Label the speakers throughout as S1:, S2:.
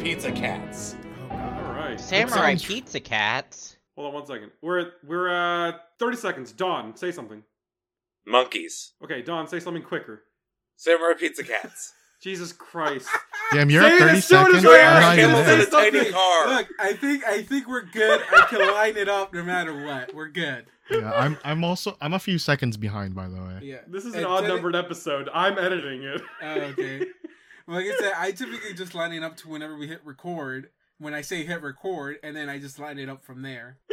S1: Pizza Cats.
S2: Oh,
S3: All right.
S4: Samurai
S2: sounds-
S4: Pizza Cats.
S3: Hold on one second. We're at, we're uh 30 seconds. Don, say something.
S1: Monkeys.
S3: Okay, Don, say something quicker.
S1: Samurai Pizza Cats.
S3: Jesus Christ.
S2: Damn, you're at
S3: Say it
S2: 30
S3: as soon
S2: seconds.
S3: as
S2: I'm
S3: we're out
S2: not
S3: of
S2: even
S3: Kimmel.
S2: there.
S3: Say something.
S1: Tiny car.
S5: Look, I think I think we're good. I can line it up no matter what. We're good.
S2: Yeah, I'm, I'm also, I'm a few seconds behind, by the way.
S5: Yeah.
S3: This is
S5: And
S3: an odd
S5: then it-
S3: numbered episode. I'm editing it.
S5: Oh, okay. Well, Like I said, I typically just line it up to whenever we hit record. When I say hit record, and then I just line it up from there.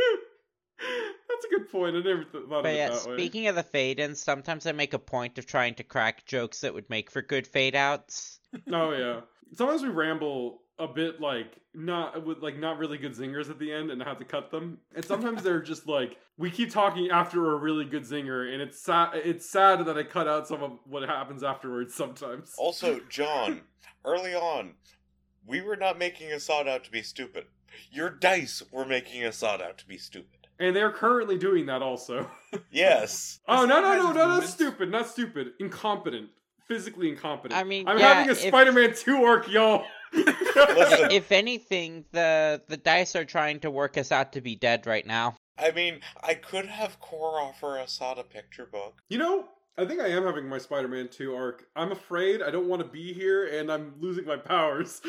S3: That's a good point. I never th- thought
S4: But
S3: of it
S4: yeah,
S3: that way.
S4: speaking of the fade ins, sometimes I make a point of trying to crack jokes that would make for good fade outs.
S3: Oh yeah. Sometimes we ramble a bit like not with like not really good zingers at the end and have to cut them. And sometimes they're just like we keep talking after a really good zinger and it's sad it's sad that I cut out some of what happens afterwards sometimes.
S6: Also, John, early on, we were not making Assad out to be stupid. Your dice were making Assad out to be stupid.
S3: And they're currently doing that also.
S6: Yes.
S3: oh no no no
S5: Sometimes
S3: no not
S5: moments-
S3: stupid, not stupid. Incompetent. Physically incompetent.
S4: I mean,
S3: I'm
S4: yeah,
S3: having a
S4: if-
S3: Spider-Man 2 arc, y'all.
S6: Listen,
S4: if anything, the the dice are trying to work us out to be dead right now.
S6: I mean, I could have Core offer Assad a picture book.
S3: You know, I think I am having my Spider-Man 2 arc. I'm afraid I don't want to be here and I'm losing my powers.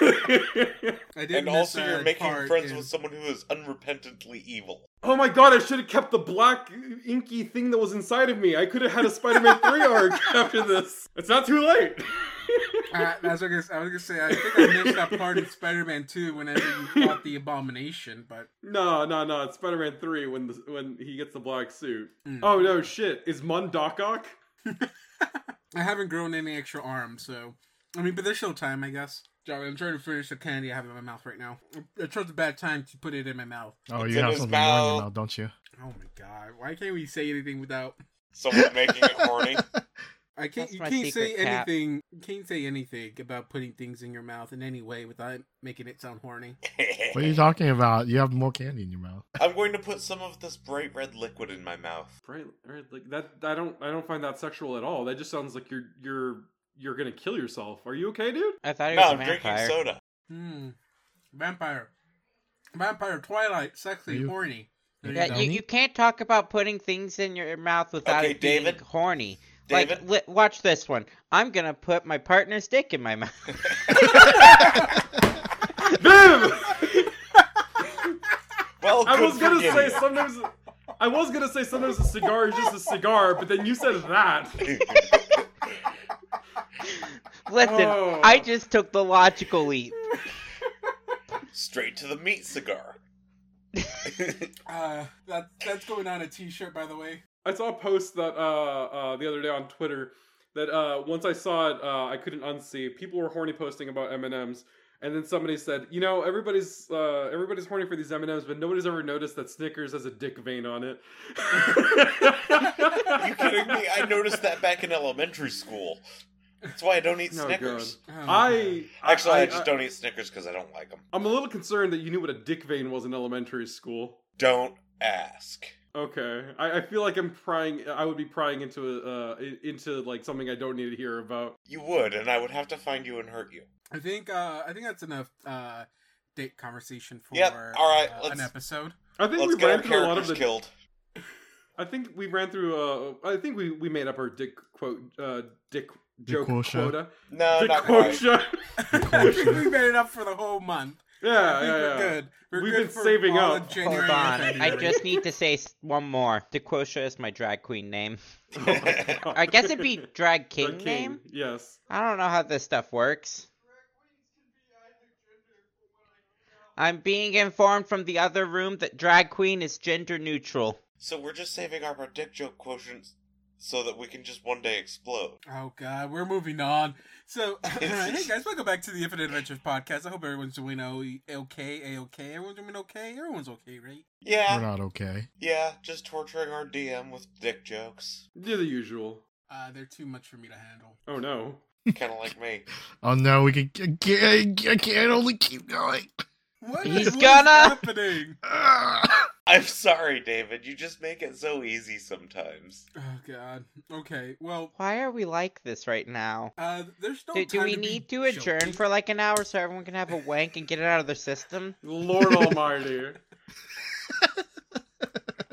S5: I did
S6: And
S5: miss,
S6: also,
S5: uh,
S6: you're making
S5: part
S6: friends
S5: in-
S6: with someone who is unrepentantly evil.
S3: oh my god, I should have kept the black inky thing that was inside of me. I could have had a Spider-Man 3 arc after this. It's not too late.
S5: Uh, that's what I was, gonna, I was gonna say. I think I missed that part in Spider-Man 2 whenever you fought the Abomination, but
S3: no, no, no. It's Spider-Man 3 when the, when he gets the black suit.
S5: Mm.
S3: Oh no, shit. Is Mun Dokok?
S5: I haven't grown any extra arms, so I mean, but there's still time, I guess. John, I'm trying to finish the candy I have in my mouth right now. I chose a bad time to put it in my mouth.
S2: Oh,
S6: It's
S2: you
S6: in
S2: have
S6: his
S2: something more in your
S6: mouth.
S2: mouth, don't you?
S5: Oh my god, why can't we say anything without?
S6: Someone making it horny.
S5: I can't.
S4: That's
S5: you
S4: my
S5: can't say
S4: secret cat.
S5: anything. You can't say anything about putting things in your mouth in any way without making it sound horny.
S2: What are you talking about? You have more candy in your mouth.
S6: I'm going to put some of this bright red liquid in my mouth.
S3: Right, right, like that. I don't, I don't find that sexual at all. That just sounds like you're, you're, you're gonna kill yourself. Are you okay, dude?
S4: I thought he
S6: No,
S4: was a
S6: I'm drinking
S4: vampire.
S6: soda.
S5: Hmm. Vampire. Vampire Twilight. Sexy.
S2: Are you-
S5: horny. There
S4: Yeah,
S5: go.
S4: you, you can't talk about putting things in your mouth without
S6: Okay,
S4: it being
S6: David.
S4: horny.
S6: David.
S4: Like, li- watch this one. I'm gonna put my partner's dick in my mouth.
S3: Boom!
S6: Well,
S3: I
S6: good
S3: was gonna
S6: for you.
S3: say sometimes. I was gonna say sometimes a cigar is just a cigar, but then you said that.
S4: Listen,
S3: Oh.
S4: I just took the logical leap.
S6: Straight to the meat cigar.
S5: Uh, that, that's going on a T-shirt, by the way.
S3: I saw a post that uh, uh, the other day on Twitter that uh, once I saw it, uh, I couldn't unsee. People were horny posting about M and M's, and then somebody said, "You know, everybody's uh, everybody's horny for these M and M's, but nobody's ever noticed that Snickers has a dick vein on it."
S6: Are you kidding me? I noticed that back in elementary school. That's why I don't eat
S3: No,
S6: Snickers.
S5: Oh,
S3: I
S6: Actually, I, just don't eat Snickers because I don't like them.
S3: I'm a little concerned that you knew what a dick vein was in elementary school.
S6: Don't ask.
S3: Okay, I, I feel like I'm prying. I would be prying into uh i- into like something I don't need to hear about.
S6: You would, and I would have to find you and hurt you.
S5: I think uh, I think that's enough uh, date conversation for
S6: Yep, all right,
S5: uh,
S6: let's-
S5: an episode.
S3: I think
S6: Let's
S3: we
S6: get
S3: ran
S6: our
S3: through a lot of
S6: characters
S3: the.
S6: killed.
S3: I think we ran through. Uh, I think we we made up our dick quote. Uh, dick joke
S2: quotient.
S3: quota.
S6: No,
S3: dick
S6: not quite.
S3: quotient.
S5: I think we made it up for the whole month. I
S3: yeah,
S5: think
S3: yeah,
S5: we're
S3: yeah.
S5: good. We're
S3: We've
S5: good
S3: been
S5: for
S3: saving
S5: all
S3: up.
S5: of
S4: Hold
S5: January
S4: on,
S5: and
S4: I
S5: February.
S4: just need to say s- one more. DeQuosha is my drag queen name. I guess it'd be drag
S3: The
S4: king, name.
S3: Yes.
S4: I don't know how this stuff works. I'm being informed from the other room that drag queen is gender neutral.
S6: So we're just saving up our dick joke quotients so that we can just one day explode.
S5: Oh god, we're moving on. So, hey guys, welcome back to the Infinite Adventures podcast. I hope everyone's doing o- okay, a okay. Everyone's doing okay. Everyone's okay, right?
S2: We're
S6: Yeah,
S2: not okay.
S6: yeah, just torturing our DM with dick jokes.
S3: Do the usual.
S5: Uh, they're too much for me to handle.
S3: Oh no.
S6: kind of like me.
S2: Oh no, we can. I can't, I can't only keep going.
S5: What
S4: He's
S5: what
S4: gonna-
S5: happening?
S2: Ah.
S6: I'm sorry, David. You just make it so easy sometimes.
S5: Oh God. Okay. Well,
S4: Why are we like this right now?
S5: uh, there's no
S4: Do, do
S5: time
S4: we
S5: to be
S4: need to adjourn
S5: joking.
S4: for like an hour so everyone can have a wank and get it out of their system?
S3: Lord Almighty.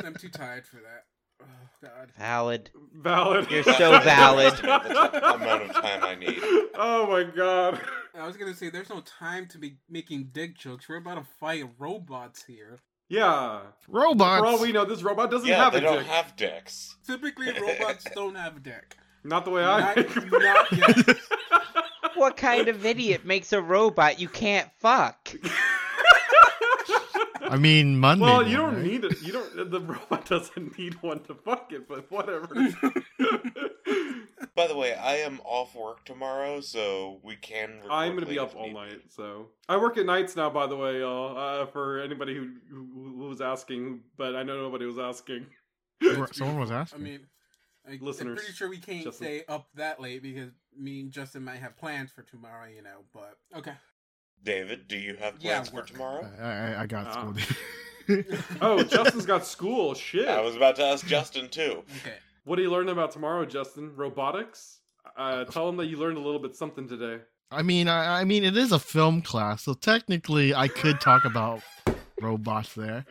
S5: I'm too tired for that. Oh God.
S4: Valid.
S3: Valid.
S4: You're so valid.
S6: The amount of time I need.
S3: Oh my god.
S5: I was gonna say there's no time to be making dick jokes. We're about to fight robots here.
S3: Yeah.
S2: Robots.
S3: For all we know, this robot doesn't
S6: yeah,
S3: have
S6: they
S3: a
S6: don't
S3: dick.
S6: have dicks.
S5: Typically, robots don't have a dick.
S3: Not the way I.
S5: Not, not yet.
S4: What kind of idiot makes a robot you can't fuck?
S2: I mean, Monday.
S3: well, you don't
S2: right?
S3: need it. You don't. The robot doesn't need one to fuck it, but whatever.
S6: By the way, I am off work tomorrow, so we can. record
S3: I'm gonna be
S6: late
S3: up
S6: if
S3: all
S6: need
S3: night, so I work at nights now. By the way, y'all. Uh, for anybody who, who who was asking, but I know nobody was asking.
S2: Were- Someone was
S5: I
S2: asking.
S5: mean, I, I'm
S3: Listeners,
S5: pretty sure we can't
S3: Justin.
S5: stay up that late because me and Justin might have plans for tomorrow. You know, but okay.
S6: David, do you have
S5: Yeah,
S6: plans for
S5: work.
S6: tomorrow?
S2: I, I, I
S6: uh,
S2: got
S3: Ah.
S2: schooled.
S3: Oh, Justin's got school. Shit.
S6: I was about to ask Justin too.
S5: Okay.
S3: What are you learning about tomorrow, Justin? Robotics. Uh, tell him that you learned a little bit something today.
S2: I mean, I, I mean, it is a film class, so technically, I could talk about robots there.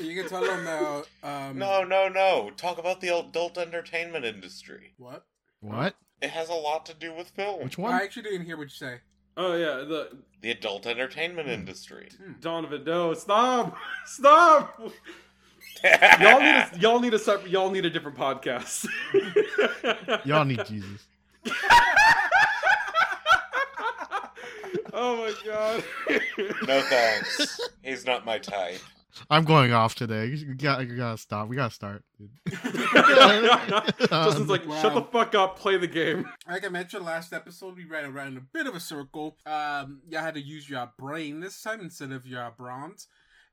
S5: You can tell them about um.
S6: No, no, no. Talk about the adult entertainment industry.
S5: What?
S2: What?
S6: It has a lot to do with film.
S2: Which
S5: I
S2: one?
S5: actually didn't hear what you say.
S3: Oh yeah, the
S6: The adult entertainment industry.
S3: Hmm. Donovan. No, stop, stop. Y'all need a, y'all need a separate. Y'all need a different podcast.
S2: Y'all need Jesus.
S3: oh my god.
S6: no thanks. He's not my type.
S2: I'm going off today. We got, we gotta stop. We gotta start. dude. Um,
S3: Justin's like, shut the
S5: Wow.
S3: fuck up, play the game.
S5: Like I mentioned last episode, we ran around in a bit of a circle. Um, y'all had to use your brain this time instead of your bronze.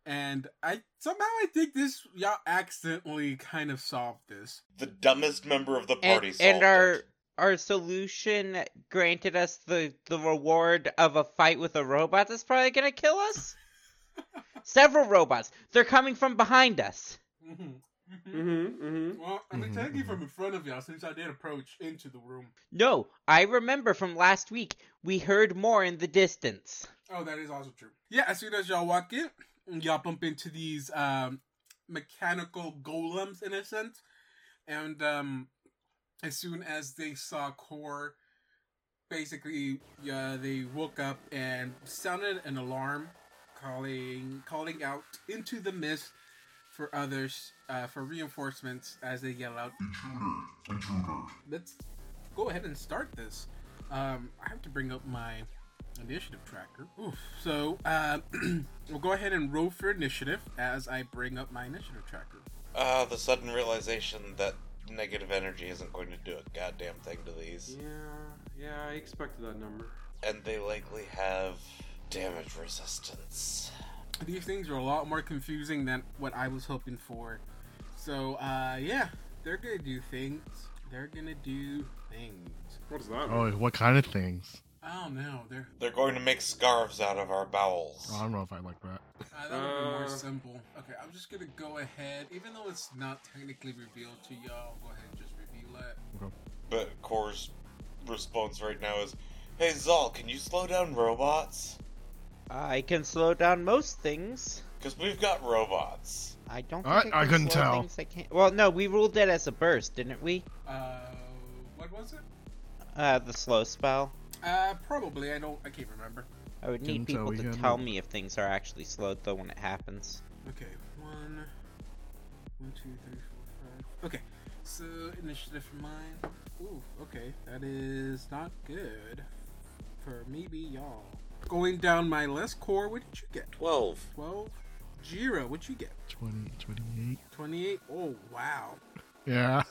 S5: And I somehow I think this y'all accidentally kind of solved this.
S6: The dumbest member of the
S4: And,
S6: party. solved
S4: and our
S6: it.
S4: our solution granted us the, the reward of a fight with a robot that's probably gonna kill us? Several robots. They're coming from behind us.
S3: Mm-hmm, mm-hmm.
S5: Well, I'm
S2: Mhm,
S5: attacking
S2: mhm.
S5: from in front of y'all since I did approach into the room.
S4: No, I remember from last week we heard more in the distance.
S5: Oh, that is also true. Yeah, as soon as y'all walk in, y'all bump into these um, mechanical golems in a sense, and um, as soon as they saw Core, basically, yeah, they woke up and sounded an alarm, calling calling out into the mist for others uh, for reinforcements as they yell out. Let's go ahead and start this. Um, I have to bring up my initiative tracker. Oof. So uh, we'll go ahead and roll for initiative as I bring up my initiative tracker.
S6: Ah, the sudden realization that negative energy isn't going to do a goddamn thing to these.
S3: Yeah, yeah, I expected that number.
S6: And they likely have damage resistance.
S5: These things are a lot more confusing than what I was hoping for. So uh, yeah, they're gonna do things. They're gonna do things.
S3: What does that mean?
S2: oh, what kind of things?
S5: I don't know. They're
S6: They're going to make scarves out of our bowels.
S2: Oh, I don't know if I like that.
S5: Uh, that would be more
S3: Uh.
S5: simple. Okay, I'm just gonna go ahead, even though it's not technically revealed to y'all. Go ahead and just reveal it.
S6: But Core's response right now is, "Hey Zal, can you slow down robots?
S4: I can slow down most things.
S6: Because we've got robots."
S4: I don't think
S2: I-
S4: I,
S2: I
S4: can
S2: couldn't
S4: slow
S2: tell.
S4: things I can't. Well, no, we ruled it as a burst, didn't we?
S5: Uh, what was it?
S4: Uh, the slow spell.
S5: Uh, probably. I don't. I can't remember.
S4: I would need
S2: Didn't tell
S4: people
S2: we
S4: to
S2: had
S4: tell
S2: one.
S4: me if things are actually slowed though when it happens.
S5: Okay, one, one, two, three, four, five. Okay, so initiative for mine. Ooh, okay, that is not good for maybe y'all. Going down my list, core. What did you get?
S6: Twelve.
S5: Twelve. Jira, what you get?
S2: 20, 28.
S5: Twenty-eight. Oh wow,
S2: Yeah.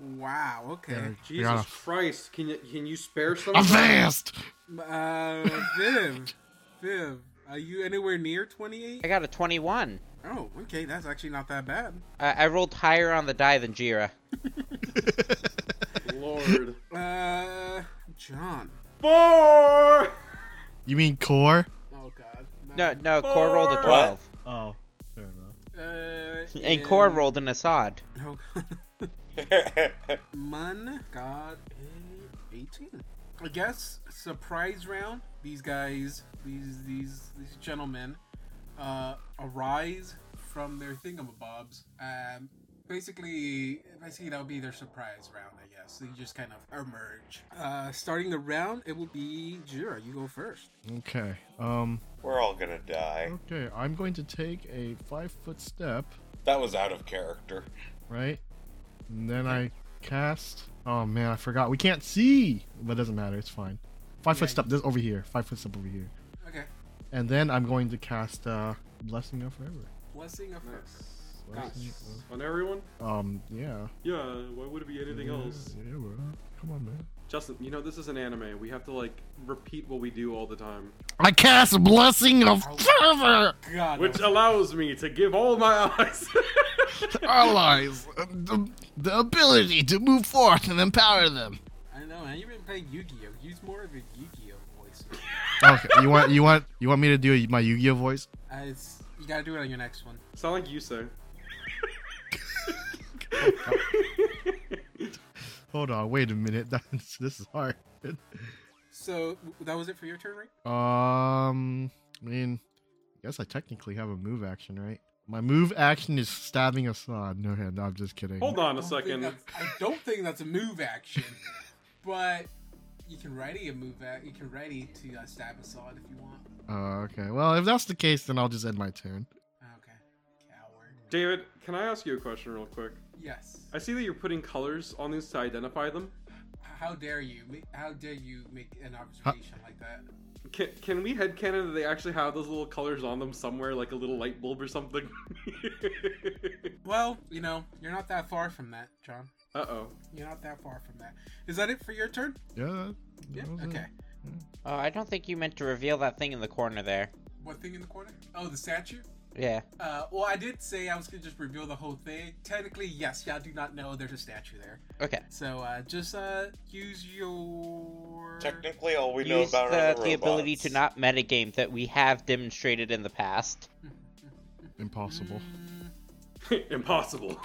S5: wow. Okay.
S2: Yeah, we
S3: Jesus
S2: gotta-
S3: Christ, can you can you spare some?
S2: I'm
S3: time?
S2: fast.
S5: Uh, Viv, Viv, are you anywhere near
S4: I
S5: twenty-eight?
S4: got a 21.
S5: Oh, okay, that's actually not that bad.
S4: I, I rolled higher on the die than Jira.
S3: Lord.
S5: Uh, John.
S3: Four.
S2: You mean core?
S5: Oh God.
S4: No, no, Core rolled a 12.
S2: Oh, fair enough.
S5: Uh,
S4: And Kor rolled an Assad.
S5: No. Mun got a 18. I guess surprise round. These guys, these these these gentlemen, uh, arise from their thingamabobs. Um, basically, basically that'll be their surprise round. I guess they just kind of emerge. Uh, starting the round, it will be Jira. You go first.
S2: Okay. Um.
S6: We're all gonna die.
S2: Okay. I'm going to take a five foot step.
S6: That was out of character.
S2: Right. And then I cast. Oh man, I forgot. We can't see, but it doesn't matter. It's fine. Five
S5: Yeah,
S2: foot step. This over here. Five foot step over here.
S5: Okay.
S2: And then I'm going to cast uh, blessing of forever.
S5: Blessing of first.
S2: Blessing
S5: Nice.
S2: of-
S3: On everyone?
S2: Um. Yeah.
S3: Yeah, why would it be anything
S2: Yeah,
S3: else?
S2: Yeah, bro. Come on, man.
S3: Justin, you know, this is an anime. We have to, like, repeat what we do all the time.
S2: I cast blessing of fervor.
S5: God.
S3: Which allows me to give all my eyes.
S2: allies the, the ability to move forth and empower them.
S5: I don't know, man. You've been playing Yu-Gi-Oh. Use more of a Yu-Gi-Oh voice.
S2: Okay, you want you want you want me to do my Yu-Gi-Oh voice?
S5: Uh, it's, you gotta do it on your next one.
S3: Sound like you, sir.
S2: Hold on, wait a minute. That's, this is hard.
S5: So w- that was it for your turn, right?
S2: Um, I mean, I guess I technically have a move action, right? My move action is stabbing Assad. No, no, I'm just kidding.
S3: Hold on a
S5: I don't think
S3: second.
S5: that's- I don't think that's a move action, but you can ready a move act. You can ready to uh, stab a solid if you want.
S2: Uh, okay. Well, if that's the case, then I'll just end my turn.
S5: Okay, coward.
S3: David, can I ask you a question real quick?
S5: Yes.
S3: I see that you're putting colors on these to identify them.
S5: How dare you? ma- How dare you make an observation like that?
S3: Can, can we headcanon that they actually have those little colors on them somewhere, like a little light bulb or something?
S5: Well, you know, you're not that far from that, John.
S3: uh oh.
S5: You're not that far from that. Is that it for your turn?
S2: Yeah. that- that
S5: Yeah.
S2: was it.
S5: Okay.
S4: Oh, I don't think you meant to reveal that thing in the corner there.
S5: What thing in the corner? Oh, the statue.
S4: Yeah.
S5: Uh, well, I did say I was gonna just reveal the whole thing. Technically, yes, y'all do not know there's a statue there.
S4: Okay.
S5: So uh, just uh, use your
S6: Technically, all we know
S4: Use
S6: about
S4: the,
S6: are the,
S4: the ability to
S6: robots.
S4: not metagame that we have demonstrated in the past.
S2: Impossible.
S5: Mm,
S3: Impossible.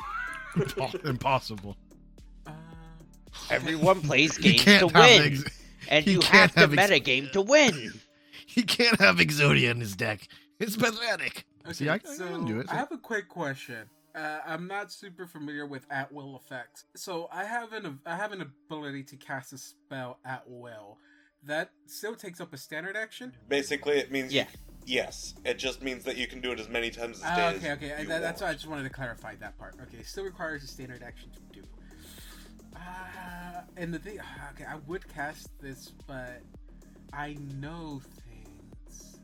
S2: Impo- Impossible.
S5: uh,
S4: Everyone plays
S2: He
S4: games to
S2: can't have
S4: win,
S2: ex-
S4: and
S2: you
S4: you
S2: can't
S4: have to
S2: have ex-
S4: metagame to win.
S2: he can't have Exodia in his deck. It's pathetic. See, I, I can do it.
S5: I have a quick question. Uh, I'm not super familiar with at will effects, so I have an I have an ability to cast a spell at will. That still takes up a standard action.
S6: Basically, it means
S4: Yeah.
S6: yes. It just means that you can do it as many times as
S5: Ah,
S6: day
S5: okay,
S6: as
S5: okay.
S6: you
S5: That, that's why I
S6: want.
S5: just wanted to clarify that part. Okay, still requires a standard action to do. Uh, and the thing, ah, okay, I would cast this, but I know things.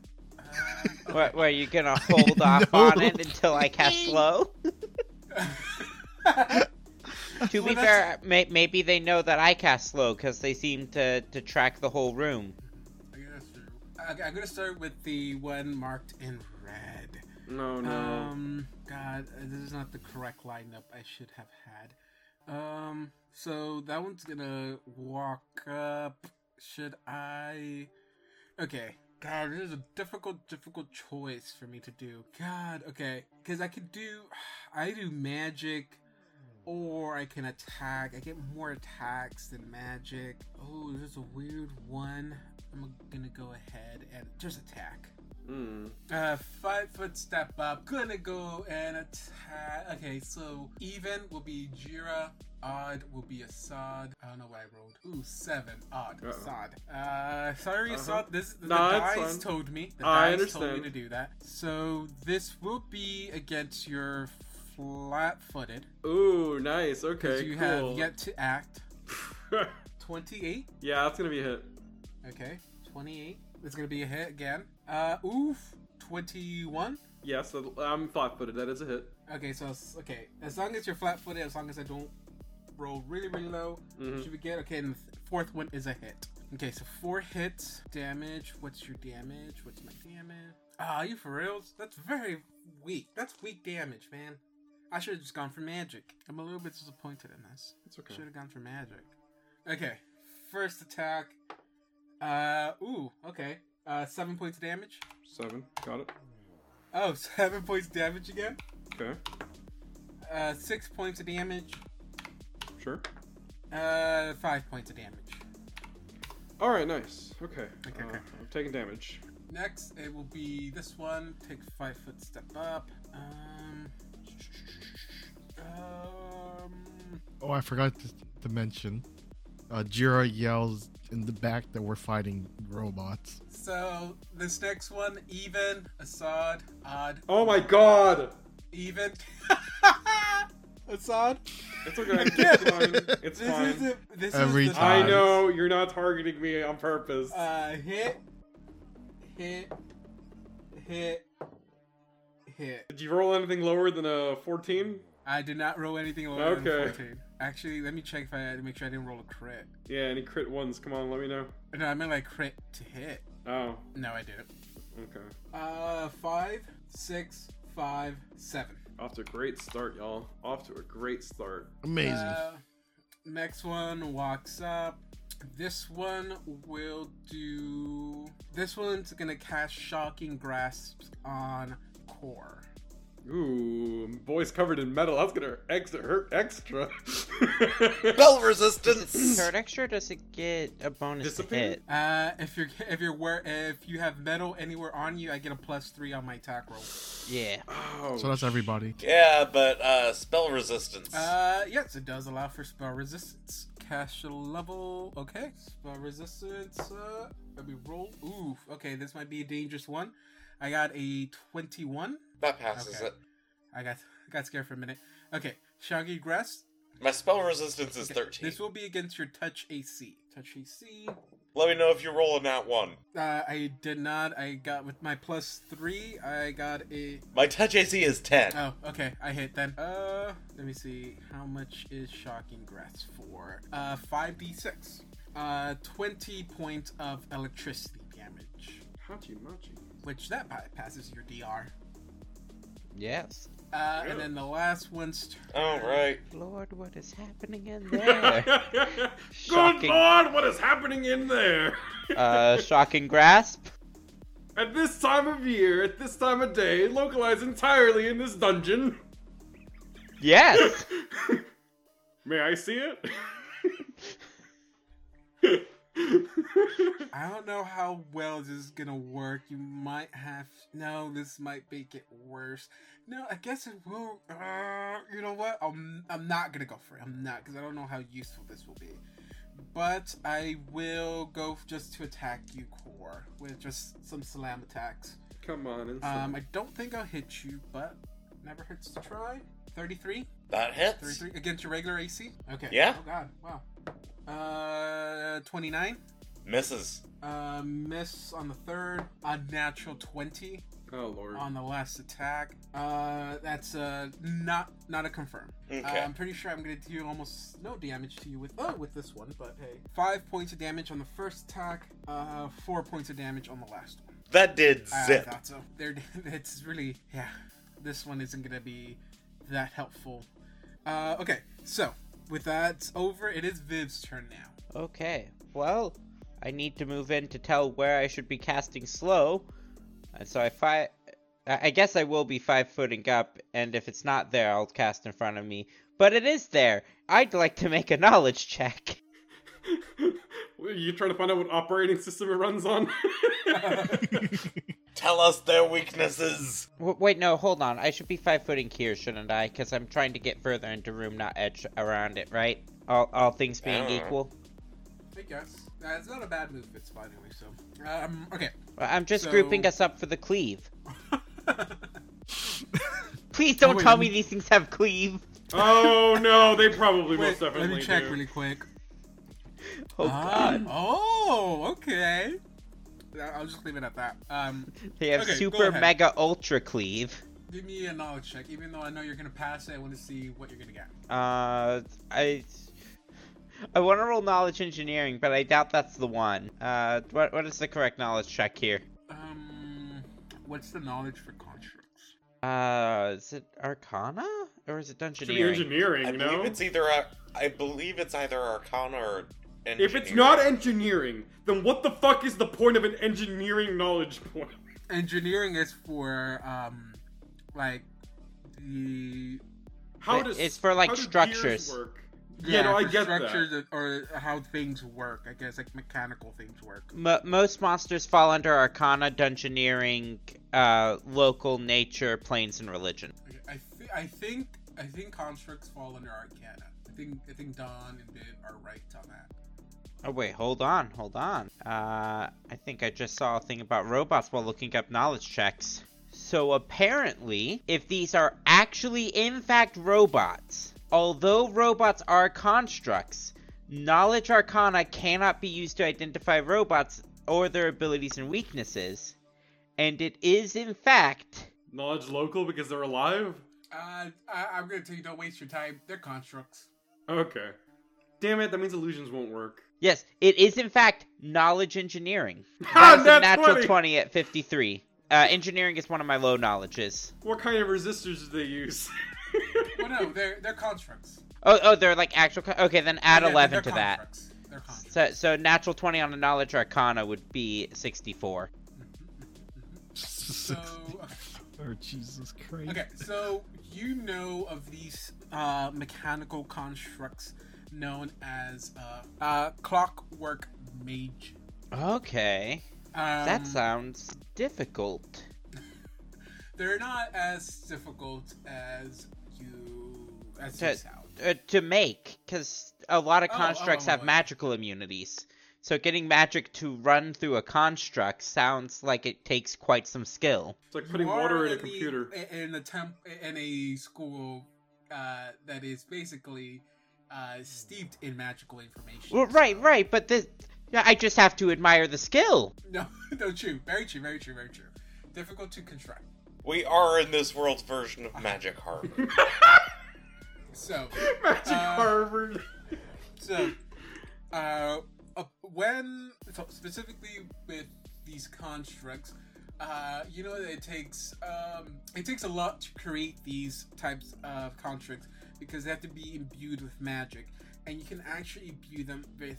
S5: Um,
S4: What, were you gonna hold off on it until I cast low? to
S5: Well,
S4: be fair, may, maybe they know that I cast slow because they seem to, to track the whole room.
S5: I guess that's true. Okay, I'm gonna start with the one marked in red.
S3: Oh, No, no.
S5: Um, God, uh, this is not the correct lineup I should have had. Um, so that one's gonna walk up. Should I? Okay. God, this is a difficult, difficult choice for me to do. God, okay, because I could do, I do magic, or I can attack. I get more attacks than magic. Oh, there's a weird one. I'm gonna go ahead and just attack.
S3: Mm.
S5: Uh, five foot step up. Gonna go and attack. Okay, so even will be Jira. Odd will be Assad. I don't know what I rolled. Ooh, seven. Odd.
S3: Uh-oh.
S5: Assad. Uh, sorry,
S3: Uh-huh.
S5: Assad. This the
S3: No, it's
S5: dice
S3: fine.
S5: told me. The
S3: I
S5: dice told
S3: understand.
S5: me to do that. So this will be against your flat-footed.
S3: Ooh, nice.
S5: because
S3: Okay,
S5: you
S3: cool.
S5: have yet to act. Twenty-eight.
S3: yeah, that's gonna be a hit.
S5: Okay, twenty-eight. It's gonna be a hit again. Uh, oof. Twenty-one.
S3: Yes, that- I'm flat-footed. That is a hit.
S5: Okay, so it's- okay, as long as you're flat-footed, as long as I don't roll really, really low,
S3: Mhm.
S5: should we get okay? And the th- fourth one is a hit. Okay, so four hits, damage. What's your damage? What's my damage? Ah, you for reals? That's very weak. That's weak damage, man. I should have just gone for magic. I'm a little bit disappointed in this.
S3: It's okay.
S5: Should have gone for magic. Okay, first attack. Uh, ooh, okay. Uh, seven points of damage.
S3: Seven. Got it.
S5: Oh, seven points damage again.
S3: Okay.
S5: Uh, six points of damage.
S3: Sure.
S5: Uh, five points of damage.
S3: All right, nice. Okay.
S5: Okay,
S3: Uh,
S5: okay.
S3: I'm taking damage.
S5: Next, it will be this one. Take five foot step up. Um. Um.
S2: Oh, I forgot to, to mention. Uh, Jira yells in the back that we're fighting robots.
S5: So this next one, even Assad, odd,
S3: Oh my god!
S5: even. Assad,
S3: It's okay. It's fine. It's
S5: this
S3: fine.
S5: is a, this
S2: Every
S5: is the
S3: I
S2: time.
S3: know you're not targeting me on purpose.
S5: Uh, hit, hit, hit, hit.
S3: Did you roll anything lower than a 14?
S5: I did not roll anything lower than
S3: Okay.
S5: 14. Actually, let me check if I make sure I didn't roll a crit.
S3: Yeah, any crit ones? Come on, let me know.
S5: No, I meant like crit to hit.
S3: Oh,
S5: No, I didn't.
S3: okay.
S5: Uh, five, six, five, seven.
S3: Off to a great start, y'all. Off to a great start.
S2: Amazing.
S5: Uh, next one walks up. This one will do. This one's gonna cast Shocking Grasps on Core.
S3: Ooh, boy's covered in metal. That's gonna extra hurt extra.
S6: Spell resistance.
S4: Third extra doesn't get a bonus
S3: Disappear?
S4: hit.
S5: Uh, if you're if you're where if you have metal anywhere on you, I get a plus three on my attack roll.
S4: Yeah.
S3: oh,
S2: so that's everybody.
S6: yeah, but uh, spell resistance.
S5: Uh, yes, it does allow for spell resistance. Cash a level. Okay, spell resistance. Uh, let me roll. Ooh, okay, this might be a dangerous one. I got a twenty-one.
S6: that passes
S5: okay.
S6: it.
S5: I got got scared for a minute. Okay, Shaggy Grass.
S6: My spell resistance is
S5: Okay,
S6: thirteen.
S5: This will be against your touch AC. Touch AC.
S6: Let me know if you roll a nat one.
S5: Uh, I did not. I got with my plus three. I got a.
S6: My touch AC is ten.
S5: Oh, okay. I hit then. Uh, let me see. How much is shocking grass for? Uh, five d six. Uh, twenty points of electricity damage,
S3: Hachi Machi.
S5: which that bypasses your DR.
S4: Yes.
S5: Uh,
S3: Yeah.
S5: and then the last one's turn.
S6: All right.
S4: Lord, what is happening in there?
S3: Good
S4: Shocking.
S3: lord, what is happening in there?
S4: uh, shocking grasp.
S3: At this time of year, at this time of day, localized entirely in this dungeon.
S4: Yes.
S3: May I see it?
S5: I don't know how well this is gonna work. You might have no. This might make it worse. No, I guess it will. Uh, you know what? I'm I'm not gonna go for it. I'm not because I don't know how useful this will be. But I will go just to attack you, core, with just some slam attacks.
S3: Come on, and
S5: Um, I don't think I'll hit you, but never hurts to try. 33?
S6: That hits.
S5: 33 against your regular AC? Okay.
S6: Yeah.
S5: Oh god. Wow. Uh, 29.
S6: Misses.
S5: Uh, miss on the third. Unnatural 20
S3: oh lord.
S5: on the last attack. Uh, that's uh, not not a confirm.
S6: Okay.
S5: Uh, I'm pretty sure I'm gonna do almost no damage to you with oh with this one, but hey, five points of damage on the first attack. Uh, four points of damage on the last one.
S6: that did
S5: I-
S6: zip.
S5: I thought so. There, it's really yeah. This one isn't gonna be that helpful. Uh, okay, so with that over, it is Viv's turn now.
S4: Okay. Well, I need to move in to tell where I should be casting slow. And so I fi- I I guess I will be five footing up, and if it's not there, I'll cast in front of me. But it is there. I'd like to make a knowledge check.
S3: Are you trying to find out what operating system it runs on?
S6: Tell us their weaknesses.
S4: W- wait, no, hold on. I should be five footing here, shouldn't I? Because I'm trying to get further into room, not edge around it, right? All, all things being
S6: don't know.
S4: equal.
S5: I guess uh, it's not a bad move. It's fine anyway. So um, okay.
S4: Well, I'm just
S5: So-
S4: grouping us up for the cleave. Please don't
S5: Oh, wait,
S4: tell
S5: let
S4: me
S5: me-
S4: these things have cleave.
S3: oh no, they probably
S5: Wait,
S3: most
S5: let
S3: definitely
S5: me check
S3: do.
S5: really quick.
S4: Oh
S5: Ah,
S4: god.
S5: oh, okay. Yeah, I'll just leave it at that. Um,
S4: They have
S5: Okay, go
S4: super
S5: ahead.
S4: mega ultra cleave.
S5: give me a knowledge check, even though I know you're gonna pass it. I want to see what you're gonna get.
S4: Uh, I. I want to roll knowledge engineering, but I doubt that's the one. Uh, what, what is the correct knowledge check here?
S5: Um, what's the knowledge for constructs?
S4: Uh, is it Arcana or is it
S3: Should be
S4: Dungeoneering?
S3: engineering,
S6: I
S3: you know?
S6: believe it's either a, I believe it's either Arcana or.
S3: If it's
S6: engineering.
S3: not engineering, then what the fuck is the point of an engineering knowledge point?
S5: Engineering is for um, like the
S3: How
S4: But
S3: does
S4: it's for, like,
S3: how do gears
S4: structures.
S3: work? Yeah, no, I
S5: for
S3: get that.
S5: structures or how things work. I guess like mechanical things work.
S4: Mo most monsters fall under Arcana, Dungeoneering, uh, local nature, planes, and religion.
S5: Okay, I th- I think I think constructs fall under Arcana. I think I think Don and Viv are right on that.
S4: Oh wait, hold on, hold on. Uh, I think I just saw a thing about robots while looking up knowledge checks. So apparently, if these are actually in fact robots, although robots are constructs, knowledge arcana cannot be used to identify robots or their abilities and weaknesses, and it is in fact
S3: Knowledge local because they're alive.
S5: Uh, I, I'm gonna tell you, don't waste your time. They're constructs.
S3: Okay. Damn it! That means illusions won't work.
S4: yes, it is in fact knowledge engineering.
S3: Ha!
S4: That was a
S3: Nat
S4: natural 20 at 53. Uh, engineering is one of my low knowledges.
S3: What kind of resistors do they use?
S5: Well, no, they're they're constructs.
S4: Oh, oh, they're like actual. Co- okay, then add
S5: They're-
S4: 11 to
S5: they're
S4: that.
S5: constructs. They're constructs.
S4: So, so natural 20 on a knowledge arcana would be 64.
S5: So
S2: oh, Jesus Christ.
S5: okay, so you know of these uh, mechanical constructs known as uh, uh, clockwork mage.
S4: Okay,
S5: Um,
S4: that sounds difficult.
S5: they're not as difficult as you as
S4: To-
S5: you sound.
S4: Uh, to make, because a lot of
S5: Oh,
S4: constructs
S5: oh,
S4: have
S5: I-
S4: magical immunities. So getting magic to run through a construct sounds like it takes quite some skill.
S3: It's like putting
S5: You
S3: water
S5: are
S3: in a
S5: the- uh,
S3: computer.
S5: in a temp in a school uh, that is basically uh, steeped in magical information.
S4: Well, right,
S5: so-
S4: right, but this. I just have to admire the skill.
S5: No, no, true. Very true. Very true. Very true. Difficult to construct.
S6: We are in this world's version of Magic Harp.
S5: So,
S3: Magic
S5: Uh,
S3: Harvard.
S5: so, uh, uh, when so specifically with these constructs, uh, you know that it takes um, it takes a lot to create these types of constructs because they have to be imbued with magic, and you can actually imbue them with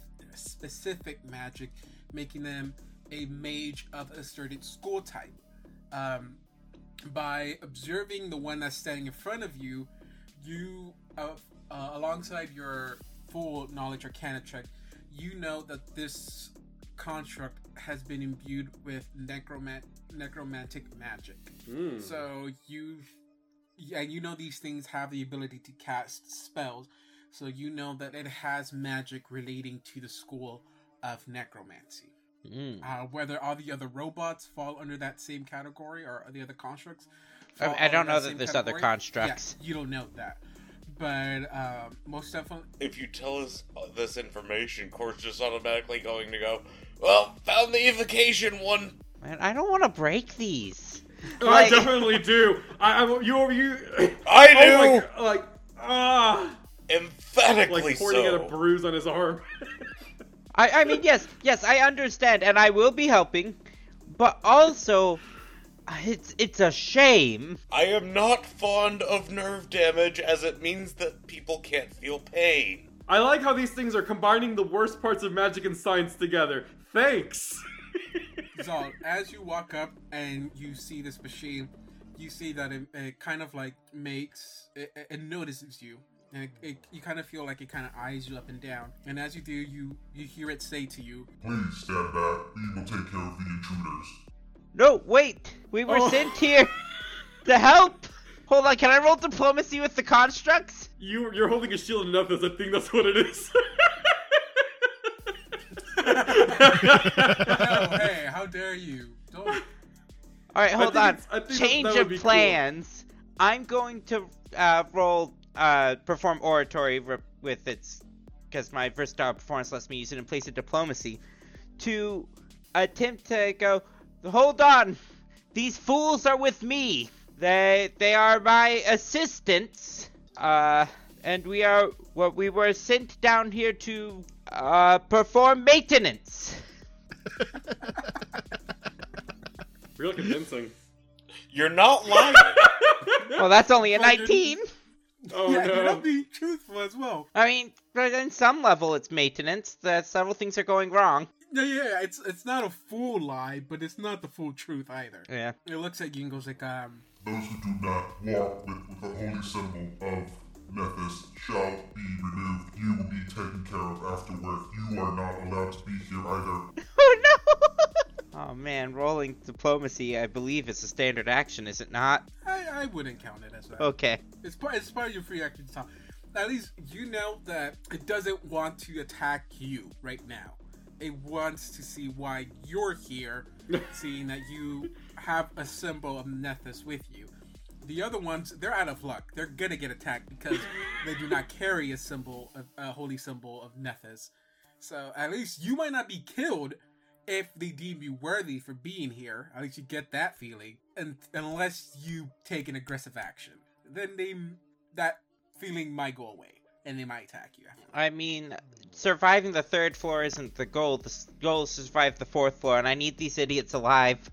S5: specific magic, making them a mage of a certain school type. Um, by observing the one that's standing in front of you, you, uh, uh, alongside your full knowledge or canon check, you know that this construct has been imbued with necromant- necromantic magic.
S3: Mm.
S5: Hmm. So you, yeah, you know these things have the ability to cast spells. So you know that it has magic relating to the school of necromancy.
S4: Mm.
S5: Uh, whether all the other robots fall under that same category or the other constructs.
S4: I-
S5: fall
S4: I don't
S5: under
S4: know
S5: same
S4: that there's other
S5: category,
S4: constructs.
S5: Yeah, you don't know that, but um, most definitely,
S6: if you tell us this information, Core's just automatically going to go, Well, found the evocation one!
S4: Man, I don't want to break these.
S3: I
S4: Like-
S3: definitely do. I, I you over you.
S6: I do!
S3: Oh my, g- like ah,
S6: Emphatically
S3: like pointing at a
S6: so!
S3: bruise on his arm.
S4: I, I mean, yes, yes, I understand, and I will be helping, but also, it's it's a shame.
S6: I am not fond of nerve damage as it means that people can't feel pain.
S3: I like how these things are combining the worst parts of magic and science together. Thanks.
S5: Zol, as you walk up and you see this machine, you see that it, it kind of like makes it, it- it notices you, and it, it, you kind of feel like it kind of eyes you up and down. And as you do, you you hear it say to you,
S7: Please stand back. We will take care of the intruders.
S4: No, wait, we were
S3: Oh.
S4: sent here to help. Hold on, can I roll diplomacy with the constructs?
S3: You you're holding a shield enough as I think that's what it is.
S5: "No, "Oh, hey, how dare you! Don't."
S4: All right, hold
S3: think
S4: on.
S3: it's- I think that-
S4: Change
S3: that would
S4: of
S3: be cool.
S4: plans. I'm going to uh, roll, uh, perform oratory re- with its, because my versatile performance lets me use it in place of diplomacy, to attempt to go. Hold on, these fools are with me. They they are my assistants. Uh, and we are well, we were sent down here to uh perform maintenance.
S3: Real convincing.
S6: You're not lying!
S4: Well, that's only a
S5: Well, you're-
S4: 19.
S3: Oh
S5: yeah, you're
S3: no.
S5: not being truthful as well.
S4: I mean, but in some level, it's maintenance. That several things are going wrong.
S5: No, yeah, it's it's not a full lie, but it's not the full truth either.
S4: Yeah.
S5: It looks at you and goes like, um,
S7: Those who do not walk with, with the holy symbol of Nephis, shall be removed. You will be taken care of afterward. You are not allowed to be here either.
S4: Oh no! oh man, rolling diplomacy, I believe, is a standard action, is it not?
S5: I, I wouldn't count it as that.
S4: Okay.
S5: It's part. It's part of your free action time. At least you know that it doesn't want to attack you right now. It wants to see why you're here, seeing that you have a symbol of Nethus with you. The other ones, they're out of luck. They're gonna get attacked because they do not carry a symbol, of, a holy symbol of Nethus. So at least you might not be killed if they deem you worthy for being here. At least you get that feeling, and unless you take an aggressive action, then they that feeling might go away and they might attack you.
S4: I mean, surviving the third floor isn't the goal. The s- goal is to survive the fourth floor, and I need these idiots alive.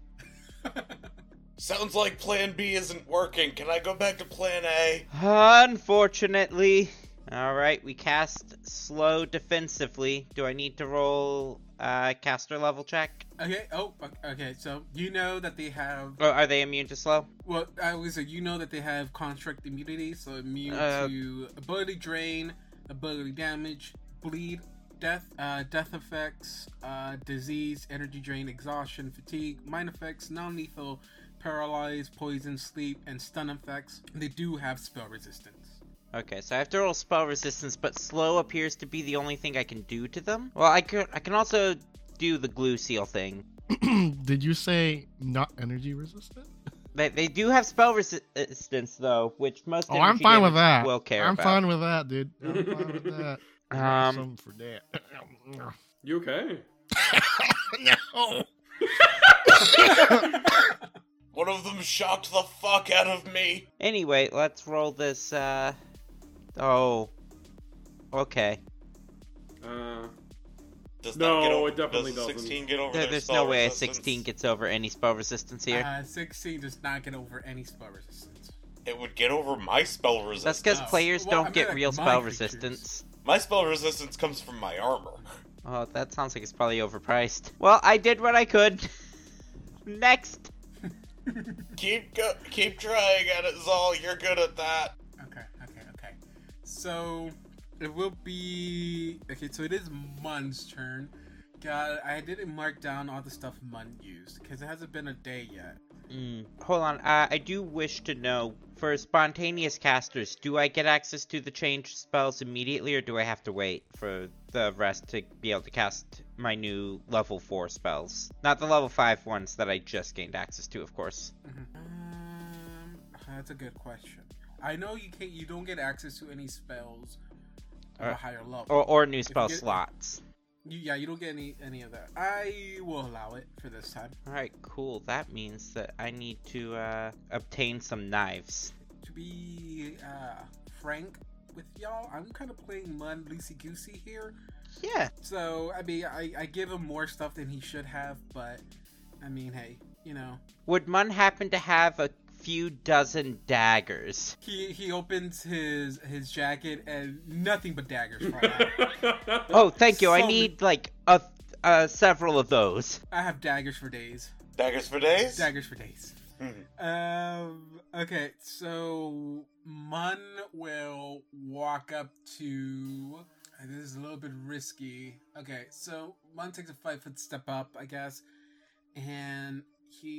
S6: Sounds like plan B isn't working. Can I go back to plan A?
S4: Unfortunately. Alright, we cast slow defensively. Do I need to roll uh, caster level check?
S5: Okay. Oh. o- Okay. So you know that they have.
S4: Or Oh, are they immune to slow?
S5: Well, I was say you know that they have construct immunity, so immune
S4: Uh,
S5: to ability drain, ability damage, bleed, death, uh, death effects, uh, disease, energy drain, exhaustion, fatigue, mind effects, non-lethal, paralyze, poison, sleep, and stun effects. They do have spell resistance.
S4: Okay, so I have to roll spell resistance, but slow appears to be the only thing I can do to them. Well, I can, I can also do the glue seal thing.
S2: Did you say not energy resistant?
S4: They, they do have spell resistance though, which most
S2: Oh, I'm
S4: energy
S2: fine with
S4: damage
S2: that.
S4: will care
S2: I'm
S4: about.
S2: fine with that, dude. I'm fine with that.
S4: Um,
S2: Something for that.
S3: You okay?
S2: no.
S6: One of them shocked the fuck out of me.
S4: Anyway, let's roll this. Uh... Oh. Okay.
S3: Uh,
S6: Does
S3: No,
S6: that get over,
S3: it definitely
S6: does
S3: doesn't.
S6: 16 get over
S4: There-
S6: their
S4: there's
S6: spell
S4: no way a
S6: resistance?
S4: 16 gets over any spell resistance here.
S5: Uh, Sixteen does not get over any spell resistance.
S6: It would get over my spell
S4: That's
S6: resistance.
S4: because
S5: Oh.
S4: players
S5: Well, I
S4: don't
S5: meant
S4: get
S5: like
S4: real
S5: my
S4: spell
S5: creatures.
S4: resistance.
S6: My spell resistance comes from my armor.
S4: Oh, that sounds like it's probably overpriced. Well, I did what I could. Next.
S6: Keep go- keep trying at it, Zal. You're good at that.
S5: Okay, okay, okay. So it will be okay. So it is Mun's turn. God, I didn't mark down all the stuff Mun used because it hasn't been a day yet.
S4: Mm, Hold on. Uh, I do wish to know for spontaneous casters, do I get access to the change spells immediately, or do I have to wait for the rest to be able to cast my new level four spells? Not the level five ones that I just gained access to, of course.
S5: Um, that's a good question. I know you can't. You don't get access to any spells of a
S4: Uh,
S5: higher level.
S4: Or, or new spell
S5: get-
S4: slots.
S5: You, yeah, you don't get any any of that. I will allow it for this time.
S4: All right, cool. That means that I need to uh, obtain some knives.
S5: To be uh, frank with y'all, I'm kind of playing Mun loosey goosey here.
S4: Yeah.
S5: So I mean, I, I give him more stuff than he should have, but I mean, hey, you know,
S4: Would Mun happen to have a few dozen daggers?
S5: he he opens his his jacket and nothing but daggers fall out.
S3: hmm.
S4: Oh, thank you. I
S5: So-
S4: need like a uh, several of those.
S5: I have daggers for days,
S6: Daggers for days.
S5: daggers for days.
S6: Hmm.
S5: Um. Okay, so Mun will walk up to. This is a little bit risky. Okay, so Mun takes a five foot step up, I guess, and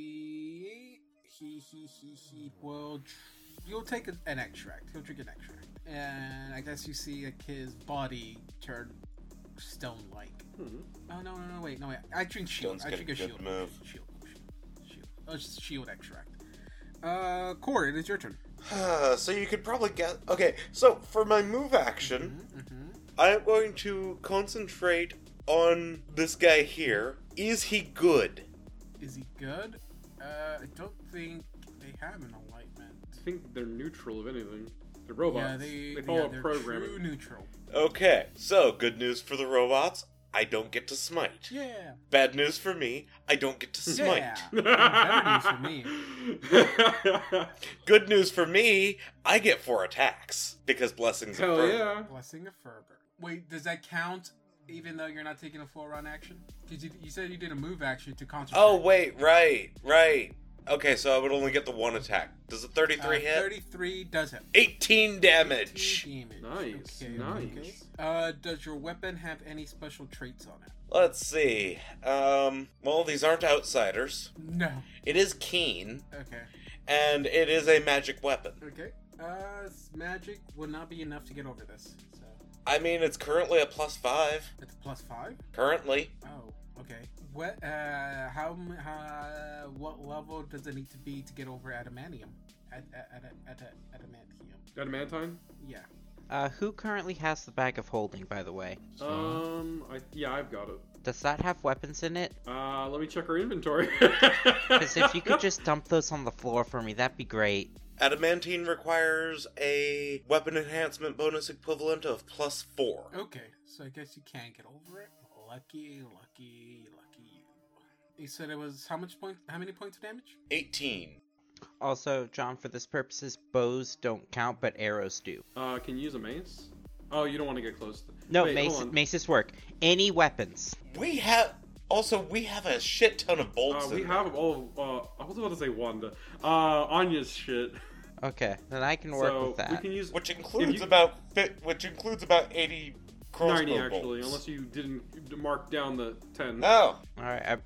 S5: he he he he he will. tr- You'll take an an extract. He'll drink an extract, and I guess you see like his body turn stone like.
S3: Hmm.
S5: Oh no no no wait no wait! I drink shield.
S6: Stone's
S5: I
S6: got
S5: drink
S6: a
S5: a
S6: good
S5: shield.
S6: move.
S5: Shield. Shield. Oh, it's shield extract. Uh, Corey, it is your turn.
S6: so you could probably get. Okay, so for my move action,
S5: Mm-hmm,
S6: I'm going to concentrate on this guy here. Is he good?
S5: Is he good? Uh, I don't think they have an enlightenment.
S3: I think they're neutral of anything. They're robots.
S5: Yeah,
S3: they,
S5: they,
S3: follow
S5: yeah, they're
S3: programming.
S5: True neutral.
S6: Okay, so good news for the robots. I don't get to smite.
S5: Yeah.
S6: Bad news for me, I don't get to smite.
S5: Yeah. Better news for me.
S6: Good news for me, I get four attacks because blessings. of
S3: Hell
S6: Fern.
S3: yeah.
S5: Blessing of Ferber. Wait, does that count? Even though you're not taking a full round action, because you, you said you did a move action to concentrate.
S6: Oh wait, Oh, right, right. Okay, so I would only get the one attack. Does a 33
S5: Uh,
S6: hit?
S5: 33 does hit.
S6: 18 damage.
S5: 18 damage.
S3: Nice, nice.
S5: Uh, does your weapon have any special traits on it?
S6: Let's see. Um, well, these aren't outsiders.
S5: No.
S6: It is keen,
S5: Okay.
S6: and it is a magic weapon.
S5: Okay. Uh, s- magic will not be enough to get over this. So
S6: I mean, it's currently a plus five.
S5: it's plus five.
S6: Currently,
S5: Oh, okay. What? Uh, how? m- Uh, what level does it need to be to get over adamantium? At at at, at, at adamantium.
S3: Adamantine?
S5: Yeah.
S4: Uh, who currently has the bag of holding, by the way?
S2: Uh,
S3: Um, I, yeah, I've got it.
S4: Does that have weapons in it?
S3: Uh, let me check our inventory.
S4: Because if you could just dump those on the floor for me, that'd be great.
S6: adamantine requires a weapon enhancement bonus equivalent of plus four.
S5: Okay. So I guess you can get over it. Lucky, lucky, lucky you. You said it was how much point? How many points of damage?
S6: 18.
S4: Also, John, for this purposes, bows don't count, but arrows do.
S3: Uh, can you use a mace? Oh, you don't want to get close. To...
S4: No,
S3: Wait, hold
S4: mace,
S3: on.
S4: maces work. Any weapons.
S6: We have. Also, we have a shit ton of bolts.
S3: Uh, we
S6: in
S3: have all. Uh, I was about to say Wanda. Uh, Anya's shit.
S4: Okay, then I can work
S3: So
S4: with that.
S3: we can use
S6: there, which includes
S3: you-
S6: about fi- which includes about 80 crossbow
S3: 90 actually,
S6: bolts.
S3: unless you didn't mark down the 10.
S6: Oh,
S4: All right, I,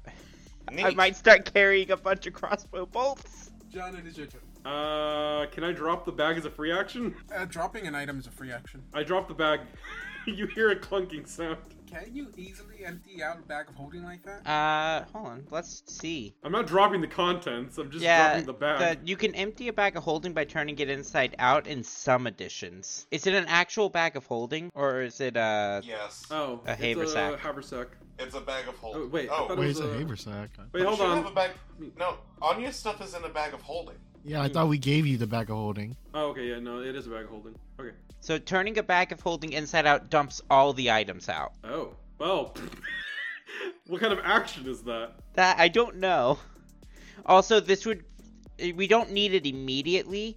S4: I
S6: neat.
S4: might start carrying a bunch of crossbow bolts.
S5: John, it is your turn.
S3: Uh, can I drop the bag as a free action?
S5: Uh, dropping an item is a free action.
S3: I drop the bag. you hear a clunking sound.
S5: Can you easily empty out a bag of holding like that?
S4: Uh, hold on. Let's see.
S3: I'm not dropping the contents. I'm just
S4: yeah,
S3: dropping the bag.
S4: the- you can empty a bag of holding by turning it inside out in some editions. Is it an actual bag of holding, or is it uh?
S6: Yes.
S3: Oh,
S4: A
S3: it's
S4: haversack.
S3: A haversack.
S6: It's a bag of holding.
S3: Oh, wait, I thought it
S6: Oh,
S2: Wait, it's
S3: was
S2: a
S3: a-
S2: haversack.
S3: Wait, hold
S6: should have
S3: on.
S6: a bag. No, Anya's stuff is in a bag of holding.
S2: Yeah, I thought we gave you the bag of holding.
S3: Oh, okay, yeah, no, it is a bag of holding. Okay.
S4: So turning a bag of holding inside out dumps all the items out.
S3: Oh, well. what kind of action is that?
S4: That I don't know. Also, this would we don't need it immediately,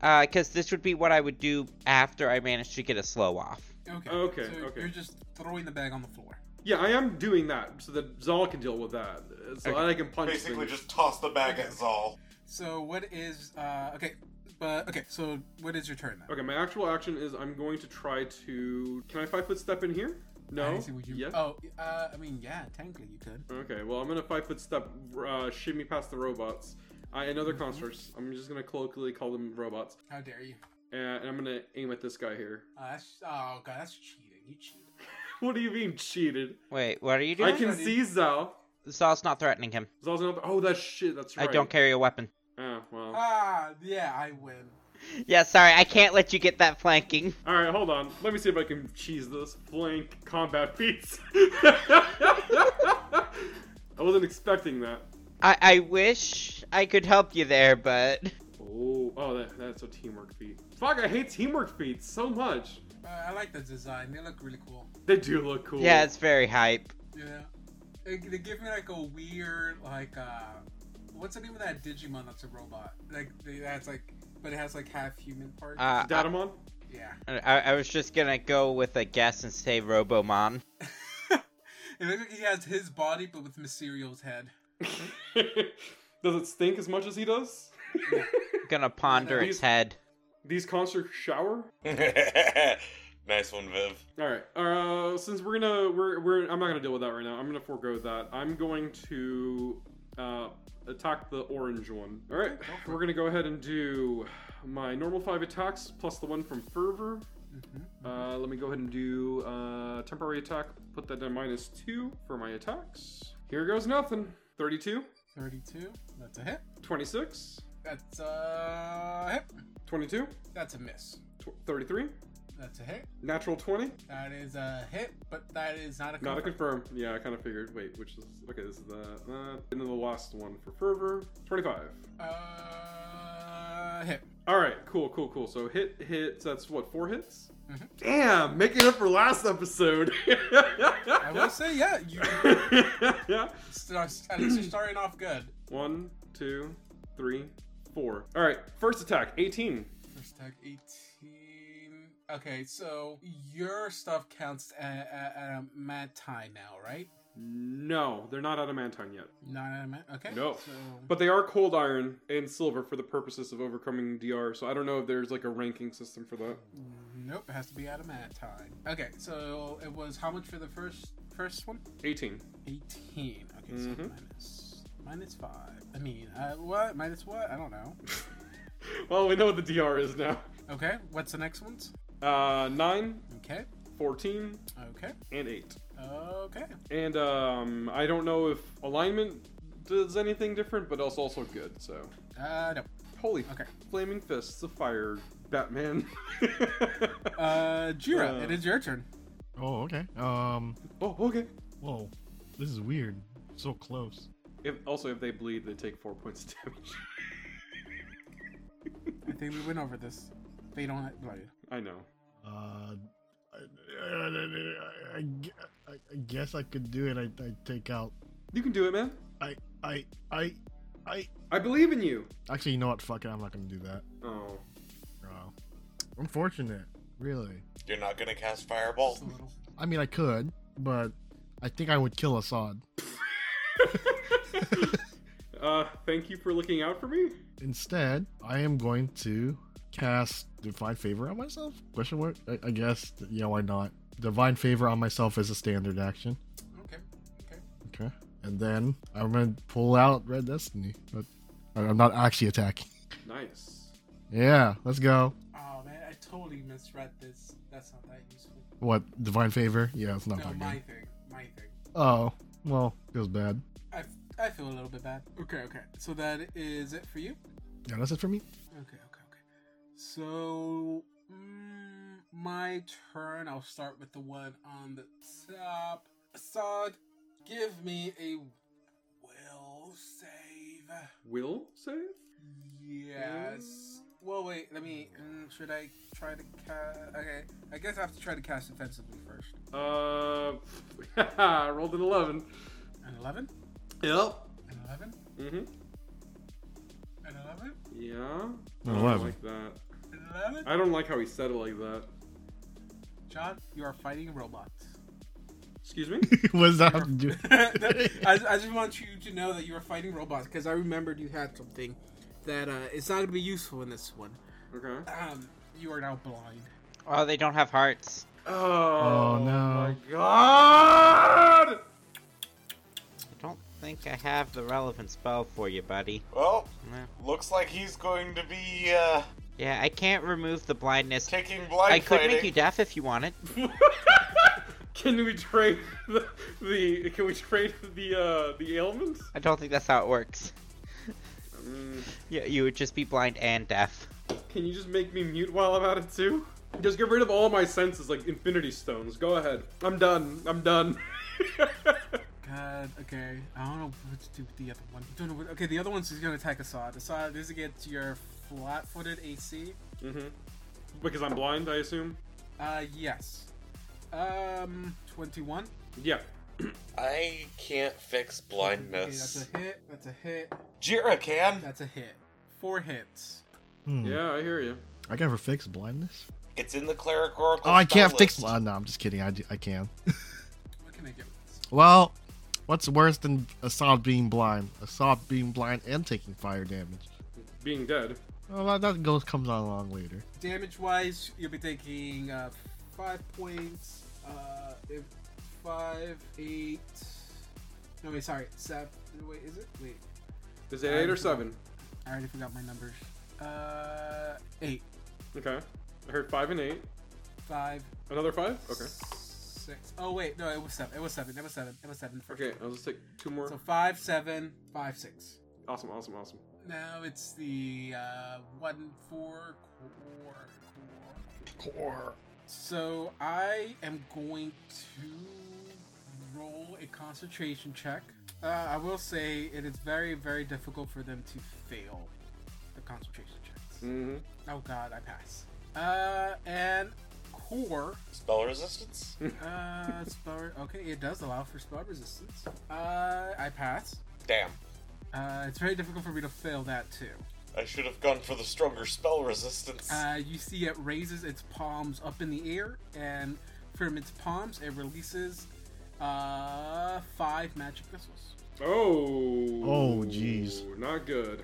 S4: because this would be what I would do after I managed to get a slow off.
S5: Okay.
S3: Okay,
S5: So
S3: okay.
S5: You're just throwing the bag on the floor.
S3: Yeah, I am doing that so that Zal can deal with that. uh, So
S4: Okay.
S3: I can punch
S6: Basically,
S3: things.
S6: just toss the bag at Zal.
S5: So what is uh okay, but okay, so what is your turn then?
S3: Okay, my actual action is I'm going to try to. Can I five foot step in here? No.
S5: I didn't see what you
S3: Yeah.
S5: Oh, uh I mean yeah, technically you could.
S3: Okay, well, I'm gonna five foot step, uh, shimmy past the robots. I and
S5: Mm-hmm.
S3: other constructs. I'm just gonna colloquially call them robots,
S5: How dare you?
S3: and, and I'm gonna aim at this guy here.
S5: Uh, that's, oh god, that's cheating. You cheated.
S3: What do you mean cheated?
S4: Wait, what are you
S3: I
S4: doing?
S3: can see Zal.
S4: Zal's not threatening him.
S3: Zal's another. Oh, that shit. That's right.
S4: I don't carry a weapon.
S3: Ah, well.
S5: Ah, yeah, I win.
S4: Yeah, sorry, I can't let you get that flanking.
S3: All right, hold on. Let me see if I can cheese this flank combat piece. I wasn't expecting that.
S4: I, I wish I could help you there, but
S3: Oh, oh, that, that's a teamwork feat. Fuck, I hate teamwork feats so much.
S5: Uh, I like the design. They look really cool.
S3: They do look cool.
S4: yeah, it's very hype.
S5: Yeah. They, they give me like a weird like uh what's the name of that Digimon that's a robot? Like they, that's like but it has like half human parts.
S4: Uh, I,
S3: Datamon.
S5: yeah.
S4: I, I was just gonna go with a guess and say Robomon.
S5: It looks like he has his body but with Mysterio's head.
S3: does it stink as much as he does?
S4: I'm gonna ponder its
S3: Please-
S4: head.
S3: These constructs shower.
S6: nice one, Viv.
S3: All right. Uh, since we're gonna we're we're I'm not gonna deal with that right now. I'm gonna forego that. I'm going to uh attack the orange one. All right. We're gonna go ahead and do my normal five attacks plus the one from fervor.
S5: Mhm.
S3: Uh, let me go ahead and do uh, temporary attack. Put that down minus two for my attacks. Here goes nothing. 32,
S5: 32. That's a hit.
S3: 26,
S5: That's a hit.
S3: 22,
S5: That's a miss.
S3: tw- 33,
S5: That's a hit.
S3: natural 20.
S5: That is a hit, but that is not a
S3: Not a
S5: confirm.
S3: confirm. Yeah, I kind of figured. Wait, which is okay? This is the uh, and then the last one for fervor. Twenty-five.
S5: uh, hit.
S3: All right, cool, cool, cool. So hit, hit. So that's what four hits.
S5: Mhm.
S3: Damn, making up for last episode.
S5: I will say, yeah, you start, at least you're starting off good.
S3: One, two, three, four. All right, first attack, eighteen.
S5: First tag 18. Okay, so your stuff counts at, at, at a mad tie now, right?
S3: No, they're not adamantine yet.
S5: Not adamant. Okay.
S3: No.
S5: So,
S3: But they are cold iron and silver for the purposes of overcoming DR, so I don't know if there's like a ranking system for that.
S5: nope. It has to be adamantine. Okay. So it was how much for the first first one?
S3: 18.
S5: Eighteen. Okay. So
S3: Mhm.
S5: minus minus five. I mean, uh, what minus what? I don't know.
S3: Well, we know what the DR is now.
S5: Okay. What's the next ones?
S3: Uh, 9,
S5: Okay.
S3: 14,
S5: Okay.
S3: and 8.
S5: Okay.
S3: And um, I don't know if alignment does anything different, but it's also good, so.
S5: Uh, no.
S3: Holy
S5: Okay.
S3: flaming fists of fire, Batman.
S5: Uh, Jira,
S3: Uh,
S5: it is your turn.
S2: Oh, okay. Um,
S3: oh, okay.
S2: whoa, this is weird. So close.
S3: If, also, if they bleed, they take four points of damage.
S5: I think we went over this. They don't have blood.
S3: I know.
S2: Uh, I, I- I, I- I guess I could do it. I, I take out.
S3: You can do it, man.
S2: I, I, I, I.
S3: I believe in you.
S2: Actually, you know what? Fuck it. I'm not gonna do that.
S3: Oh.
S2: Wow. Unfortunate. Really.
S6: You're not gonna cast
S3: Oh.
S6: fireball.
S5: Just a little.
S2: I mean, I could, but I think I would kill Assad.
S3: uh, thank you for looking out for me.
S2: Instead, I am going to cast Divine Favor on myself? Question mark? I, I guess. Yeah, why not? Divine Favor on myself is a standard action.
S5: Okay. Okay.
S2: Okay. And then I'm going to pull out Red Destiny. But I- I'm not actually attacking.
S3: Nice.
S2: Yeah, let's go.
S5: Oh man, I totally misread this. That's not that useful.
S2: What? Divine Favor? Yeah, it's not
S5: No,
S2: that
S5: my
S2: good.
S5: thing. My thing.
S2: Oh, well, feels bad.
S5: I, f- I feel a little bit bad. Okay, okay. So that is it for you?
S2: Yeah, that's it for me.
S5: Okay, okay, okay. So, mm, my turn. I'll start with the one on the top. Assad, give me a will save.
S3: Will save?
S5: Yes. Well, wait. Let me. mm, Should I try to cast? Okay. I guess I have to try to cast defensively first.
S3: Uh, rolled an 11.
S5: An eleven.
S3: Yep.
S5: An eleven.
S3: Mm-hmm.
S5: An eleven.
S3: Yeah. I
S2: An
S3: don't
S2: 11.
S3: like that.
S5: An eleven.
S3: I don't like how he said it like that.
S5: John, you are fighting robots.
S3: Excuse me?
S2: what does that have to do?
S5: I, I just want you to know that you are fighting robots because I remembered you had something that uh, it's not going to be useful in this one.
S3: okay.
S5: Um, you are now blind.
S4: Oh, they don't have hearts.
S3: Oh,
S2: no.
S3: my god!
S4: I don't think I have the relevant spell for you, buddy.
S6: Well,
S4: Yeah.
S6: looks like he's going to be uh,
S4: Yeah, I can't remove the blindness.
S6: taking blind
S4: I could
S6: fighting.
S4: make you deaf if you wanted.
S3: Can we trade the, the can we trade the uh the ailments?
S4: I don't think that's how it works.
S3: Mm,
S4: Yeah, you would just be blind and deaf.
S3: can you just make me mute while I'm at it too? Just get rid of all my senses like infinity stones. Go ahead. I'm done. I'm done.
S5: God, okay. I don't know what to do with the other one. Don't know what, okay, the other one's just going to attack Assad. Assad, this is against your flat footed AC.
S3: mhm. Because I'm blind, I assume.
S5: Uh, yes. Um, 21.
S3: Yeah.
S6: I can't fix
S5: Okay,
S6: blindness.
S5: that's a hit. That's a hit.
S6: Jira can.
S5: That's a hit. Four hits.
S2: Hmm,
S3: Yeah, I hear you.
S2: I can never fix blindness.
S6: It's in the cleric oracle.
S2: Oh, I
S6: spell
S2: can't fix.
S6: list.
S2: Uh, no, I'm just kidding. I, do- I can.
S5: What can I get with this?
S2: Well, what's worse than Assad being blind? Assad being blind and taking fire damage.
S3: Being dead.
S2: Well, that, that goes comes on along later.
S5: Damage wise, you'll be taking uh, five points. Uh, if five, eight. No, wait, sorry. Seven. Wait, is it? Wait,
S3: Is it eight or seven?
S5: I already forgot my numbers. Uh, eight,
S3: Okay. I heard five and eight.
S5: five,
S3: Another five? Okay.
S5: six. Oh wait, no, it was seven. It was seven. It was seven. It was seven.
S3: Okay, I'll just take two more.
S5: So five, seven, five, six.
S3: Awesome, awesome, awesome.
S5: Now it's the uh, one four core. core.
S2: Core.
S5: So I am going to roll a concentration check. Uh, I will say it is very, very difficult for them to fail the concentration checks.
S3: Mm-hmm.
S5: Oh god, I pass. Uh, and core.
S6: Spell resistance.
S5: Uh, spell. re- Okay, it does allow for spell resistance. Uh, I pass.
S6: Damn.
S5: Uh, it's very difficult for me to fail that too.
S6: I should have gone for the stronger spell resistance.
S5: Uh, you see it raises its palms up in the air, and from its palms, it releases Uh, five magic missiles.
S3: Oh.
S2: Oh, jeez.
S3: Not good.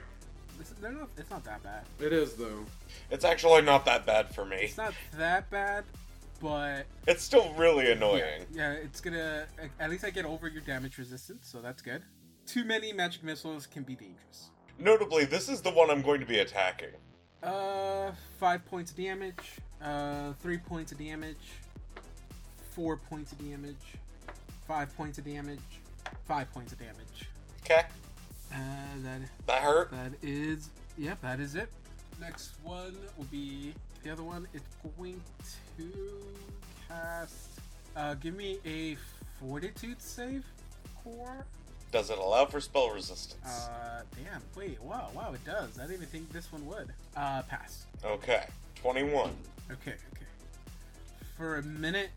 S5: It's, they're not, it's not that bad.
S3: It is though.
S6: It's actually not that bad for me.
S5: It's not that bad, but
S6: It's still really annoying.
S5: yeah, it's gonna. At least I get over your damage resistance, so that's good. Too many magic missiles can be dangerous.
S6: Notably, this is the one I'm going to be attacking.
S5: Uh, five points of damage. Uh, three points of damage. Four points of damage. Five points of damage. Five points of damage.
S6: Okay,
S5: Uh, that
S6: that hurt.
S5: that is yeah, that is it. Next one will be the other one. It's going to cast. Uh, give me a fortitude save, core.
S6: Does it allow for spell resistance?
S5: Uh, damn. Wait. Wow. Wow. It does. I didn't even think this one would. Uh, pass.
S6: Okay, 21.
S5: Okay, okay. For a minute,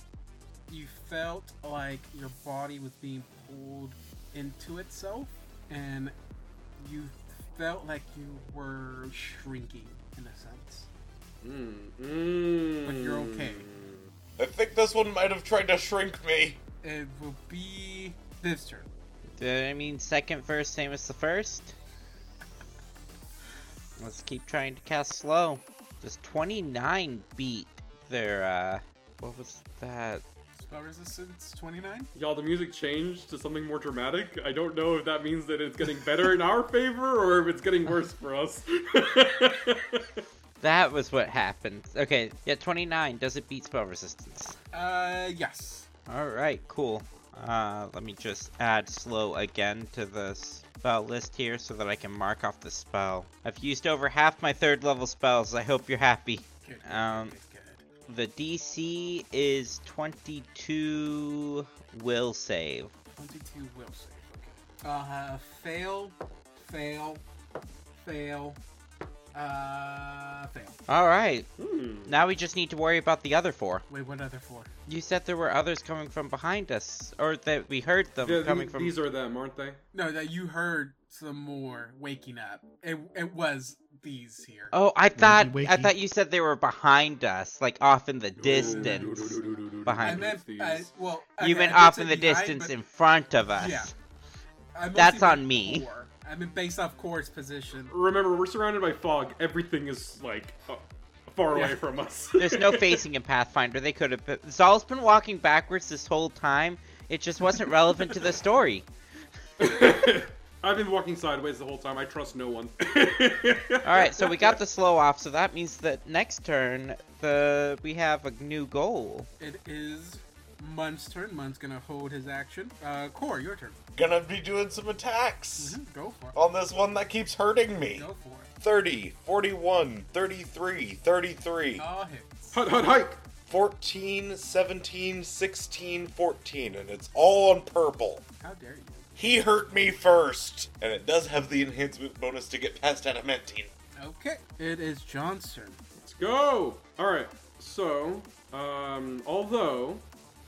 S5: you felt like your body was being pulled into itself, and you felt like you were shrinking in a sense.
S3: Mm. Mm.
S5: But you're okay.
S6: I think this one might have tried to shrink me.
S5: It will be this turn.
S4: Did Uh, I mean second verse same as the first? Let's keep trying to cast slow. Does 29 beat their, uh, what was that?
S5: Spell resistance 29?
S3: Y'all, the music changed to something more dramatic. I don't know if that means that it's getting better in our favor or if it's getting worse for us. Hmm.
S4: That was what happened. Okay, yeah, 29. Does it beat spell resistance?
S5: Uh, yes.
S4: Alright, cool. Uh, let me just add slow again to the spell list here so that I can mark off the spell. I've used over half my third level spells. I hope you're happy.
S5: Good, good,
S4: Um,
S5: good, good.
S4: The DC is 22 will save.
S5: 22 will save. Okay. Uh, fail, fail, fail, uh, fail.
S4: All right.
S3: Hmm.
S4: Now we just need to worry about the other four.
S5: Wait, what other four?
S4: You said there were others coming from behind us, or that we heard them
S3: Yeah,
S4: coming
S3: th-
S4: from.
S3: these are them, aren't they?
S5: No, that you heard some more waking up. It, it was these here.
S4: Oh, I thought I
S2: wakey.
S4: thought you said they were behind us, like off in the distance.
S5: I
S4: behind
S5: meant,
S3: these.
S5: I, well,
S4: you
S5: okay,
S4: went
S5: I did
S4: off
S5: say
S4: in the
S5: behind,
S4: distance
S5: but
S4: in front of us.
S5: Yeah. I mostly
S4: That's on
S5: meant
S4: me.
S5: Core. I mean, based off core's position.
S3: Remember, we're surrounded by fog. Everything is like uh, far away
S5: Yeah.
S3: from us.
S4: There's no facing in Pathfinder. They could have. Been... Zal's been walking backwards this whole time. It just wasn't relevant to the story.
S3: I've been walking sideways the whole time. I trust no one.
S4: All right, so we got the slow off, so that means that next turn the we have a new goal.
S5: It is Mun's turn. Mun's gonna hold his action. Uh, core, your turn.
S6: Gonna be doing some attacks
S5: Mhm, Go for
S4: Oh.
S5: it.
S6: on this one that keeps hurting me.
S5: Go for it.
S6: 30, 41, 33, 33,
S5: All hits.
S3: Hut, hut, hike!
S6: 14, 17, 16, 14, and it's all on purple.
S5: How dare you?
S6: He hurt me first! And it does have the enhancement bonus to get past Adamantine.
S5: Okay. It is John's turn.
S3: Let's go! Alright, so, um, although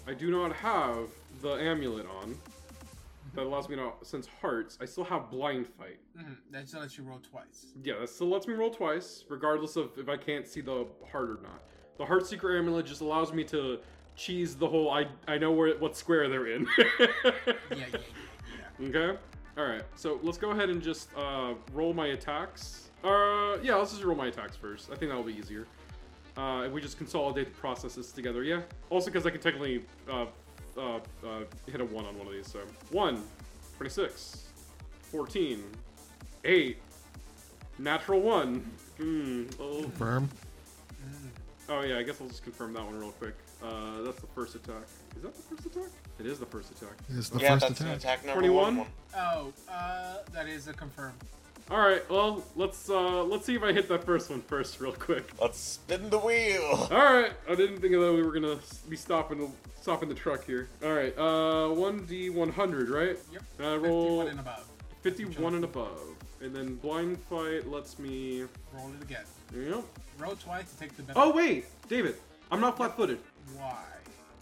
S3: I do not have the amulet on that allows me to sense hearts, I still have blind fight.
S5: Mhm, That just lets you roll twice.
S3: Yeah, that still lets me roll twice, regardless of if I can't see the heart or not. The Heart Seeker amulet just allows me to cheese the whole I, I know where what square they're in.
S5: Yeah, yeah,
S3: Okay. All right. So let's go ahead and just uh, roll my attacks. Uh, yeah, let's just roll my attacks first. I think that'll be easier. Uh, if we just consolidate the processes together, yeah. Also, because I can technically uh, uh, uh, hit a one on one of these. So 1, 26, 14, 8, natural 1. Hmm. Oh.
S2: Firm.
S3: Oh yeah, I guess I'll just confirm that one real quick. Uh, that's the first attack. Is that the first attack? It is the first attack.
S2: It's the
S6: yeah,
S2: first
S6: that's an
S2: attack.
S6: attack number
S3: 21?
S6: one.
S5: yeah. Oh, uh, that is a confirm.
S3: All right, well, let's uh let's see if I hit that first one first real quick.
S6: Let's spin the wheel!
S3: All right, I didn't think that we were gonna be stopping the stopping the truck here. All right, uh, one d one hundred, right?
S5: Yep.
S3: And I
S5: 51
S3: Uh, roll
S5: and above.
S3: fifty one and above, and then blind fight lets me.
S5: Roll it again.
S3: Yep.
S5: Roll twice to take the benefit.
S3: Oh wait, David, I'm not flat footed.
S5: Why?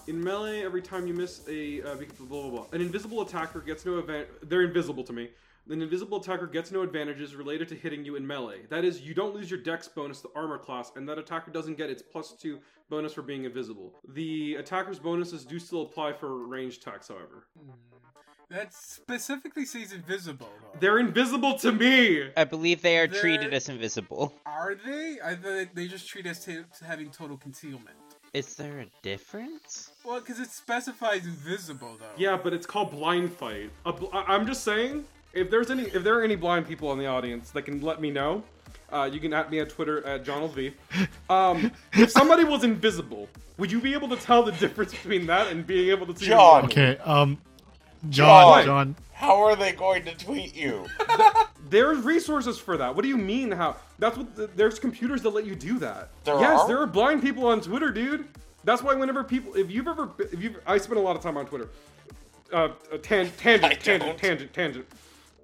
S3: In melee, every time you miss a uh, because blah, blah blah, an invisible attacker gets no event. They're invisible to me. An invisible attacker gets no advantages related to hitting you in melee. That is, you don't lose your dex bonus to armor class, and that attacker doesn't get its plus two bonus for being invisible. The attacker's bonuses do still apply for range attacks, however.
S5: That specifically says invisible. though.
S3: They're invisible to me!
S4: I believe they are
S5: They're-
S4: treated as invisible.
S5: Are they? I thought they just treat us to having total concealment.
S4: Is there a difference?
S5: Well, because it specifies invisible though.
S3: Yeah, but it's called blind fight. A bl- I- I'm just saying, if there's any, if there are any blind people in the audience that can let me know, uh, you can at me at Twitter at JohnLV. Um, if somebody was invisible, would you be able to tell the difference between that and being able to see? them?
S6: John.
S2: Okay, um,
S6: John.
S2: John, John,
S6: How are they going to tweet you?
S3: There's resources for that. What do you mean? How? That's what. The, there's computers that let you do that.
S6: There
S3: yes,
S6: are?
S3: there are blind people on Twitter, dude. That's why whenever people, if you've ever, be- if you, have I spend a lot of time on Twitter. Uh, uh, tan-
S6: I
S3: tangent,
S6: don't.
S3: tangent, tangent, tangent.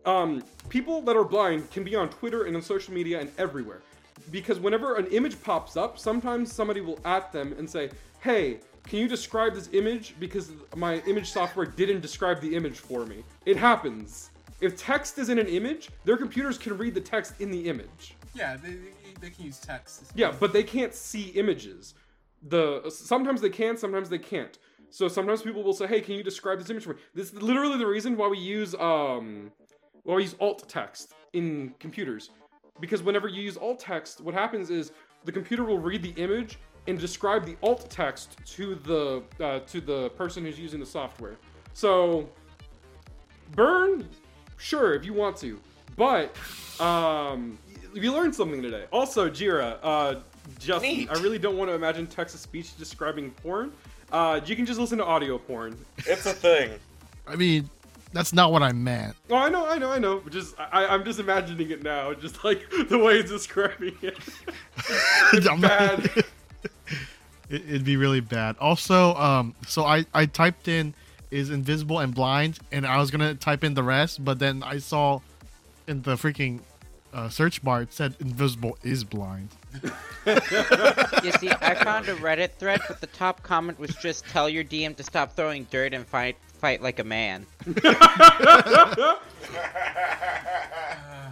S3: Um, people that are blind can be on Twitter and on social media and everywhere, because whenever an image pops up, sometimes somebody will at them and say, "Hey." Can you describe this image? Because my image software didn't describe the image for me. It happens. If text is in an image, their computers can read the text in the image.
S5: Yeah, they, they can use text.
S3: Yeah, but they can't see images. The sometimes they can, sometimes they can't. So sometimes people will say, "Hey, can you describe this image for me?" This is literally the reason why we use um, why we use alt text in computers, because whenever you use alt text, what happens is the computer will read the image and describe the alt text to the uh, to the person who's using the software. So burn sure if you want to but um you learned something today also jira uh justin
S6: Neat.
S3: i really don't want to imagine texas speech describing porn uh you can just listen to audio porn
S6: It's a thing.
S2: I mean, that's not what I meant.
S3: oh i know i know i know just i i'm just imagining it now just like the way he's describing it
S2: I'm not-
S3: bad
S2: It, it'd be really bad. Also, um, so I I typed in is invisible and blind, and I was gonna type in the rest, but then I saw in the freaking uh, search bar it said invisible is blind.
S4: You see, I found a Reddit thread, but the top comment was just tell your DM to stop throwing dirt and fight fight like a man.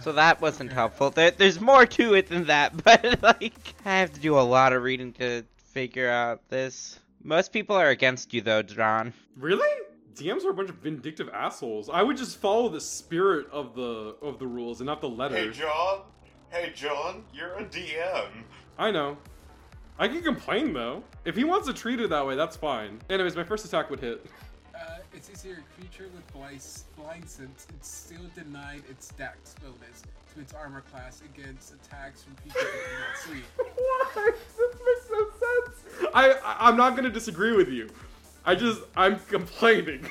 S4: so that wasn't helpful. There, there's more to it than that, but like I have to do a lot of reading to figure out this. Most people are against you though, John.
S3: Really? DMs are a bunch of vindictive assholes. I would just follow the spirit of the of the rules and not the
S6: Hey,
S3: letter.
S6: John. Hey, John. You're a DM.
S3: I know. I can complain though. If he wants to treat it that way, that's fine. Anyways, my first attack would hit.
S5: Uh, it says here, a creature with blind, blind sense, it's still denied its dex bonus to its armor class against attacks from people it cannot see.
S3: Why? This makes no sense. I, I I'm not gonna disagree with you. I just I'm complaining.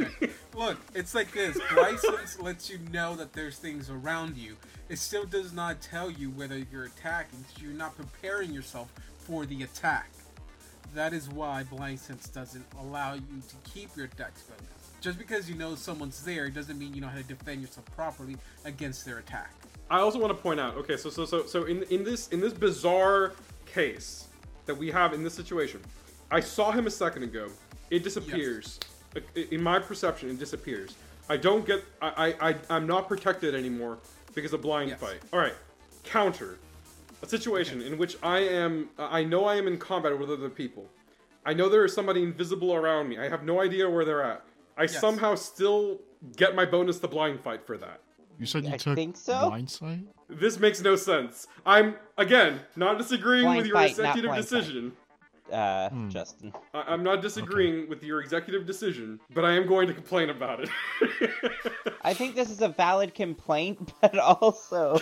S5: Okay. Look, it's like this. License lets you know that there's things around you. It still does not tell you whether you're attacking, so you're not preparing yourself for the attack. That is why blind sense doesn't allow you to keep your dex bonus. Just because you know someone's there doesn't mean you know how to defend yourself properly against their attack.
S3: I also want to point out. Okay, so so so so in in this in this bizarre case that we have in this situation, I saw him a second ago. It disappears. I- In my perception, it disappears. I don't get. I I, I I'm not protected anymore because of blind
S5: Yes.
S3: fight. All right, counter. A situation in which I am. I know I am in combat with other people. I know there is somebody invisible around me. I have no idea where they're at. I somehow still get my bonus to blind fight for that.
S2: You said you
S4: I
S2: took
S4: think so.
S2: blindsight.
S3: This makes no sense. I'm again not disagreeing
S4: Blind
S3: with your
S4: fight, not
S3: executive
S4: blind
S3: decision.
S4: Uh, Justin.
S3: I- I'm not disagreeing with your executive decision, but I am going to complain about it.
S4: I think this is a valid complaint, but also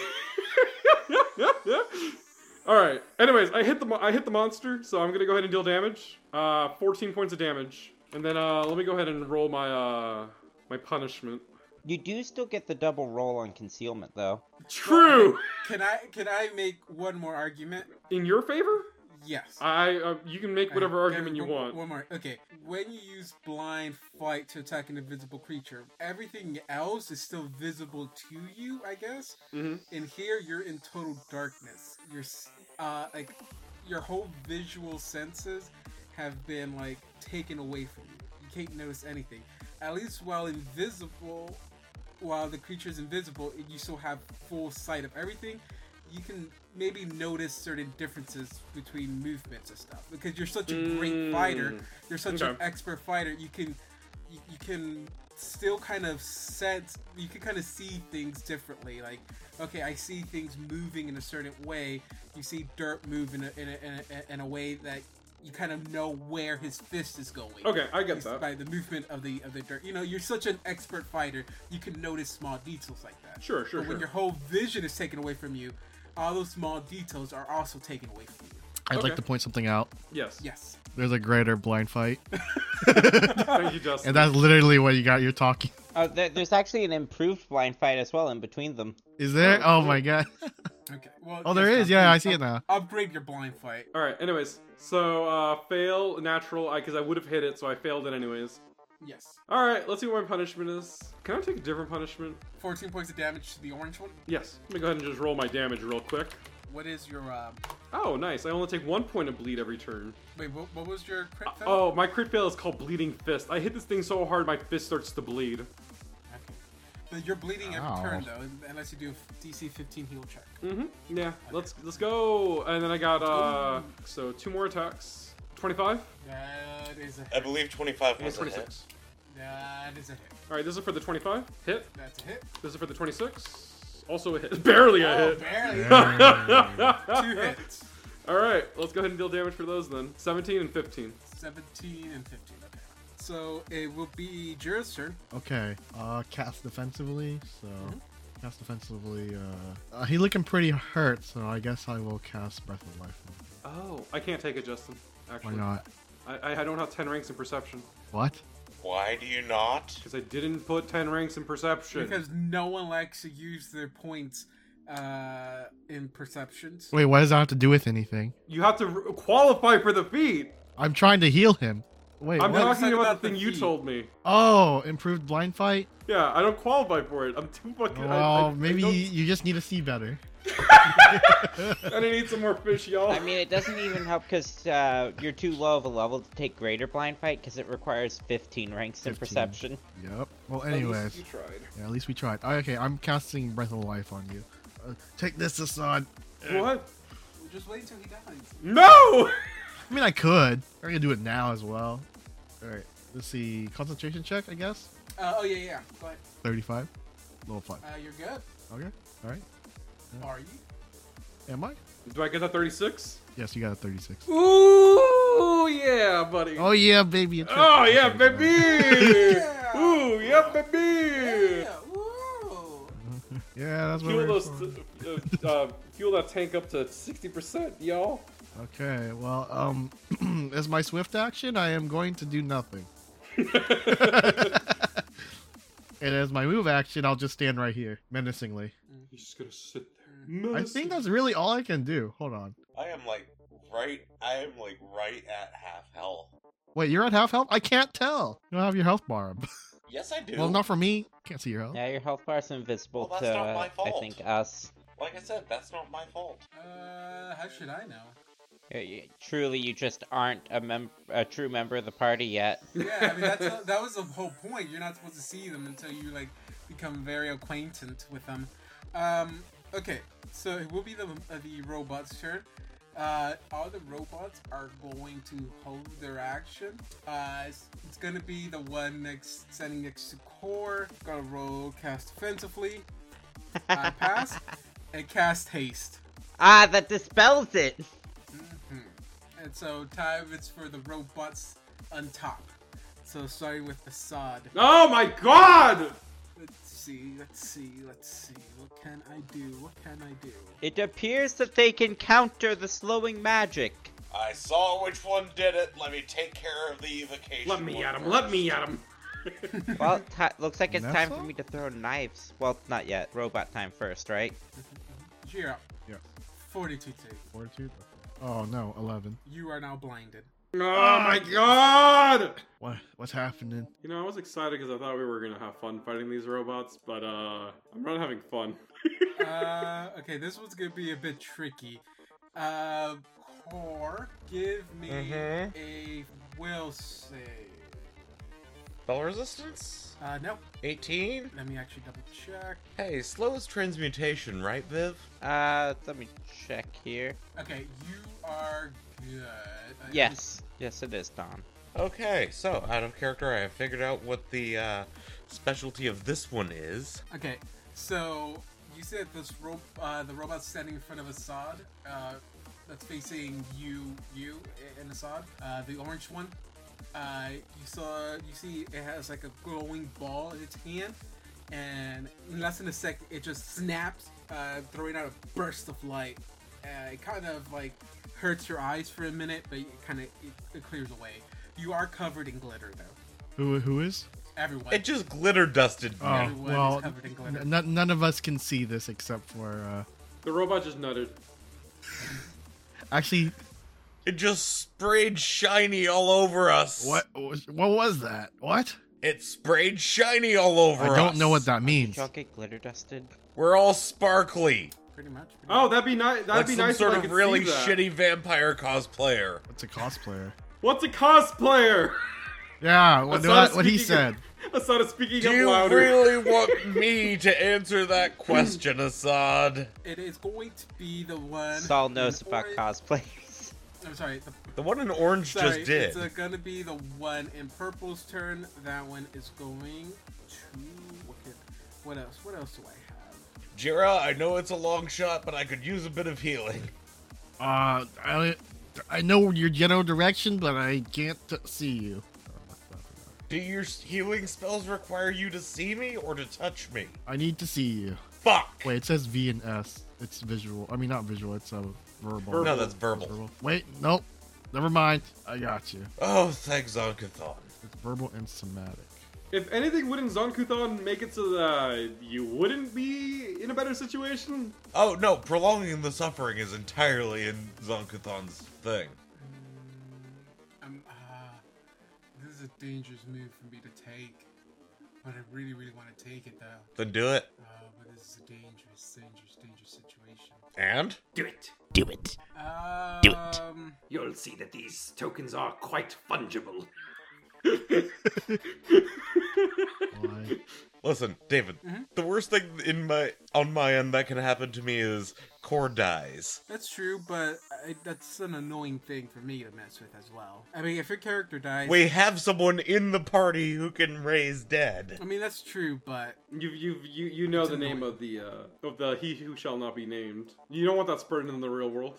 S3: All right. Anyways, I hit the mo- I hit the monster, so I'm gonna go ahead and deal damage. Uh, 14 points of damage, and then uh, let me go ahead and roll my uh my punishment.
S4: you do still get the double roll on concealment though.
S3: True.
S5: Can I can I make one more argument?
S3: In your favor,
S5: Yes.
S3: I uh, you can make whatever
S5: Okay,
S3: argument you
S5: one-
S3: want.
S5: One more. Okay. When you use blind fight to attack an invisible creature, everything else is still visible to you, I guess.
S3: Mhm.
S5: And here you're in total darkness. Your s- uh like your whole visual senses have been like taken away from you. You can't notice anything. At least while invisible while the creature is invisible, and you still have full sight of everything. You can maybe notice certain differences between movements and stuff because you're such a great fighter. You're such an
S3: Okay.
S5: expert fighter. You can you, you can still kind of sense you can kind of see things differently like okay i see things moving in a certain way you see dirt move in a, in a, in a, in a way that you kind of know where his fist is going
S3: Okay, I get
S5: Just
S3: that.
S5: by the movement of the of the dirt you know you're such an expert fighter you can notice small details like that
S3: Sure, sure,
S5: but when
S3: sure.
S5: your whole vision is taken away from you all those small details are also taken away from you
S2: I'd
S3: Okay.
S2: like to point something out.
S3: Yes.
S5: yes
S2: There's a greater blind fight,
S3: Thank you, Justin.
S2: and that's literally what you got. You're talking.
S4: Oh, there, there's actually an improved blind fight as well in between them.
S2: Is there? Oh my god.
S5: okay well
S2: Oh, there
S5: yes,
S2: is. Yeah, I
S5: upgrade-
S2: see it now.
S5: upgrade your blind fight
S3: All right. Anyways, so uh, fail natural because I would have hit it, so I failed it anyways.
S5: yes
S3: All right. Let's see what my punishment is. Can I take a different punishment?
S5: 14 points of damage to the orange one
S3: Yes. Let me go ahead and just roll my damage real quick.
S5: What is your um?
S3: Oh, nice. I only take one point of bleed every turn.
S5: Wait, what, what was your crit? fail?
S3: Oh, my crit fail is called bleeding fist. I hit this thing so hard my fist starts to bleed.
S5: Okay. But you're bleeding every
S2: Ow.
S5: turn though, unless you do a DC 15 heal check.
S3: Mm-hmm. Yeah. Let's let's go. And then I got uh so two more attacks. Twenty-five
S5: That is a
S6: I believe 25
S3: and
S6: was a hit.
S3: twenty-six.
S5: that is a hit.
S3: All right. This is for the twenty-five hit.
S5: That's a hit.
S3: This is for the twenty-six. Also a hit. Barely a
S5: Oh,
S3: hit.
S5: barely two hits.
S3: All right, let's go ahead and deal damage for those then. 17 and 15.
S5: 17 and 15. Okay. So it will be Jira's turn.
S2: Okay. Uh, cast defensively. So
S3: Mm-hmm.
S2: cast defensively. Uh, uh, he looking pretty hurt. So I guess I will cast Breath of Life.
S3: Oh, I can't take it, Justin.
S2: Why
S3: Actually,
S2: not?
S3: I, I- I don't have 10 ranks in perception
S2: What?
S6: Why do you not?
S3: because I didn't put 10 ranks in perception.
S5: Because no one likes to use their points uh in perceptions.
S2: Wait, what does that have to do with anything?
S3: you have to r- qualify for the feat.
S2: I'm trying to heal him. Wait.
S3: I'm
S2: what?
S5: not-
S3: talking about,
S5: Talk about
S3: the
S5: the
S3: thing you
S5: feat.
S3: told me.
S2: Oh, improved blind fight.
S3: Yeah, I don't qualify for it. I'm too fucking. I- I,
S2: Well,
S3: I
S2: maybe
S3: don't-
S2: you, you just need to see better.
S3: I, need some more fish, y'all.
S4: I mean, it doesn't even help because uh, you're too low of a level to take greater blind fight because it requires 15 ranks in
S2: 15.
S4: perception.
S2: Yep. Well,
S3: At least
S2: anyways,
S3: you tried.
S2: yeah, at least we tried. Oh, okay, I'm casting Breath of Life on you. Uh, take this, Assad.
S3: What?
S5: Just wait until he dies.
S3: No!
S2: I mean, I could. I'm gonna do it now as well. All right. Let's see. Concentration check, I guess.
S5: Uh, oh yeah, yeah. Go ahead.
S2: Thirty-five. Level five.
S5: Uh, you're good.
S2: Okay. All right.
S5: Are you?
S2: Am I?
S3: Do I get that 36?
S2: Yes, you got a thirty-six.
S3: Ooh, yeah, buddy.
S2: Oh yeah, baby. it's
S3: Oh
S2: your-
S3: yeah,
S2: Okay,
S3: baby!
S5: Yeah.
S3: Ooh, yeah, baby!
S5: Yeah. Woo.
S2: Yeah, that's what
S3: Fuel
S2: we're
S3: those,
S2: for.
S3: t- uh, uh, fuel that tank up to sixty percent, y'all.
S2: Okay. Well, um, as my swift action, I am going to do nothing. and as my move action, I'll just stand right here menacingly.
S3: He's just gonna sit there.
S2: I think that's really all I can do. Hold on.
S6: I am like right. I am like right at half health.
S2: Wait, you're at half health? I can't tell. You don't have your health bar. up.
S6: Yes, I do.
S2: well, not for me. Can't see your health.
S4: Now your health bar's invisible
S6: Well, that's
S4: to,
S6: not my
S4: uh, I
S6: fault.
S4: think, us.
S6: Like I said, that's not my fault.
S5: Uh, how should I know?
S4: Uh, you- Truly, you just aren't a, mem- a true member of the party yet.
S5: Yeah, I mean that's that was the whole point. You're not supposed to see them until you like become very acquainted with them. Um, okay, so it will be the uh, the robots' turn. Uh, all the robots are going to hold their action. Uh, it's, it's gonna be the one next standing next to core. Gonna roll cast defensively. I pass and cast haste.
S4: Ah, that dispels it!
S5: And so time is for the robots on top. So starting with Assad.
S3: Oh my god!
S5: Let's see, let's see, let's see. What can I do? What can I do?
S4: It appears that they can counter the slowing magic.
S6: I saw which one did it. Let me take care of the evocation.
S3: Let me
S6: one
S3: at him!
S6: first.
S3: Let me at him!
S4: Well, ti looks like it's time for
S2: Vanessa?
S4: me to throw knives. Well, not yet. Robot time first, right?
S5: Jira,
S2: Yeah.
S5: 42 take.
S2: Fortitude. Oh no, eleven.
S5: You are now blinded.
S3: Oh my
S6: Ah.
S3: god!
S2: What? What's happening?
S3: You know, I was excited because I thought we were gonna have fun fighting these robots, but uh, I'm not having fun.
S5: uh, okay, this one's gonna be a bit tricky. Uh, Core, give me a will save.
S6: Spell resistance?
S5: Uh, no.
S6: 18?
S5: Let me actually double check.
S6: Hey, slow is transmutation, right, Viv?
S4: Uh, let me check here.
S5: Okay, you are good. Uh,
S4: Yes. Yes, it is Don.
S6: Okay, so out of character, I have figured out what the uh, specialty of this one is.
S5: Okay, so you said this rope, uh, the robot standing in front of Assad, uh, that's facing you, you and Assad, uh, the orange one. Uh, you saw, you see, it has like a glowing ball in its hand, and in less than a second, it just snaps, uh, throwing out a burst of light. Uh, it kind of like hurts your eyes for a minute, but it kind of it, it clears away. You are covered in glitter though.
S2: Who who is?
S5: Everyone.
S6: It just glitter dusted me.
S2: Oh
S5: Everyone is
S2: well,
S5: covered in glitter.
S2: n- n- none of us can see this except for
S3: The robot just nutted.
S2: uh, actually.
S6: It just sprayed shiny all over us.
S2: What was- what was that? What?
S6: It sprayed shiny all over us.
S2: I don't know what that means.
S4: Y'all get glitter dusted?
S6: We're all sparkly.
S5: pretty much. Pretty
S3: Oh, that'd be nice. That'd
S6: like
S3: be
S6: some
S3: nice.
S6: sort
S3: if I
S6: of
S3: could
S6: really
S3: see that.
S6: shitty vampire cosplayer.
S2: It's a cosplayer.
S3: What's a cosplayer?
S2: Yeah, what,
S3: Asada
S2: what, what he
S3: speaking-
S2: said.
S3: Asada speaking
S6: Do
S3: up
S6: you
S3: louder.
S6: really want me to answer that question, Assad?
S5: It is going to be the one.
S4: Saul knows about
S5: Or-
S4: cosplays.
S5: I'm sorry. The,
S6: The one in orange
S5: sorry,
S6: just did.
S5: It's uh, going to be the one in purple's turn. That one is going to. What, can, what else? What else do I have?
S6: Jira, I know it's a long shot, but I could use a bit of healing.
S2: Uh, I, I know your general direction, but I can't t- see you.
S6: Do your s- healing spells require you to see me or to touch me?
S2: I need to see you.
S6: Fuck!
S2: Wait, it says V and S. It's visual. I mean, not visual. It's uh, verbal.
S6: No, that's verbal.
S2: verbal. Wait, nope. Never mind. I got you.
S6: Oh, thanks, Zonkathon.
S2: It's verbal and somatic.
S3: If anything, wouldn't Zonkuthon make it so that you wouldn't be in a better situation?
S6: Oh, no, prolonging the suffering is entirely in Zonkathon's thing.
S5: Um, uh, this is a dangerous move for me to take. But I really, really want to take it, though.
S6: Then do it.
S5: Uh, but this is a dangerous, dangerous, dangerous situation.
S6: And?
S8: Do it.
S9: Do it.
S5: Um,
S9: Do it.
S8: You'll see that these tokens are quite fungible.
S2: Why?
S6: Listen, David, the worst thing in my on my end that can happen to me is core dies.
S5: That's true, but I, that's an annoying thing for me to mess with as well. I mean, if your character dies.
S6: We have someone in the party who can raise dead.
S5: I mean, that's true, but
S3: You you you you know the name of the uh, of the he who shall not be named. You don't want that spurting in the real world.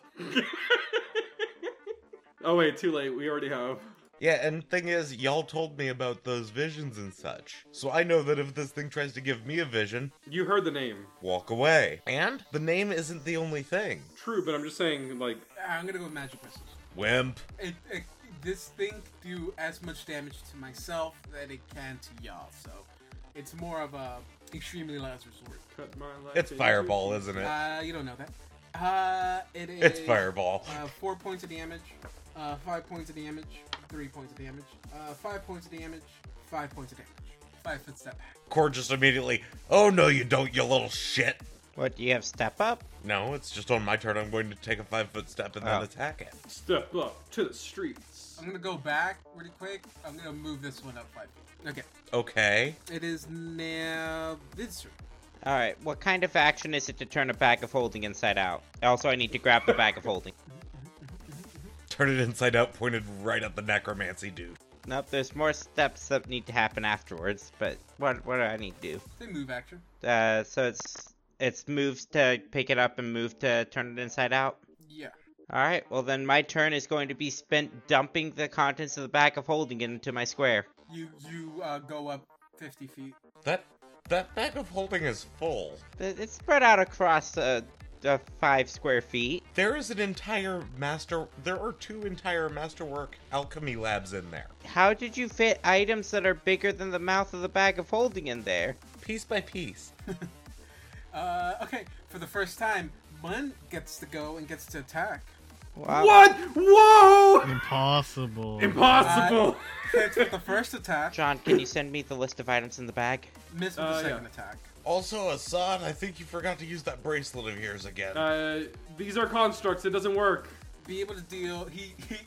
S3: oh wait, too late. We already have.
S6: Yeah, and thing is, y'all told me about those visions and such. So I know that if this thing tries to give me a vision,
S3: You heard the name.
S6: walk away. And the name isn't the only thing.
S3: True, but I'm just saying like
S5: I'm gonna go with magic missiles.
S6: Wimp.
S5: It, it, this thing do as much damage to myself that it can to y'all, so it's more of a extremely last resort.
S3: cut my life.
S6: It's
S3: into-
S6: fireball, isn't it?
S5: Uh, you don't know that. Uh, it is.
S6: It's fireball.
S5: Uh, four points of damage. Uh, five points of damage. Three points of damage. Uh, five points of damage. Five points of damage. Five foot step back.
S6: Core just immediately, oh no, you don't, you little shit.
S4: What, do you have step up?
S6: No, it's just on my turn. I'm going to take a five foot step and then
S4: Oh.
S6: attack it.
S3: Step up to the streets.
S5: I'm gonna go back really quick. I'm gonna move this one up five feet. Okay,
S6: Okay.
S5: it is now this turn.
S4: Alright, what kind of action is it to turn a bag of holding inside out? Also, I need to grab the bag of holding.
S6: Turn it inside out, pointed right at the necromancy dude.
S4: Nope, there's more steps that need to happen afterwards, but what what do I need to
S5: They move action.
S4: do? Uh, so it's it's moves to pick it up and move to turn it inside out.
S5: Yeah.
S4: All right, well then my turn is going to be spent dumping the contents of the bag of holding into my square.
S5: You you uh, go up fifty feet.
S6: That that bag of holding is full.
S4: It- It's spread out across uh, the five square feet.
S6: There is an entire master. There are two entire masterwork alchemy labs in there.
S4: How did you fit items that are bigger than the mouth of the bag of holding in there?
S6: Piece by piece.
S5: Uh, okay, for the first time, Mun gets to go and gets to attack.
S4: Wow.
S3: What? Whoa!
S2: Impossible.
S3: Impossible.
S5: Hits with the first attack,
S4: John, can you send me the list of items in the bag?
S5: miss with the
S3: Uh,
S5: second
S3: yeah.
S5: attack.
S6: Also, Assad, I think you forgot to use that bracelet of yours again.
S3: Uh, these are constructs. It doesn't work.
S5: Be able to deal. He, he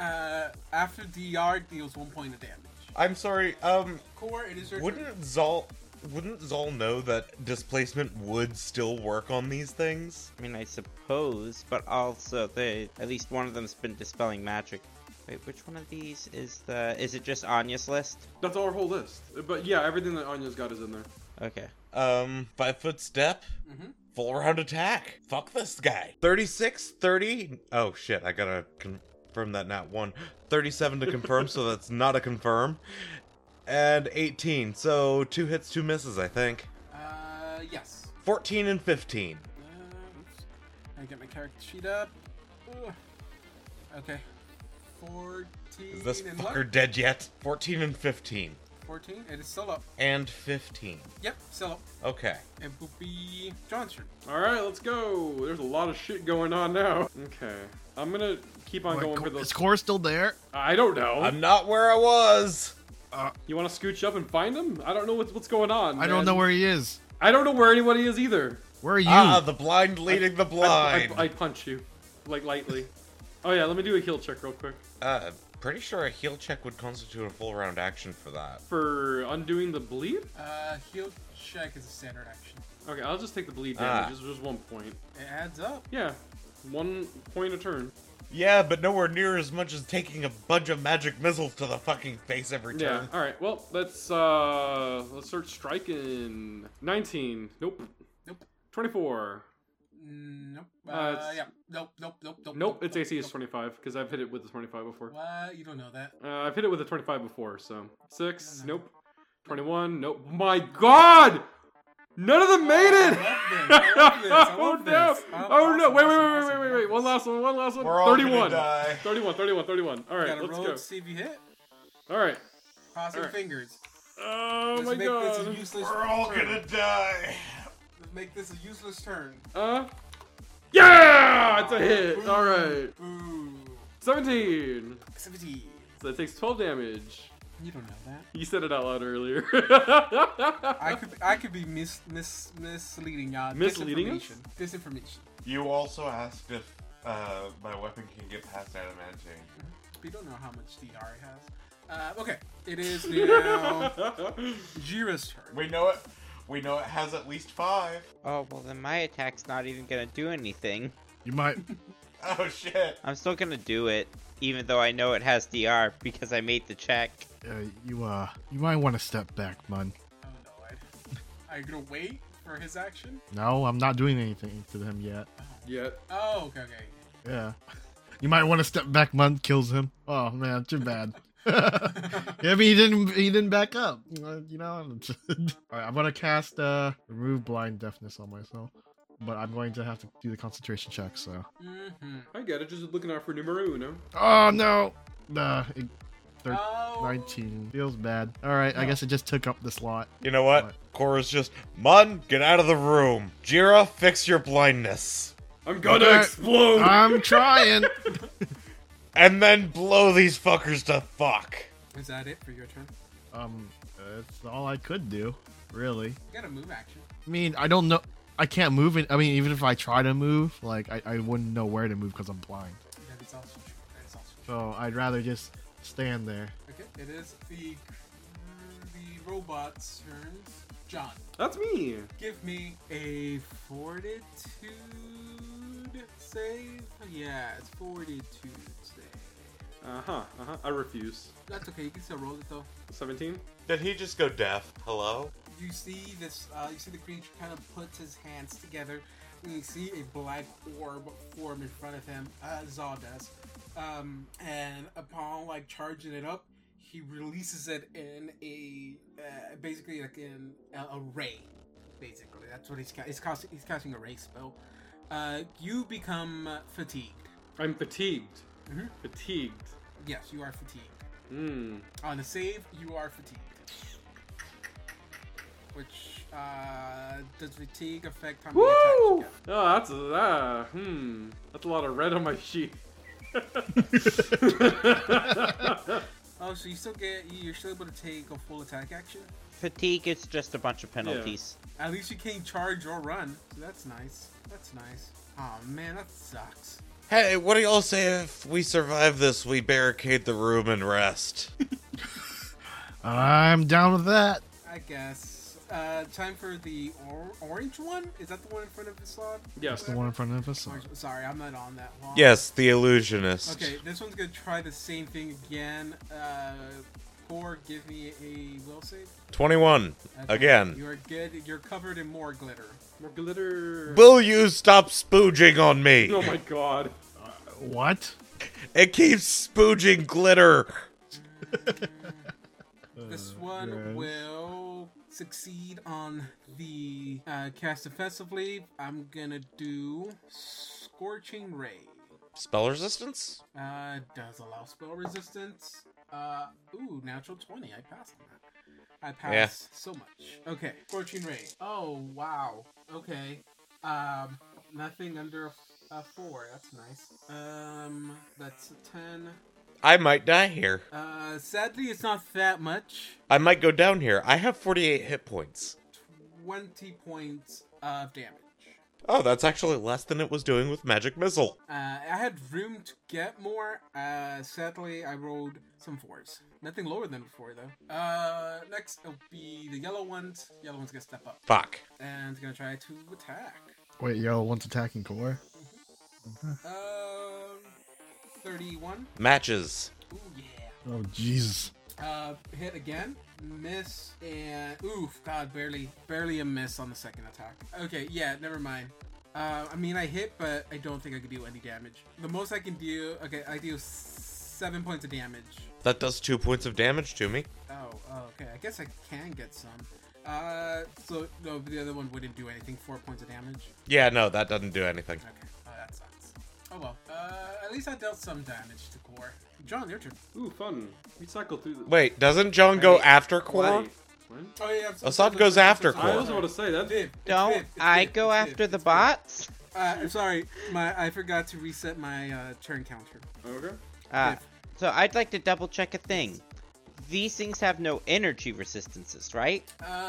S5: uh, after DR deals one point of damage.
S6: I'm sorry. Um,
S5: Core, it is your turn.
S6: wouldn't Zal wouldn't Zal know that displacement would still work on these things?
S4: I mean, I suppose, but also they at least one of them's been dispelling magic. Wait, which one of these is the? Is it just Anya's list?
S3: That's our whole list. But yeah, everything that Anya's got is in there.
S4: Okay.
S6: Um, five foot step,
S5: Mhm.
S6: full round attack. Fuck this guy. 36, 30. Oh shit, I gotta confirm that not one. 37 to confirm, so that's not a confirm. And 18, so two hits, two misses, I think.
S5: Uh, yes.
S6: 14 and 15.
S5: Uh, oops. I get my character sheet up. Ugh. Okay. 14.
S6: Is this
S5: and
S6: fucker
S5: what?
S6: dead yet? 14 and 15.
S5: 14. It is still up.
S6: And 15.
S5: Yep, still up.
S6: Okay.
S5: It will be John's turn.
S3: All right, let's go. There's a lot of shit going on now. Okay, I'm gonna keep on
S2: Like,
S3: going
S2: Cor-
S3: for the.
S2: is Cora still there?
S3: I don't know.
S6: I'm not where I was.
S3: You want to scooch up and find him? I don't know what's what's going on.
S2: I don't
S3: man.
S2: know where he is.
S3: I don't know where anybody is either.
S2: Where are you?
S6: Ah, the blind leading the
S3: I- I,
S6: blind.
S3: I punch you, like lightly. oh yeah, let me do a heal check real quick
S6: Uh, pretty sure a heal check would constitute a full round action for that.
S3: for undoing the bleed.
S5: Uh, heal check is a standard action.
S3: Okay, I'll just take the bleed
S6: Ah.
S3: damage. It's just one point.
S5: It adds up.
S3: Yeah, one point a turn.
S6: Yeah, but nowhere near as much as taking a bunch of magic missiles to the fucking face every
S3: Yeah.
S6: turn.
S3: All right. Well, let's uh let's start striking. Nineteen. Nope.
S5: Nope.
S3: Twenty-four.
S5: Mm, Nope. Uh,
S3: Uh, it's-
S5: yeah. Nope, nope, nope, nope.
S3: Nope, its AC is
S5: nope.
S3: 25 because I've hit it with a 25 before.
S5: What? You don't know that.
S3: Uh, I've hit it with a 25 before, so six. Nope. 21. Nope. My God! None of them made it.
S5: Oh,
S3: oh no! Oh no! Wait, wait, wait, wait, wait, wait! One last one. One last one.
S6: We're all gonna
S3: 31.
S6: die.
S3: 31. 31. 31. All right,
S5: Gotta
S3: let's
S5: roll
S3: go.
S5: to see if you hit.
S3: All right.
S5: Cross your
S3: Alright.
S5: fingers.
S3: Oh
S5: Let's
S3: my
S5: make This a
S3: God.
S5: useless
S6: We're all
S5: turn.
S6: gonna die.
S5: Let's make this a useless turn.
S3: Uh. Yeah! It's a hit. All right.
S5: Boo.
S3: 17.
S5: 17.
S3: So that takes 12 damage.
S5: You don't know that.
S3: You said it out loud earlier.
S5: I could I could be mis, mis misleading y'all.
S3: Misleading us?
S5: Disinformation. Disinformation.
S9: You also asked if uh, my weapon can get past adamantine.
S5: We don't know how much DR it has. Uh, okay, it is now Jira's turn.
S9: We know it. We know it has at least five.
S4: Oh well, then my attack's not even gonna do anything.
S2: you might.
S9: Oh shit!
S4: I'm still gonna do it, even though I know it has DR because I made the check.
S2: Uh, you uh. You might want to step back, man.
S5: Oh no! I, are you gonna wait for his action?
S2: No, I'm not doing anything to him yet.
S3: Yet.
S5: Oh, okay, okay.
S2: Yeah. You might want to step back. Mun kills him. Oh man, too bad. yeah, but he didn't. He didn't back up. Uh, You know. All right, I'm gonna cast uh, remove blind deafness on myself, but I'm going to have to do the concentration check. So.
S5: Mm-hmm.
S3: I get it. Just looking out for Numeru, no?
S2: Oh no. Nah, it, Thir-
S5: Oh,
S2: 19 feels bad. All right, I guess it just took up the slot.
S6: You know what?
S2: What?
S6: Cora's just, Mun, get out of the room. Jira, fix your blindness.
S3: I'm gonna
S2: Okay.
S3: explode!
S2: I'm trying.
S6: And then blow these fuckers to fuck.
S5: Is that it for your turn?
S2: um, that's all I could do, really.
S5: You got a move action.
S2: I mean, I don't know. I can't move it. I mean, even if I try to move, like I, I wouldn't know where to move because I'm blind.
S5: That is also true. That is also true.
S2: So I'd rather just stand there.
S5: Okay, it is the the robot's turn. John,
S3: That's me.
S5: give me a fortitude save. Yeah, it's fortitude save.
S3: Uh huh. Uh huh. I refuse.
S5: That's okay. You can still roll it though.
S3: 17?
S6: Did he just go deaf? Hello?
S5: You see this? Uh, you see the creature kind of puts his hands together, and you see a black orb form in front of him. Uh, Zal does, um, and upon like charging it up, he releases it in a uh, basically like in a, a ray. Basically, that's what he's ca- he's casting. He's casting a ray spell. Uh, you become fatigued.
S3: I'm fatigued.
S2: Mm-hmm.
S5: Mhm.
S3: Fatigued.
S5: Yes, you are fatigued.
S3: Mmm.
S5: On a save, you are fatigued. Which uh, does fatigue affect how many attacks you
S3: Woo!
S5: get?
S3: Oh, that's a, ah, hmm. That's a lot of red on my sheet.
S5: Oh, so you still get you're still able to take a full attack action.
S4: Fatigue is just a bunch of penalties.
S5: At least you can't charge or run. So that's nice. That's nice. Oh man, that sucks.
S6: Hey, what do y'all say if we survive this, we barricade the room and rest?
S2: I'm down with that.
S5: I guess. Uh, time for the or- orange one. Is that the one in front of Hassan?
S3: Yes.
S2: The one in front of us.
S5: Orange- Sorry, I'm not on that one.
S6: Yes, the illusionist.
S5: Okay, this one's gonna try the same thing again. Uh, four, give me a will save.
S6: 21.
S5: Okay,
S6: Again.
S5: You are good. You're covered in more glitter.
S3: More glitter.
S6: Will you stop spooging on me?
S3: Oh my god.
S2: What?
S6: It keeps spooging glitter.
S5: This one
S2: yes.
S5: will succeed on the uh, cast offensively. I'm gonna do Scorching Ray.
S6: Spell resistance?
S5: Uh, does allow spell resistance. Uh, ooh, natural 20. I passed on that. I passed
S6: Yeah.
S5: so much. Okay, Scorching Ray. Oh, wow. Okay. Um, nothing under a, a 4. That's nice. Um, that's a 10.
S6: I might die here.
S5: Uh, sadly, it's not that much.
S6: I might go down here. I have 48 hit points.
S5: 20 points of damage.
S6: Oh, that's actually less than it was doing with Magic Missile.
S5: Uh, I had room to get more. Uh, sadly, I rolled some fours. Nothing lower than before, though. Uh, next will be the yellow ones. Yellow one's gonna step up
S6: Fuck.
S5: and it's gonna try to attack.
S2: Wait, yo, one's attacking core.
S5: Um, thirty-one.
S6: Matches.
S5: Ooh yeah.
S2: Oh Jesus.
S5: Uh, hit again. Miss and oof, God, barely, barely a miss on the second attack. Okay, yeah, never mind. Uh, I mean, I hit, but I don't think I can do any damage. The most I can do, okay, I deal seven points of damage.
S6: That does two points of damage to me.
S5: Oh, oh, okay. I guess I can get some. Uh, so no, the other one wouldn't do anything. Four points of damage.
S6: Yeah, no, that doesn't do anything.
S5: Okay. Oh, that sucks. Oh well. Uh, at least I dealt some damage to Core. John, your turn.
S3: Ooh, fun. We cycle through the.
S6: Wait, doesn't John go
S3: Wait,
S6: after
S3: Why?
S6: Core?
S3: What?
S5: Oh yeah. I'm so-
S6: Assad
S5: so-
S6: goes
S5: so- so-
S6: after
S5: so-
S3: I
S6: Core.
S3: also want to say that.
S5: Viv, it's Viv,
S4: Don't
S5: it's
S4: I
S5: Viv,
S4: go
S5: it's Viv,
S4: after the
S5: it's Viv.
S4: bots?
S5: Uh, I'm sorry. My I forgot to reset my uh, turn counter.
S3: Okay.
S4: Uh,
S5: Viv.
S4: so I'd like to double check a thing. These things have no energy resistances, right?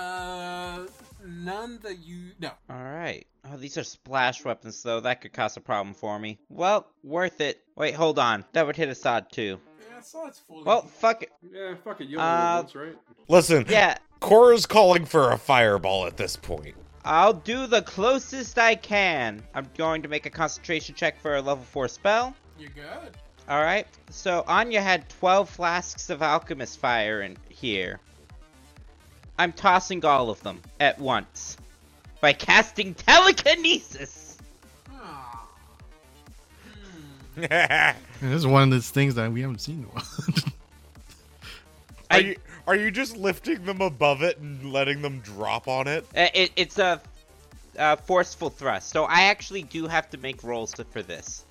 S5: Uh, none that you no.
S4: Alright. Oh, these are splash weapons, though. That could cause a problem for me. Well, worth it. Wait, hold on. That would hit Assad, too.
S5: Yeah, I saw it's fully.
S4: Well, fuck it.
S3: Yeah, fuck it. You only
S4: Uh,
S3: live once, right?
S6: Listen,
S4: Yeah,
S6: Core is calling for a fireball at this point.
S4: I'll do the closest I can. I'm going to make a concentration check for a level 4 spell.
S5: you're good.
S4: Alright. So Anya had 12 flasks of alchemist fire in here. I'm tossing all of them at once by casting telekinesis.
S5: Aw.
S2: Yeah, this is one of those things that we haven't seen in a while.
S4: I-
S6: Are you are you just lifting them above it and letting them drop on it?
S4: Uh, it, it's a, a forceful thrust, so I actually do have to make rolls to- for this.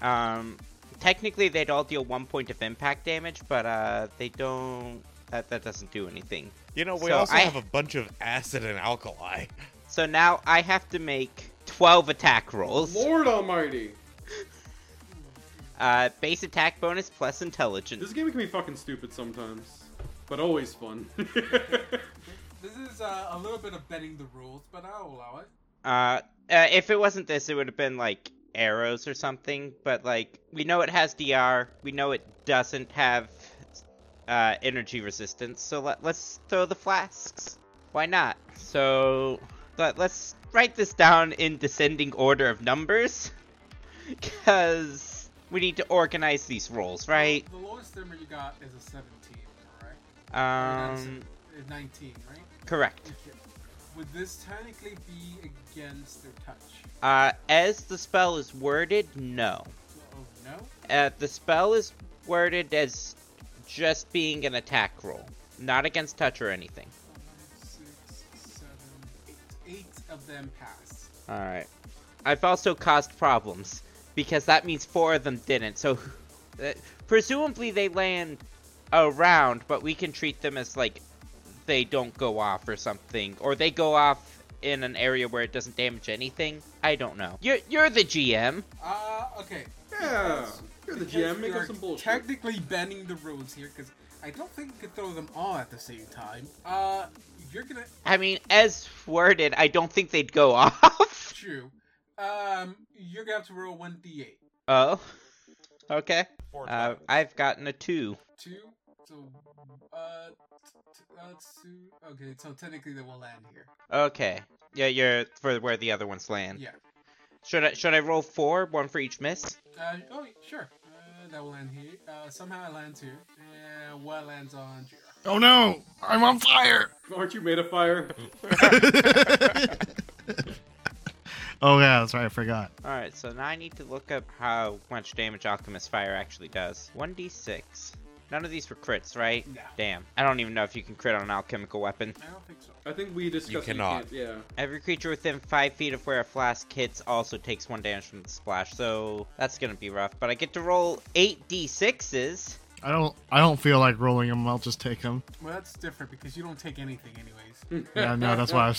S4: Um, technically, they'd all deal one point of impact damage, but uh, they don't. That that doesn't do anything.
S6: You know, we
S4: So
S6: also
S4: I-
S6: have a bunch of acid and alkali.
S4: So now I have to make twelve attack rolls.
S3: Lord Almighty.
S4: Uh, base attack bonus plus
S3: This
S4: intelligence.
S3: game can be fucking stupid sometimes, but always fun.
S5: This is uh, a little bit of bending the rules, but I'll allow it.
S4: Uh, uh, if it wasn't this, it would have been like arrows or something. But like we know it has DR. We know it doesn't have uh, energy resistance. So let, let's throw the flasks. Why not? So let, let's write this down in descending order of numbers, because we need to organize these rolls, right?
S5: The lowest number you got is a 17, correct?
S4: Um,
S5: Is 19, right?
S4: correct.
S5: Okay. Would this technically be against their touch?
S4: Uh, as the spell is worded, no.
S5: Oh no.
S4: Uh, the spell is worded as just being an attack roll, not against touch or anything.
S5: Five, six, seven, eight. Eight of them pass.
S4: All right. I've also caused problems because that means four of them didn't. So uh, presumably they land around, but we can treat them as like they don't go off or something, or they go off in an area where it doesn't damage anything. I don't know. You're you're the GM.
S5: Uh, okay.
S3: yeah. You're the
S5: Because
S3: GM. Make
S5: we
S3: up
S5: are
S3: some bullshit.
S5: Technically bending the rules here because I don't think you could throw them all at the same time. Uh, you're gonna
S4: I mean, as worded, I don't think they'd go off.
S5: chew. Um, you're gonna have to roll one d8.
S4: Oh. Okay.
S6: Four
S4: Uh, I've gotten a two.
S5: Two. So, uh, t- uh, two. Okay, so technically they will land here.
S4: Okay. Yeah, you're for where the other ones land.
S5: Yeah.
S4: Should I should I roll four, one for each miss?
S5: Uh, oh, sure. Uh, that will land here. Uh, somehow it lands here. And what lands on Jira?
S2: Oh no! I'm on fire!
S3: Aren't you made of fire?
S2: oh yeah, that's right. I forgot.
S4: All right, so now I need to look up how much damage Alchemist Fire actually does. 1d6. None of these were crits, right?
S5: No.
S4: Damn. I don't even know if you can crit on an alchemical weapon.
S5: I don't think so.
S3: I think we discussed
S6: You cannot.
S3: can't- yeah.
S4: Every creature within 5 feet of where a flask hits also takes 1 damage from the splash, so that's gonna be rough. But I get to roll 8d6s.
S2: I don't. I don't feel like rolling them. I'll just take them.
S5: Well, that's different because you don't take anything, anyways.
S2: Yeah, no, that's what I was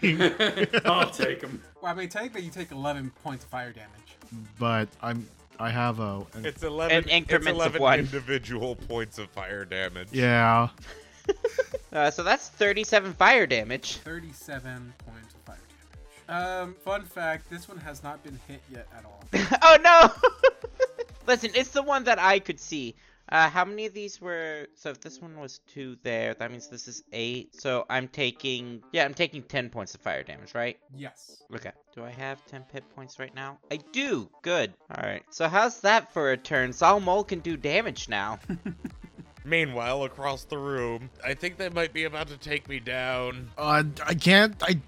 S2: saying.
S3: I'll take them.
S5: well, I mean, technically you take 11 points of fire damage.
S2: but I'm. I have a. an-
S6: It's 11,
S4: And increments of
S6: it's 11
S4: one.
S6: individual points of fire damage.
S2: yeah.
S4: Uh, so that's 37 fire damage.
S5: 37 points of fire damage. Um, fun fact: this one has not been hit yet at all.
S4: oh no! Listen, it's the one that I could see. Uh, how many of these were? So if this one was two there, that means this is eight. So I'm taking, yeah, I'm taking ten points of fire damage, right?
S5: Yes.
S4: Okay. Do I have ten pit points right now? I do. Good. All right. So how's that for a turn? Zalmol can do damage now.
S6: Meanwhile, across the room, I think they might be about to take me down.
S2: Uh, I can't. I.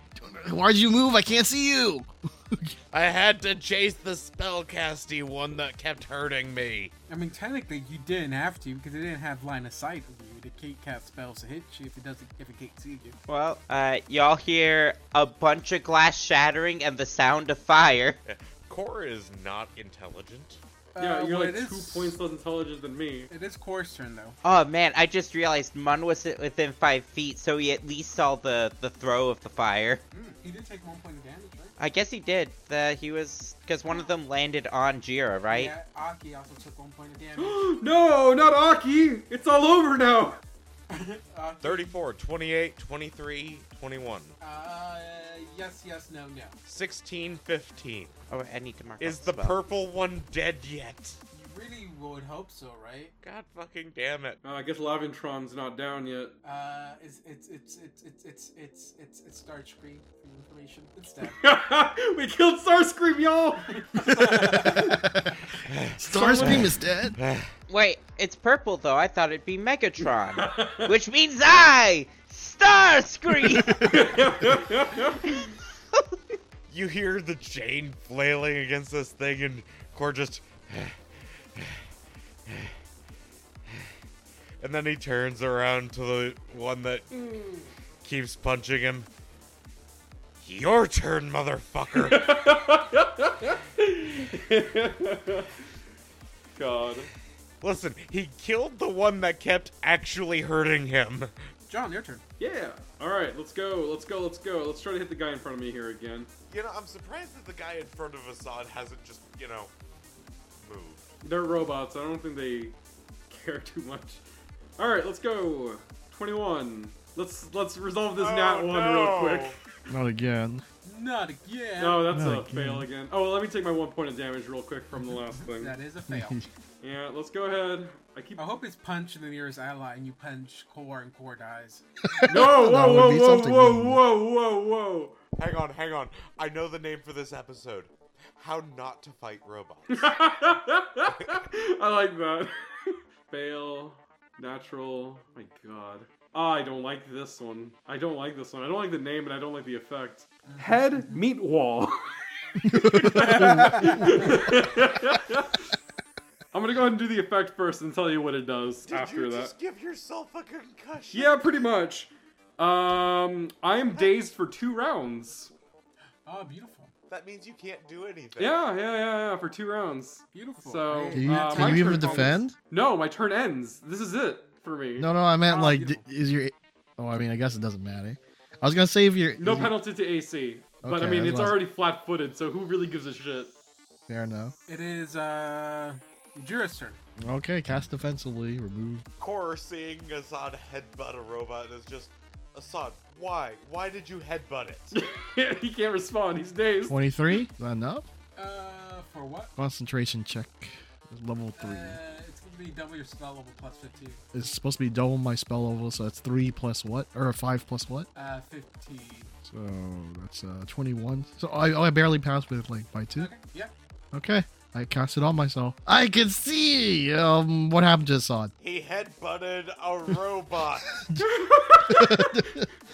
S2: Why'd you move? I can't see you.
S6: I had to chase the spellcasty one that kept hurting me.
S5: I mean, technically you didn't have to because it didn't have line of sight of you. The can't cast spells to hit you if it doesn't if it can't see you.
S4: well, uh, y'all hear a bunch of glass shattering and the sound of fire.
S6: Core is not intelligent.
S3: Yeah,
S5: Uh,
S3: you're
S5: well,
S3: like
S5: it
S3: two
S5: is-
S3: points less intelligent than me.
S5: It is Core's turn though.
S4: Oh man, I just realized Mun was within five feet, so he at least saw the the throw of the fire.
S5: Mm, he did take one point of damage, right?
S4: I guess he did. The, he was because one of them landed on Jira, right?
S5: Yeah, Aki also took one point of damage.
S3: no, not Aki! It's all over now!
S5: Aki,
S6: 34, 28, 23, 21,
S5: Uh, yes, yes, no, no.
S6: 16, 15.
S4: Oh, I need to mark.
S6: Is
S4: off
S6: the
S4: as well.
S6: purple one dead yet?
S5: You really would hope so, right?
S6: God fucking damn it.
S3: Uh, I guess Laventron's not down yet.
S5: Uh, it's it's it's it's it's it's it's it's it's Starscream for your information. It's dead.
S3: we killed Starscream, y'all!
S2: Starscream is dead.
S4: Wait, it's purple though. I thought it'd be Megatron, which means I Starscream.
S6: You hear the chain flailing against this thing, and Core just. And then he turns around to the one that keeps punching him. Your turn, motherfucker!
S3: God.
S6: Listen, he killed the one that kept actually hurting him.
S5: John, your turn.
S3: Yeah. All right, let's go. Let's go. Let's go. Let's try to hit the guy in front of me here again.
S6: You know, I'm surprised that the guy in front of Assad hasn't just, you know, moved.
S3: They're robots. I don't think they care too much. All right, let's go. 21. Let's let's resolve this
S6: Oh,
S3: nat one
S6: no.
S3: real quick.
S2: Not again.
S5: Not again.
S3: No, that's
S2: Not
S3: a
S2: again.
S3: fail again. Oh, let me take my one point of damage real quick from the last thing.
S5: That is Oh. a fail.
S3: Yeah, let's go ahead. I keep.
S5: I hope it's punch the nearest ally and you punch Core and Core dies.
S3: No! Whoa!
S2: That would
S3: Whoa!
S2: be
S3: Whoa!
S2: something,
S3: Whoa!
S2: wouldn't it?
S3: Whoa! Whoa! Whoa!
S6: Hang on, hang on. I know the name for this episode. How not to fight robots.
S3: I like that. Fail. Natural. My god. Ah, I don't like this one. I don't like this one. I don't like the name and I don't like the effect. Head meat wall. I'm gonna go ahead and do the effect first and tell you what it does after that.
S6: give yourself a concussion?
S3: Yeah, pretty much. Um, I am dazed for two rounds.
S5: Oh, beautiful.
S6: That means you can't do anything.
S3: Yeah, yeah, yeah, yeah, for two rounds.
S5: Beautiful.
S3: So,
S5: Great.
S3: Can you- Uh, can my you even turn comes.
S2: defend?
S3: No, my turn ends. This is it for me.
S2: No, no. I meant
S3: Uh,
S5: Oh,
S2: like, d-
S5: beautiful.
S2: is your? Oh, I mean, I guess it doesn't matter. I was gonna say if you're.
S3: No
S2: is your-
S3: penalty to AC. But I
S2: Okay,
S3: mean,
S2: that's
S3: it's
S2: what I was-
S3: already flat footed, so who really gives a shit?
S2: Fair enough.
S5: It is uh Jura's turn.
S2: Okay, cast defensively. Remove.
S6: Core seeing Assad headbutt a robot is just Assad, why? Why did you headbutt it?
S3: he can't respond. He's dazed.
S2: Twenty-three. Is that enough?
S5: Uh, for what?
S2: Concentration check. Level three.
S5: Uh, it's gonna to be double your spell level plus 15.
S2: It's supposed to be double my spell level, so that's three plus what or five plus what?
S5: Uh, 15.
S2: So that's uh, twenty-one. So I, I barely passed with like by two.
S5: Okay, yeah.
S2: Okay, I cast it on myself. I can see. Um, what happened to Assad?
S10: He headbutted a robot.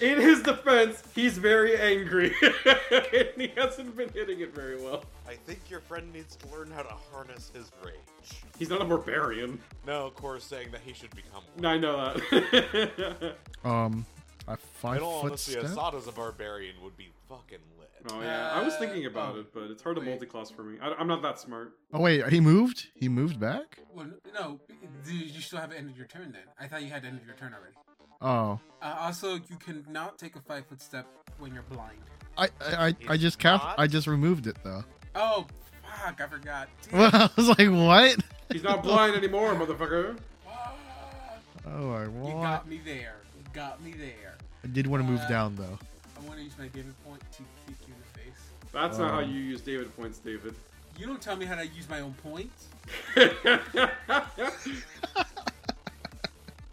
S3: In his defense, he's very angry. and he hasn't been hitting it very well.
S10: I think your friend needs to learn how to harness his rage.
S3: He's not a barbarian.
S10: No, Cora's saying that he should become one.
S3: I know that.
S2: Um, a five
S10: In all
S2: foot
S10: honesty,
S2: step.
S10: Assad as a barbarian would be fucking lit.
S3: oh, yeah. I was thinking about
S5: Uh,
S3: it, but it's hard to
S5: wait.
S3: multi class for me. I, am not that smart.
S2: Oh wait, he moved. He moved back.
S5: Well, no, do you still haven't ended your turn then. I thought you had ended your turn already.
S2: Oh,
S5: Uh, also, you cannot take a five foot step when you're blind.
S2: I I I, I
S10: It's
S2: just cast.
S10: not?
S2: I just removed it though.
S5: Oh, fuck, I forgot. Damn.
S2: Well, I was like, what?
S3: He's not blind anymore, motherfucker.
S5: Fuck.
S2: Oh, I
S5: You
S2: want.
S5: got me there. You got me there.
S2: I did want to move
S5: Uh,
S2: down though.
S5: I want to use my David point to kick you in the face.
S3: That's not how
S2: Um.
S3: you use David points, David.
S5: You don't tell me how to use my own points.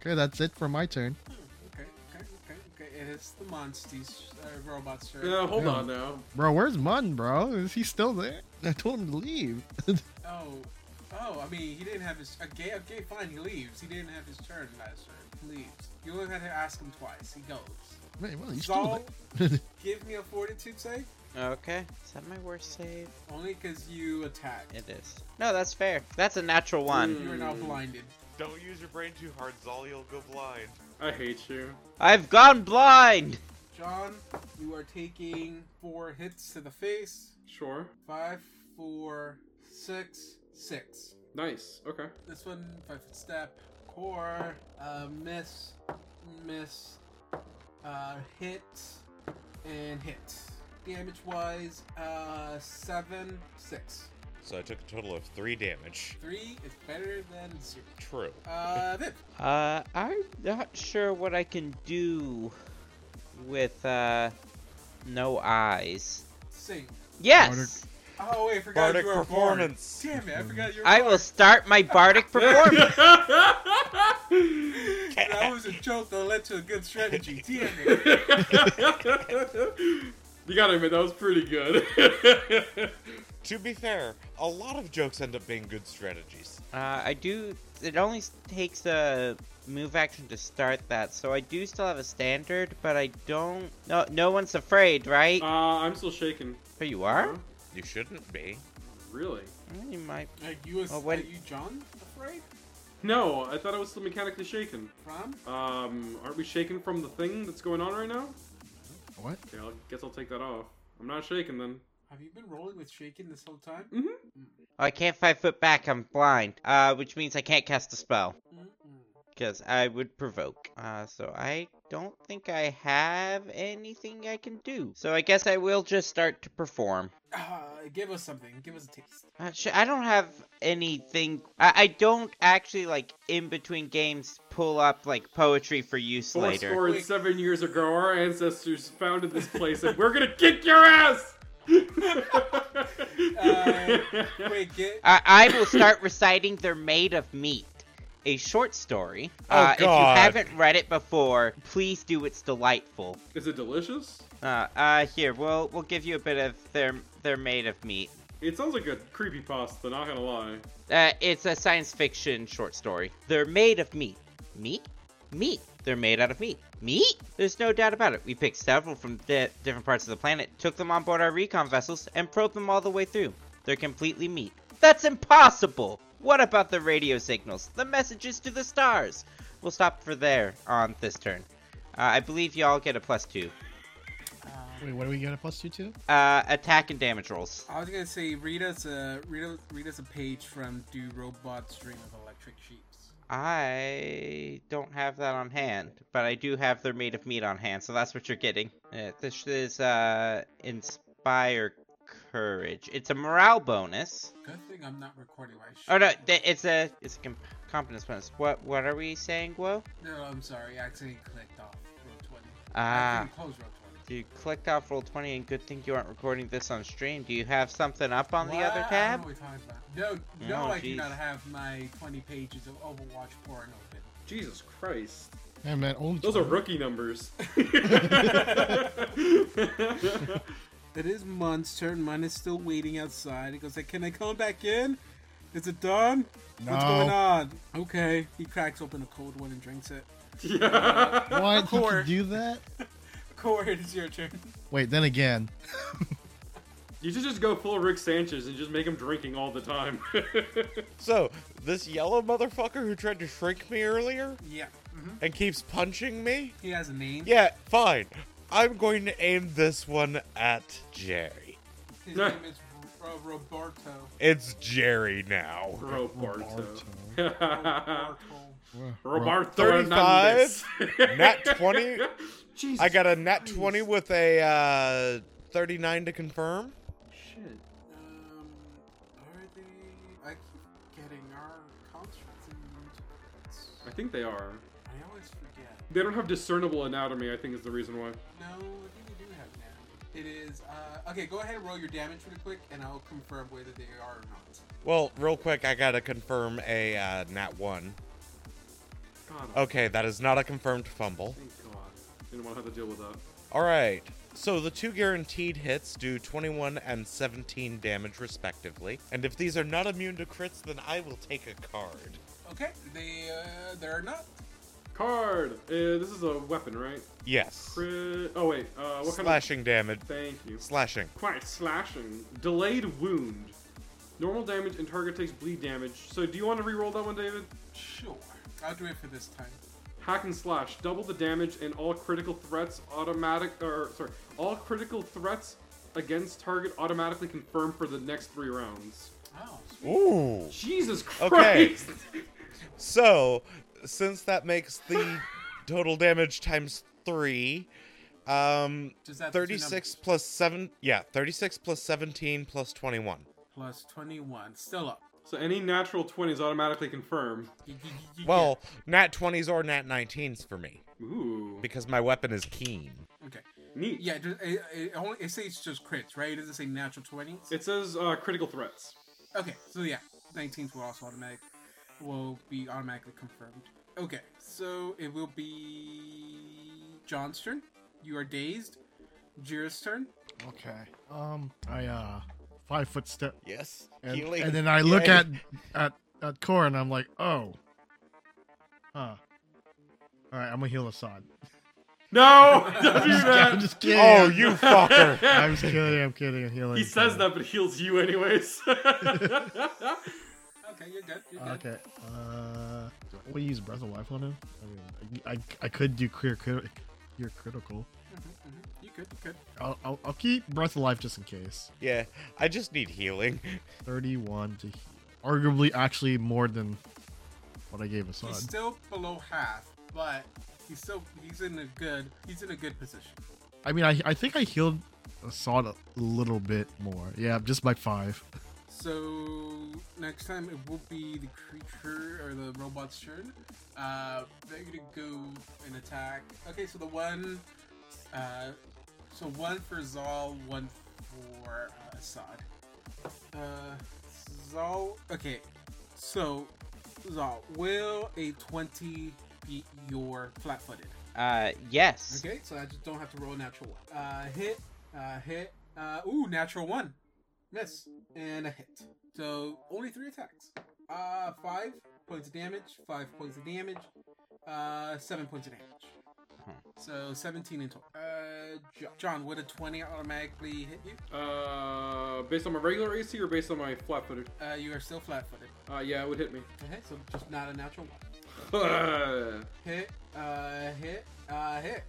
S2: Okay, that's it for my turn.
S5: Hmm, Okay, okay, okay, okay. It is the monsters, uh, robots. Sir.
S3: yeah, hold
S2: Yeah.
S3: on now.
S2: Bro, where's Mun, bro? Is he still there? I told him to leave.
S5: Oh, oh. I mean, he didn't have his. Okay, okay, fine. He leaves. He didn't have his turn last turn. He leaves. You only had to ask him twice. He goes.
S2: Man, well, he's still
S5: So,
S2: there.
S5: give me a fortitude save.
S4: Okay. Is that my worst save?
S5: Only because you attacked.
S4: It is. No, that's fair. That's a
S6: Hmm.
S4: natural one.
S5: You are now
S6: Mm.
S5: blinded.
S9: Don't use your brain too hard, Zolly will go blind.
S3: I hate you.
S4: I've gone blind.
S5: John, you are taking four hits to the face.
S3: Sure.
S5: Five, four, six, six.
S3: Nice. Okay.
S5: This one, five foot step, core, uh, miss, miss, uh, hit, and hit. Damage wise, uh, seven, six.
S6: So I took a total of three damage.
S5: Three is better than zero.
S6: True.
S5: Uh, Viv.
S4: Uh, I'm not sure what I can do with uh no eyes.
S5: Sing.
S4: Yes.
S5: Oh, wait, I forgot
S6: Bardic
S5: you were a bard.
S6: performance.
S5: Damn it, I forgot you were a
S4: I will start my bardic performance.
S5: bard. That was a joke that led to a good strategy. Damn it.
S3: you gotta admit, that was pretty good.
S6: To be fair, a lot of jokes end up being good strategies.
S4: Uh, I do. It only s- takes a move action to start that, so I do still have a standard, but I don't. No, no one's afraid, right?
S3: uh, I'm still shaking.
S4: but you
S3: Uh-huh.
S4: are.
S6: You shouldn't be.
S3: Really?
S4: You might.
S5: Are you, a,
S4: Oh, wait.
S5: are you John afraid?
S3: No, I thought I was still mechanically shaken.
S5: From?
S3: Um, aren't we shaken from the thing that's going on right now?
S2: What?
S3: Okay, I guess I'll take that off. I'm not shaken then.
S5: Have you been rolling with shaking this whole time?
S4: Oh, I can't five foot back. I'm blind. Uh, which means I can't cast a spell
S5: Mm-mm.
S4: because I would provoke. Uh, so I don't think I have anything I can do. So I guess I will just start to perform.
S5: Uh, give us something. Give us a taste.
S4: Uh, sh- I don't have anything. I-, I don't actually like in between games pull up like poetry for use
S3: Four
S4: later.
S3: score and
S5: Wait.
S3: seven years ago, our ancestors founded this place, and we're gonna kick your ass.
S5: Uh, wait, get.
S4: I, I will start reciting They're Made of Meat, a short story.
S6: Oh,
S4: uh, If
S6: God.
S4: you haven't read it before, please do. It's delightful.
S3: Is it delicious?
S4: Uh, uh, here, we'll we'll give you a bit of They're, they're Made of Meat.
S3: It sounds like a creepy pasta. Not gonna lie.
S4: Uh, it's a science fiction short story. They're made of meat. Meat? Meat. They're made out of meat. Meat? There's no doubt about it. We picked several from di- different parts of the planet, took them on board our recon vessels, and probed them all the way through. They're completely meat. That's impossible! What about the radio signals? The messages to the stars? We'll stop for there on this turn. Uh, I believe y'all get a plus two.
S2: Wait, what do we get a plus two to?
S4: Uh, attack and damage rolls.
S5: I was gonna say read us a read us, read us a page from Do Robots Dream of Electric Sheep?
S4: I don't have that on hand, but I do have their made of meat on hand, so that's what you're getting. Uh, this is uh, inspire courage. It's a morale bonus.
S5: Good thing I'm not recording my show.
S4: Oh no, th- it's a it's a com- competence bonus. What what are we saying, Whoa?
S5: No, I'm sorry. I accidentally clicked off row twenty. I
S4: Ah,
S5: didn't close row twenty.
S4: You clicked off roll 20 and good thing you aren't recording this on stream. Do you have something up on the other
S5: Wow, I
S4: tab?
S5: don't know what you're talking about. No, no,
S4: Oh,
S5: I do
S4: jeez.
S5: not have my 20 pages of Overwatch pouring open.
S3: Jesus Christ.
S2: Yeah, man, only
S3: Those are rookie numbers.
S5: It is Mun's turn. Mun is still waiting outside. He goes, like, Can I come back in? Is it done? What's
S2: No.
S5: going on? Okay. He cracks open a cold one and drinks it.
S2: Why did you
S5: Core.
S2: do that?
S5: Cord, it's your turn.
S2: Wait, then again,
S3: you should just go full Rick Sanchez and just make him drinking all the time.
S6: So, this yellow motherfucker who tried to shrink me earlier
S5: Yeah. hmm
S6: and keeps punching me?
S5: He has a name.
S6: Yeah, fine. I'm going to aim this one at Jerry.
S5: His name is Ro- uh, Roberto.
S6: It's Jerry now.
S3: Roberto.
S5: Roberto.
S3: Roberto
S6: 35?
S3: Hernandez.
S6: Nat 20?
S3: Jesus
S6: I got a nat
S3: Christ.
S6: 20 with a uh, 39 to confirm.
S3: Shit.
S5: Um, are they? I keep getting our contracts in Egypt.
S3: I think they are.
S5: I always forget.
S3: They don't have discernible anatomy, I think is the reason why.
S5: No, I think they do have now. It is. Uh, okay, go ahead and roll your damage really quick, and I'll confirm whether they are or not.
S6: Well, real quick, I gotta confirm a uh, nat 1.
S3: God,
S6: Okay, that is not a confirmed fumble.
S3: thank God. Didn't want to have to deal with that.
S6: All right. So the two guaranteed hits do 21 and 17 damage respectively. And if these are not immune to crits, then I will take a card.
S5: Okay, they uh, they're not.
S3: Card! Uh, this is a weapon, right?
S6: Yes.
S3: Crit. Oh, wait. Uh, what kind
S6: Slashing damage.
S3: of. Thank you.
S6: Slashing.
S3: Quite slashing. Delayed wound. Normal damage and target takes bleed damage. So, do you want to re-roll that one, David?
S5: Sure, I'll do it for this time.
S3: Hack and slash. Double the damage and all critical threats automatic. Or sorry, all critical threats against target automatically confirm for the next three rounds.
S5: Oh, sweet.
S6: Ooh.
S3: Jesus
S6: Okay.
S3: Christ!
S6: So, since that makes the total damage times 3, um
S5: Does that have two
S6: 36
S5: numbers?
S6: plus 7, yeah, 36 plus 17 plus 21.
S5: plus twenty one, still up.
S3: So any natural twenties automatically confirm.
S5: Y- y- y- y-
S6: Well, nat 20s or nat 19s for me
S3: Ooh,
S6: because my weapon is keen.
S5: yeah. okay,
S3: neat.
S5: yeah. It, it, it only it says just crits, right? It doesn't say natural twenties.
S3: It says uh, critical threats.
S5: Okay, so yeah, 19th will also automatic will be automatically confirmed. Okay, so it will be John's turn. You are dazed. Jira's turn.
S2: okay. Um, I uh, five foot step,
S6: Yes.
S2: and,
S6: healing.
S2: and then I look
S6: Yay.
S2: at at at Core, and I'm like, oh, huh. All right, I'm gonna heal Assad.
S3: No, don't do
S2: I'm just, I'm
S3: that.
S2: just kidding.
S6: Oh,
S2: I'm-
S6: you fucker.
S2: I'm just kidding. I'm kidding. I'm healing.
S3: He says that, but heals you anyways.
S5: Okay, you're good. You're good.
S2: Okay. Uh, do I want to use Breath of Life on him? I mean, I, I, I could do clear crit, clear critical.
S5: Mm-hmm, You good. You good.
S2: I'll, I'll, I'll keep Breath of Life just in case.
S6: Yeah, I just need healing.
S2: 31 to heal. Arguably, actually, more than what I gave Assad.
S5: He's still below half, but he's still he's in a good he's in a good position.
S2: I mean, I, I think I healed Assad a little bit more. Yeah, just by five.
S5: So next time it will be the creature or the robot's turn. Uh, they're gonna go and attack. Okay, so the one, uh, so one for Zal, one for uh, Assad. Uh, Zal. Okay, so Zal, will a twenty beat your flat-footed?
S4: Uh, yes.
S5: Okay, so I just don't have to roll a natural one. Uh, hit, uh, hit, uh, ooh, natural one. Miss. And a hit. So, only three attacks. Uh, five points of damage, five points of damage, uh, seven points of damage. So, 17 in total. Uh, Jo- John, would a 20 automatically hit you?
S3: uh, based on my regular AC or based on my flat-footed?
S5: Uh, you are still flat footed.
S3: Uh, yeah, it would hit me.
S5: Okay, so just not a natural one.
S3: Let's
S5: Hit, uh, hit, uh, hit.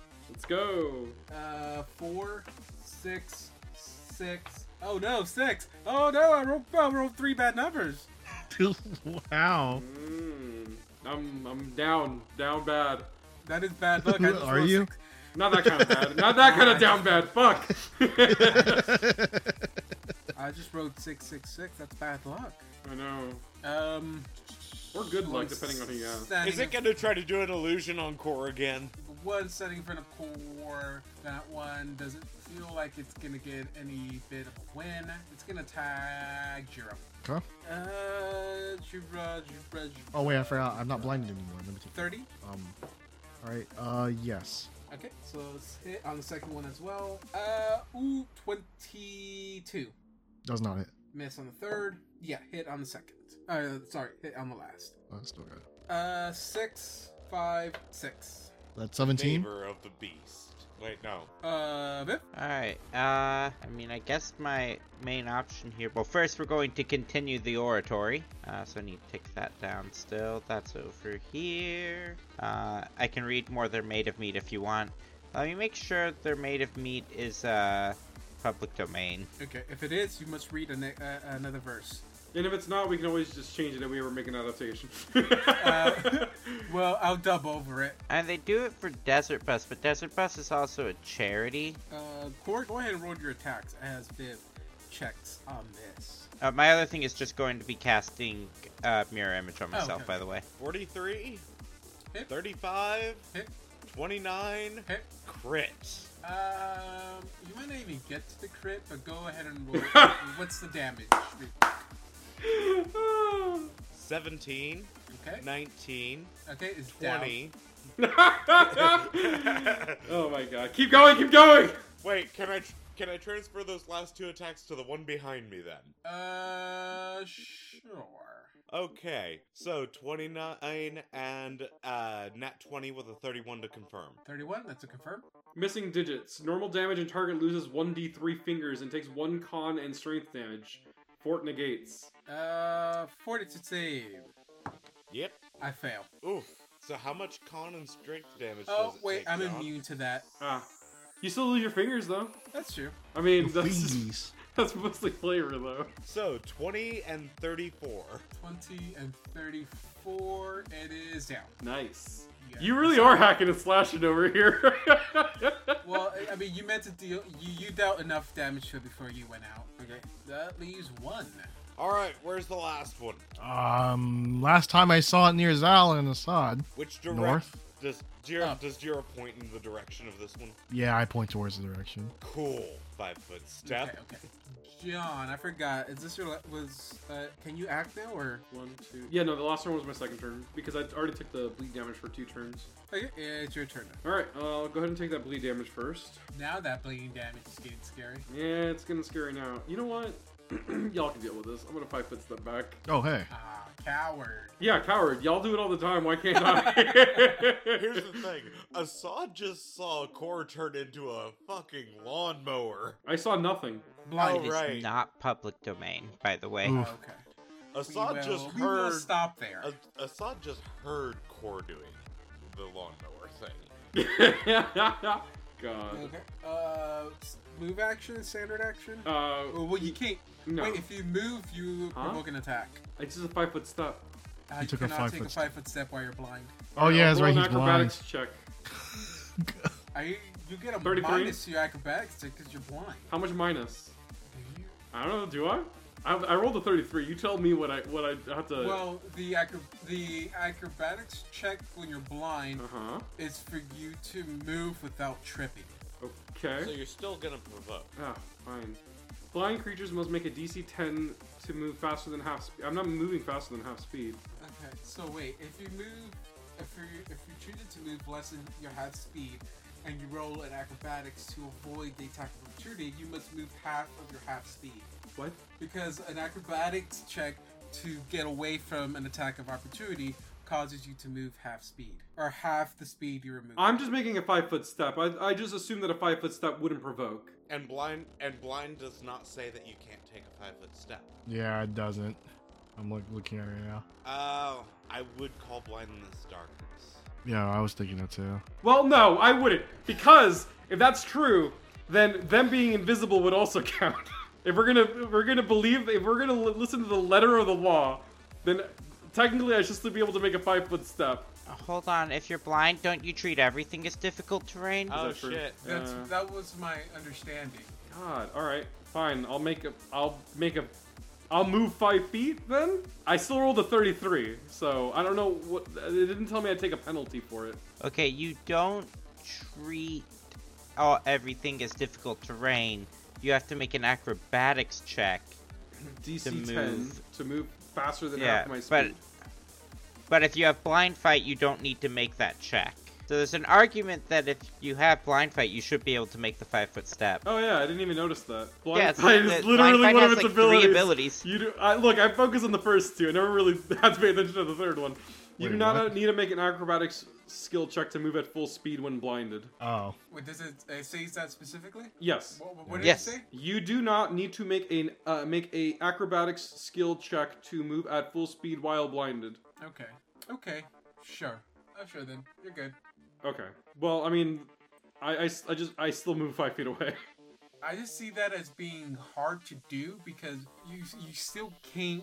S3: go.
S5: Uh, four, six, six. Oh no, six. Oh no, I rolled, I rolled three bad numbers.
S2: wow.
S3: Mm, I'm I'm down, down bad.
S5: That is bad luck. I just
S2: Are
S5: rolled
S2: you?
S5: six.
S3: Not that kind of bad. Not that kind of down bad. Fuck.
S5: I just rolled six, six, six. That's bad luck.
S3: I know.
S5: Um,
S3: Or good luck, depending on who you ask.
S5: standing
S6: Is it gonna try to do an illusion on Core again?
S5: up- one setting for an core. That one doesn't feel like it's gonna get any bit of a win. It's gonna tag Jiro.
S2: Okay.
S5: Uh, Jiro, Jiro, Jiro.
S2: Oh wait, I forgot. I'm not blinded anymore. Let me take.
S5: Thirty.
S2: Um. All right. Uh. Yes.
S5: Okay, so let's hit on the second one as well. Uh, ooh, twenty-two.
S2: Does not hit.
S5: Miss on the third. Yeah, hit on the second. Uh, sorry, hit on the last.
S2: That's still good.
S5: Uh, six, five, six.
S2: That's 17.
S10: Favor of the beast. Wait, no.
S5: Uh, Viv?
S4: Alright, uh, I mean, I guess my main option here. Well, first we're going to continue the oratory. Uh, so I need to tick that down still. That's over here. Uh, I can read more They're Made of Meat if you want. Let me make sure They're Made of Meat is, uh, public domain.
S5: Okay, if it is, you must read a ne- uh, another verse.
S3: And if it's not, we can always just change it and we ever make an adaptation.
S5: Uh, well, I'll dub over it.
S4: And they do it for Desert Bus, but Desert Bus is also a charity.
S5: Uh, Court, go ahead and roll your attacks as Viv checks on this.
S4: Uh, my other thing is just going to be casting uh, mirror image on
S5: Oh,
S4: myself,
S5: okay.
S4: by the way.
S10: 43,
S5: Hit.
S10: 35,
S5: Hit.
S10: 29,
S5: Hit.
S10: crit.
S5: Um, you might not even get to the crit, but go ahead and roll. What's the damage?
S10: 17,
S5: Okay.
S10: 19,
S5: Okay, it's down.
S10: 20.
S3: oh my god. Keep going, keep going!
S10: Wait, can I tr- can I transfer those last two attacks to the one behind me then?
S5: Uh, sure.
S10: Okay, so 29 and uh, nat 20 with a 31 to confirm.
S5: 31, that's a confirm.
S3: Missing digits. Normal damage and target loses 1d3 fingers and takes 1 con and strength damage. Fort negates.
S5: Uh, fortitude save.
S10: Yep.
S5: I fail.
S10: Oof. So how much con and strength damage
S5: Oh,
S10: does it
S5: wait,
S10: take,
S5: I'm
S10: John?
S5: immune to that.
S3: Ah. You still lose your fingers though.
S5: That's true.
S3: I mean, that's just,
S2: Please.
S3: that's mostly flavor though.
S10: So 20 and 34.
S5: 20 and 34, it is down.
S3: Nice.
S5: Yeah.
S3: You really are hacking and slashing over here.
S5: Well, I- I mean, you meant to deal. You, you dealt enough damage to it before you went out. Okay. That leaves one.
S10: All right, where's the last one?
S2: Um. Last time I saw it near Zal and Assad.
S10: Which direct
S2: North?
S10: does Jira
S5: Up.
S10: does Jira point in the direction of this one?
S2: Yeah, I point towards the direction.
S10: Cool. Five foot step.
S5: Okay, okay. John, I forgot. Is this your. la- Was. Uh, can you act now or.
S3: One, two. Yeah, no, the last one was my second turn because I already took the bleed damage for two turns.
S5: Okay, Oh, it's your turn now.
S3: All right, uh, I'll go ahead and take that bleed damage first.
S5: Now that bleeding damage is getting scary.
S3: Yeah, it's getting scary now. You know what? y'all can deal with this. I'm gonna five foot step back.
S2: Oh hey.
S5: Ah, coward.
S3: Yeah, coward. Y'all do it all the time. Why can't I?
S10: Here's the thing. Assad just saw Core turn into a fucking lawnmower.
S3: I saw nothing.
S5: Blind.
S10: Oh, right.
S4: It's not public domain, by the way.
S5: Okay. We will-
S10: Assad just
S5: we will
S10: heard
S5: stop there.
S10: A- Assad just heard Core doing the lawnmower thing.
S3: God.
S5: Okay. Uh, s- move action, standard action.
S3: Uh,
S5: Oh, well, you can't.
S3: no.
S5: Wait, if you move, you
S3: Huh?
S5: provoke an attack.
S3: It's just a five foot step.
S5: Uh,
S2: He
S5: you
S2: took a
S5: cannot
S2: five
S5: take a
S2: foot step.
S5: five foot step while you're blind.
S2: Oh yeah, that's
S3: Roll
S2: right.
S3: an
S2: He's blind.
S3: acrobatics check.
S5: I, you get a
S3: 33?
S5: minus to your acrobatics because you're blind.
S3: How much minus? I don't know. Do I? I, I rolled a thirty-three. You tell me what I what I have to.
S5: Well, the acro- the acrobatics check when you're blind
S3: uh huh.
S5: is for you to move without tripping.
S3: Okay.
S10: So you're still gonna provoke.
S3: Ah, fine. Flying creatures must make a DC 10 to move faster than half speed. I'm not moving faster than half speed.
S5: Okay, so wait, if you move, if you if you choosing to move less than your half speed, and you roll an acrobatics to avoid the attack of opportunity, you must move half of your half speed.
S3: What?
S5: Because an acrobatics check to get away from an attack of opportunity causes you to move half speed or half the speed you were moving.
S3: I'm just making a five foot step. I, I just assumed that a five foot step wouldn't provoke.
S10: And blind and blind does not say that you can't take a five foot step.
S2: Yeah, it doesn't. I'm look, looking at it right now.
S10: Oh, I would call blindness darkness.
S2: Yeah, I was thinking that too.
S3: Well, no, I wouldn't. Because if that's true, then them being invisible would also count. if we're gonna if we're gonna believe if we're gonna li- listen to the letter of the law, then technically I should still be able to make a five foot step.
S4: Uh, Hold on, if you're blind, don't you treat everything as difficult terrain?
S10: Oh
S3: that true?
S10: shit.
S5: That's
S3: Uh,
S5: that was my understanding.
S3: God. All right. Fine. I'll make a. I'll make a. I'll move five feet then. I still rolled a 33, so I don't know what. It didn't tell me I'd take a penalty for it.
S4: Okay, you don't treat all everything as difficult terrain, you have to make an acrobatics check.
S3: DC
S4: to
S3: 10
S4: move.
S3: to move faster than
S4: Yeah,
S3: half my
S4: but-
S3: speed.
S4: But if you have blind fight, you don't need to make that check. So there's an argument that if you have blind fight, you should be able to make the five foot step.
S3: Oh yeah, I didn't even notice that. Blind
S4: Yeah, it's
S3: fight
S4: like
S3: is
S4: that-
S3: literally
S4: blind fight
S3: one of
S4: has,
S3: its
S4: like, three
S3: abilities.
S4: abilities.
S3: You do, I, look, I focus on the first two. I never really had to pay attention to the third one. You
S2: Wait,
S3: do not
S2: what?
S3: need to make an acrobatics skill check to move at full speed when blinded.
S2: Oh.
S5: Wait, does it, it say that specifically?
S3: Yes.
S5: What, what- what did
S4: Yes.
S5: it say?
S3: You do not need to make an uh, make a acrobatics skill check to move at full speed while blinded.
S5: Okay. Okay. Sure. Oh, sure then. You're good.
S3: Okay. Well, I mean, I, I s- I just I still move five feet away.
S5: I just see that as being hard to do because you you still can't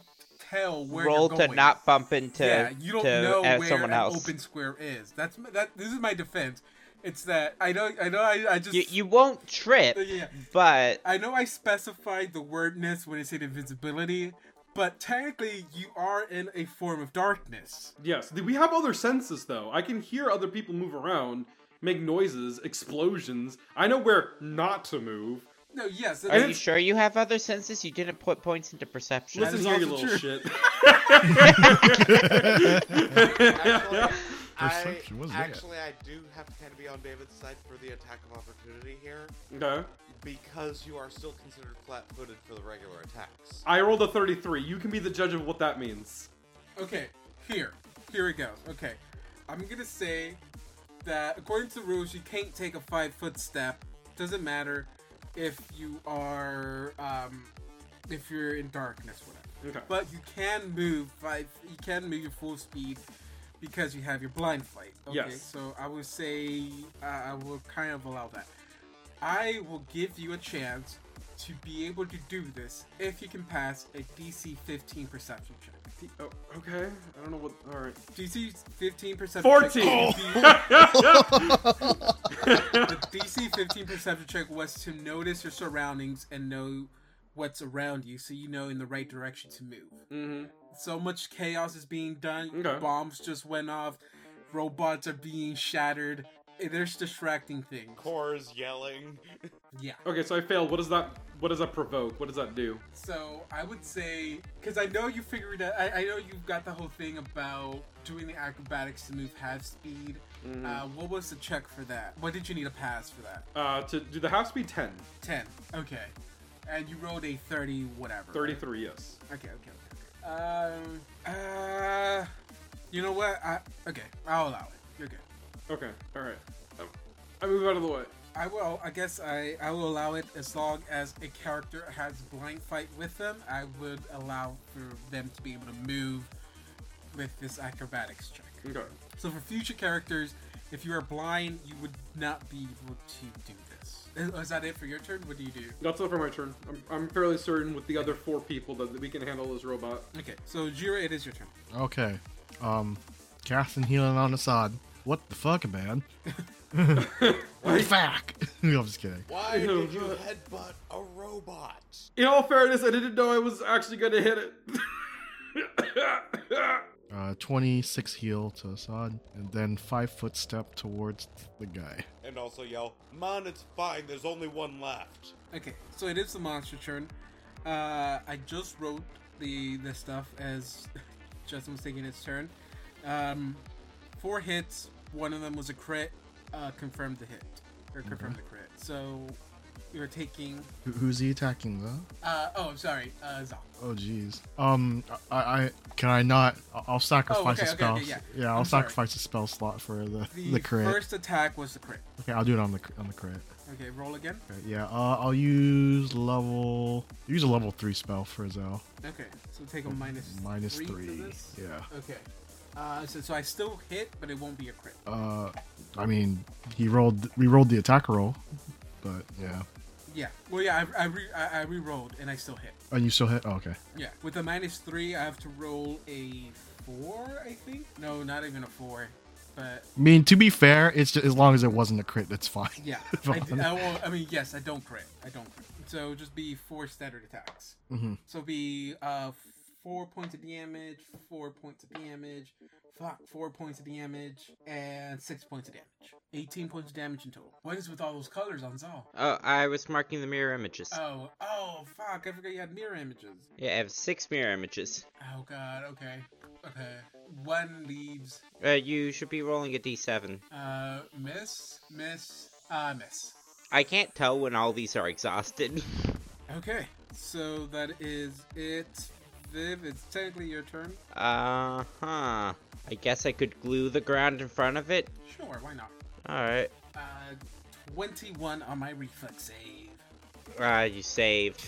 S5: tell where
S4: Roll
S5: you're
S4: to
S5: going.
S4: not bump into
S5: yeah, you don't
S4: to,
S5: know
S4: uh,
S5: where
S4: someone
S5: an
S4: else.
S5: open square is. That's my- that. This is my defense. It's that I know. I know. I, I just
S4: You, you won't trip,
S5: Yeah.
S4: but
S5: I know I specified the wordness when I said invisibility, but technically you are in a form of darkness.
S3: yes. We have other senses though. I can hear other people move around, make noises, explosions. I know where not to move.
S5: No, yes,
S4: are
S5: that's
S4: you sure you have other senses? You didn't put points into perception.
S3: Listen
S5: is
S3: here, you
S5: also
S3: little
S5: true.
S3: shit.
S2: Perception, what is that?
S10: actually, I do have to kind of be on David's side for the attack of opportunity here
S3: okay.
S10: because you are still considered flat-footed for the regular attacks.
S3: I rolled a 33. You can be the judge of what that means.
S5: okay. Here, here it goes. Okay, I'm gonna say that according to the rules, you can't take a five foot step. Doesn't matter if you are um, if you're in darkness, whatever.
S3: Okay.
S5: But you can move five. You can move your full speed because you have your blind fight. Okay,
S3: Yes.
S5: so I would say uh, I will kind of allow that. I will give you a chance to be able to do this if you can pass a DC 15 perception check.
S3: Oh, okay. I don't know what. All right.
S5: DC 15 perception.
S3: 14.
S5: Check the DC 15 perception check was to notice your surroundings and know what's around you, so you know in the right direction to move.
S3: hmm
S5: so much chaos is being done.
S3: Okay.
S5: Bombs just went off. Robots are being shattered. There's distracting things.
S10: Cores yelling.
S5: Yeah.
S3: Okay, so I failed. What does that? What does that provoke? What does that do?
S5: So I would say, because I know you figured out, I, I know you've got the whole thing about doing the acrobatics to move half speed. Uh, what was the check for that? What did you need a pass for that?
S3: Uh, to do the half speed 10,
S5: 10. Okay. And you rolled a 30, whatever.
S3: 33, yes.
S5: Okay, okay, okay. Um, uh, you know what? I, okay, I'll allow it. You're good.
S3: Okay, all right. Um, I move out of the way.
S5: I will. I guess I, I will allow it as long as a character has blind fight with them. I would allow for them to be able to move with this acrobatics check.
S3: Okay.
S5: So for future characters, if you are blind, you would not be able to do this. Is, is that it for your turn? What do you do?
S3: That's it for my turn. I'm, I'm fairly certain with the other four people that, that we can handle this robot.
S5: Okay, so Jira, it is your turn.
S2: Okay. Um, casting healing on Assad. What the fuck, man? what the fuck? I'm just kidding.
S10: Why
S3: No,
S10: did you
S3: but-
S10: headbutt a robot?
S3: In all fairness, I didn't know I was actually going to hit it.
S2: Uh, 26 heal to Assad, and then five foot step towards the guy.
S10: And also yell, "Man, it's fine. There's only one left."
S5: Okay, so it is the monster turn. Uh, I just wrote the the stuff as Justin was taking his turn. Um, four hits. One of them was a crit. Uh, confirmed the hit or confirmed the crit. So you're taking.
S2: Who- Who's he attacking though?
S5: Uh, oh, sorry. Uh, Zal.
S2: Oh jeez. Um, I, I can I not? I'll- I'll sacrifice
S5: Oh, okay,
S2: a
S5: okay,
S2: spell.
S5: okay, yeah.
S2: I'll
S5: I'm sorry.
S2: sacrifice a spell slot for the
S5: The,
S2: the, crit.
S5: first attack was the crit.
S2: Okay, I'll do it on the on the crit.
S5: Okay, roll again.
S2: Okay, yeah, uh, I'll use level use a level three spell for Zell.
S5: Okay, so take a minus
S2: Minus
S5: three. for
S2: three,
S5: this?
S2: yeah.
S5: Okay. Uh, so, so I still hit, but it won't be a crit.
S2: Uh, I mean, he rolled we rolled the attack roll, but yeah.
S5: Yeah. Well, yeah. I I re I, I re-rolled and I still hit.
S2: And you still hit. Oh, okay.
S5: Yeah, with a minus three, I have to roll a four, I think. No, not even a four, but
S2: I mean, to be fair, it's just, as long as it wasn't a crit, that's fine.
S5: yeah.
S2: If I'm
S5: I, d-
S2: honest.
S5: I will- I mean, yes, I don't crit. I don't crit. So just be four standard attacks.
S2: Mhm.
S5: So be uh four points of damage, four points of damage, Fuck, four points of damage and six points of damage. 18 points of damage in total. What is with all those colors on Zal?
S4: Oh, I was marking the mirror images.
S5: Oh, oh, fuck, I forgot you had mirror images.
S4: Yeah, I have six mirror images.
S5: Oh, God, okay. Okay. One leaves.
S4: Uh, you should be rolling a d7.
S5: Uh, miss, miss, uh, miss.
S4: I can't tell when all these are exhausted.
S5: Okay, so that is it. Viv, it's technically your turn.
S4: Uh huh. I guess I could glue the ground in front of it.
S5: Sure, why not?
S4: Alright.
S5: Uh, 21 on my reflex save.
S4: Ah, you saved.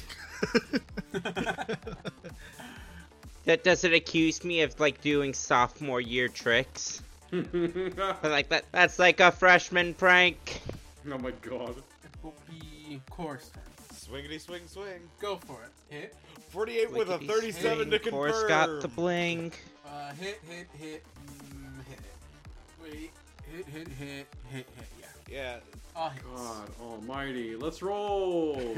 S4: that doesn't accuse me of like doing sophomore year tricks.
S3: oh
S4: Like that that's like a freshman prank.
S3: my god.
S5: It will be Core's turn.
S6: Swingity swing swing.
S5: Go for it. Hit.
S6: 48 with a
S4: Lickety
S6: 37 to
S4: spring, Course got the
S6: confirm.
S4: bling.
S5: Uh, hit, hit, hit, mm, hit. Wait, hit, hit, hit, hit, hit, yeah.
S6: Yeah.
S5: All hits.
S3: God almighty. Let's roll.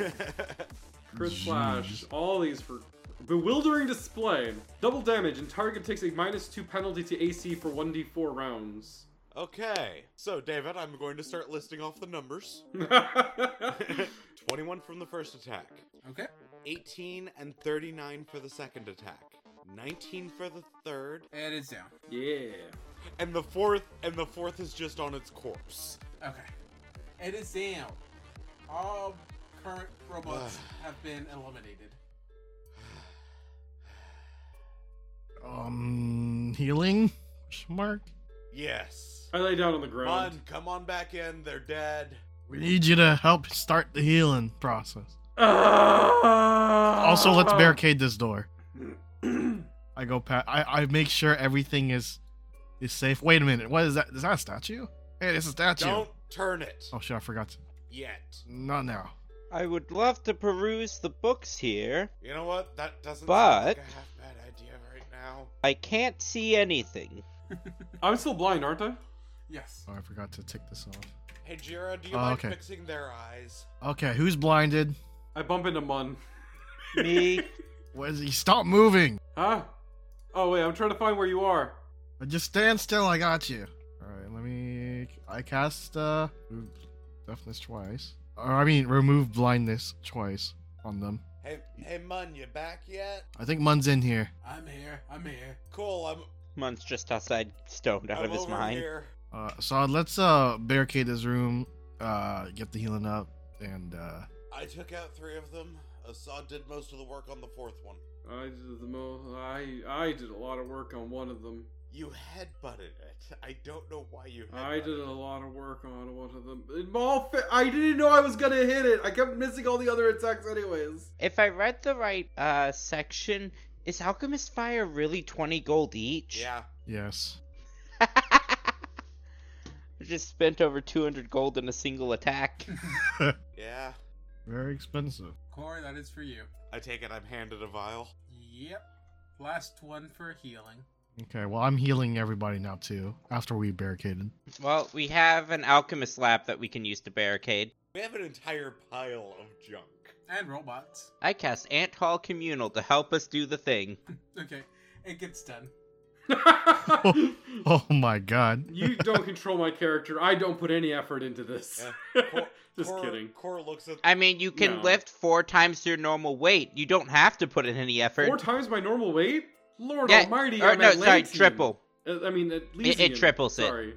S3: Chris Flash. All these for bewildering display. Double damage and target takes a minus two penalty to AC for 1d4 rounds.
S6: Okay. So, David, I'm going to start listing off the numbers. 21 from the first attack,
S5: Okay.
S6: 18 and 39 for the second attack, 19 for the third,
S5: It is down.
S3: yeah.
S6: and the fourth and the fourth is just on its corpse.
S5: Okay. It is down. All current robots have been eliminated.
S2: Um, healing? Question Mark.
S6: Yes.
S3: I lay down on the ground.
S6: Mud, come on back in. They're dead.
S2: We need you to help start the healing process.
S3: also,
S2: Also, let's barricade this door. I go pat. I, I make sure everything is is safe. Wait a minute. What is that? Is that a statue? Hey, it's a statue.
S6: Don't turn it
S2: Oh shit! I forgot. To,
S6: yet.
S2: not now.
S4: I would love to peruse the books here.
S6: You know what? That doesn't
S4: But-
S6: sound like a half bad idea right now.
S4: I can't see anything.
S3: I'm still blind, aren't I?
S5: Yes.
S2: Oh, I forgot to take this off.
S6: Hey, Jira, do you
S2: Oh,
S6: mind
S2: okay.
S6: fixing their eyes?
S2: Okay, who's blinded?
S3: I bump into Mun.
S4: Me.
S2: What is he? Stop moving.
S3: Huh? Oh wait, I'm trying to find where you are.
S2: Just stand still. I got you. All right. Let me. I cast uh remove deafness twice. Or I mean, remove blindness twice on them.
S6: Hey, hey, Mun, you back yet?
S2: I think Mun's in here.
S5: I'm here. I'm here.
S6: Cool. I'm
S4: Mon's just outside, stoned out
S6: I'm
S4: of his
S6: over
S4: mind.
S6: Here.
S2: Uh, so let's uh barricade this room, uh get the healing up, and uh
S6: I took out three of them. Assad did most of the work on the fourth one.
S3: I did the mo- I I did a lot of work on one of them.
S6: You headbutted it. I don't know why you.
S3: I
S6: headbutted
S3: did a
S6: it.
S3: lot of work on one of them. It all fa- I didn't know I was gonna hit it. I kept missing all the other attacks, anyways.
S4: If I read the right uh, section, is Alchemist Fire really 20 gold each?
S6: Yeah.
S2: yes.
S4: I just spent over 200 gold in a single attack.
S6: Yeah.
S2: Very expensive.
S5: Corey, that is for you.
S6: I take it. I'm handed a vial.
S5: Yep. Last one for healing.
S2: Okay, well I'm healing everybody now too, after we barricaded.
S4: well, we have an Alchemist Lab that we can use to barricade.
S6: We have an entire pile of junk.
S5: And robots.
S4: I cast Ant Hall Communal to help us do the thing.
S5: Okay. It gets done.
S2: Oh my god.
S3: you don't control my character. I don't put any effort into this.
S6: Cor-
S3: Just
S6: Cor-
S3: kidding.
S6: Cor looks at.
S4: I mean, you can
S3: No.
S4: lift four times your normal weight. You don't have to put in any effort.
S3: Four times my normal weight. Lord
S4: Yeah,
S3: Almighty!
S4: or
S3: I'm
S4: no, sorry,
S3: Atlantean.
S4: triple.
S3: Uh, I mean, at
S4: it
S3: least
S4: triples it.
S3: Sorry,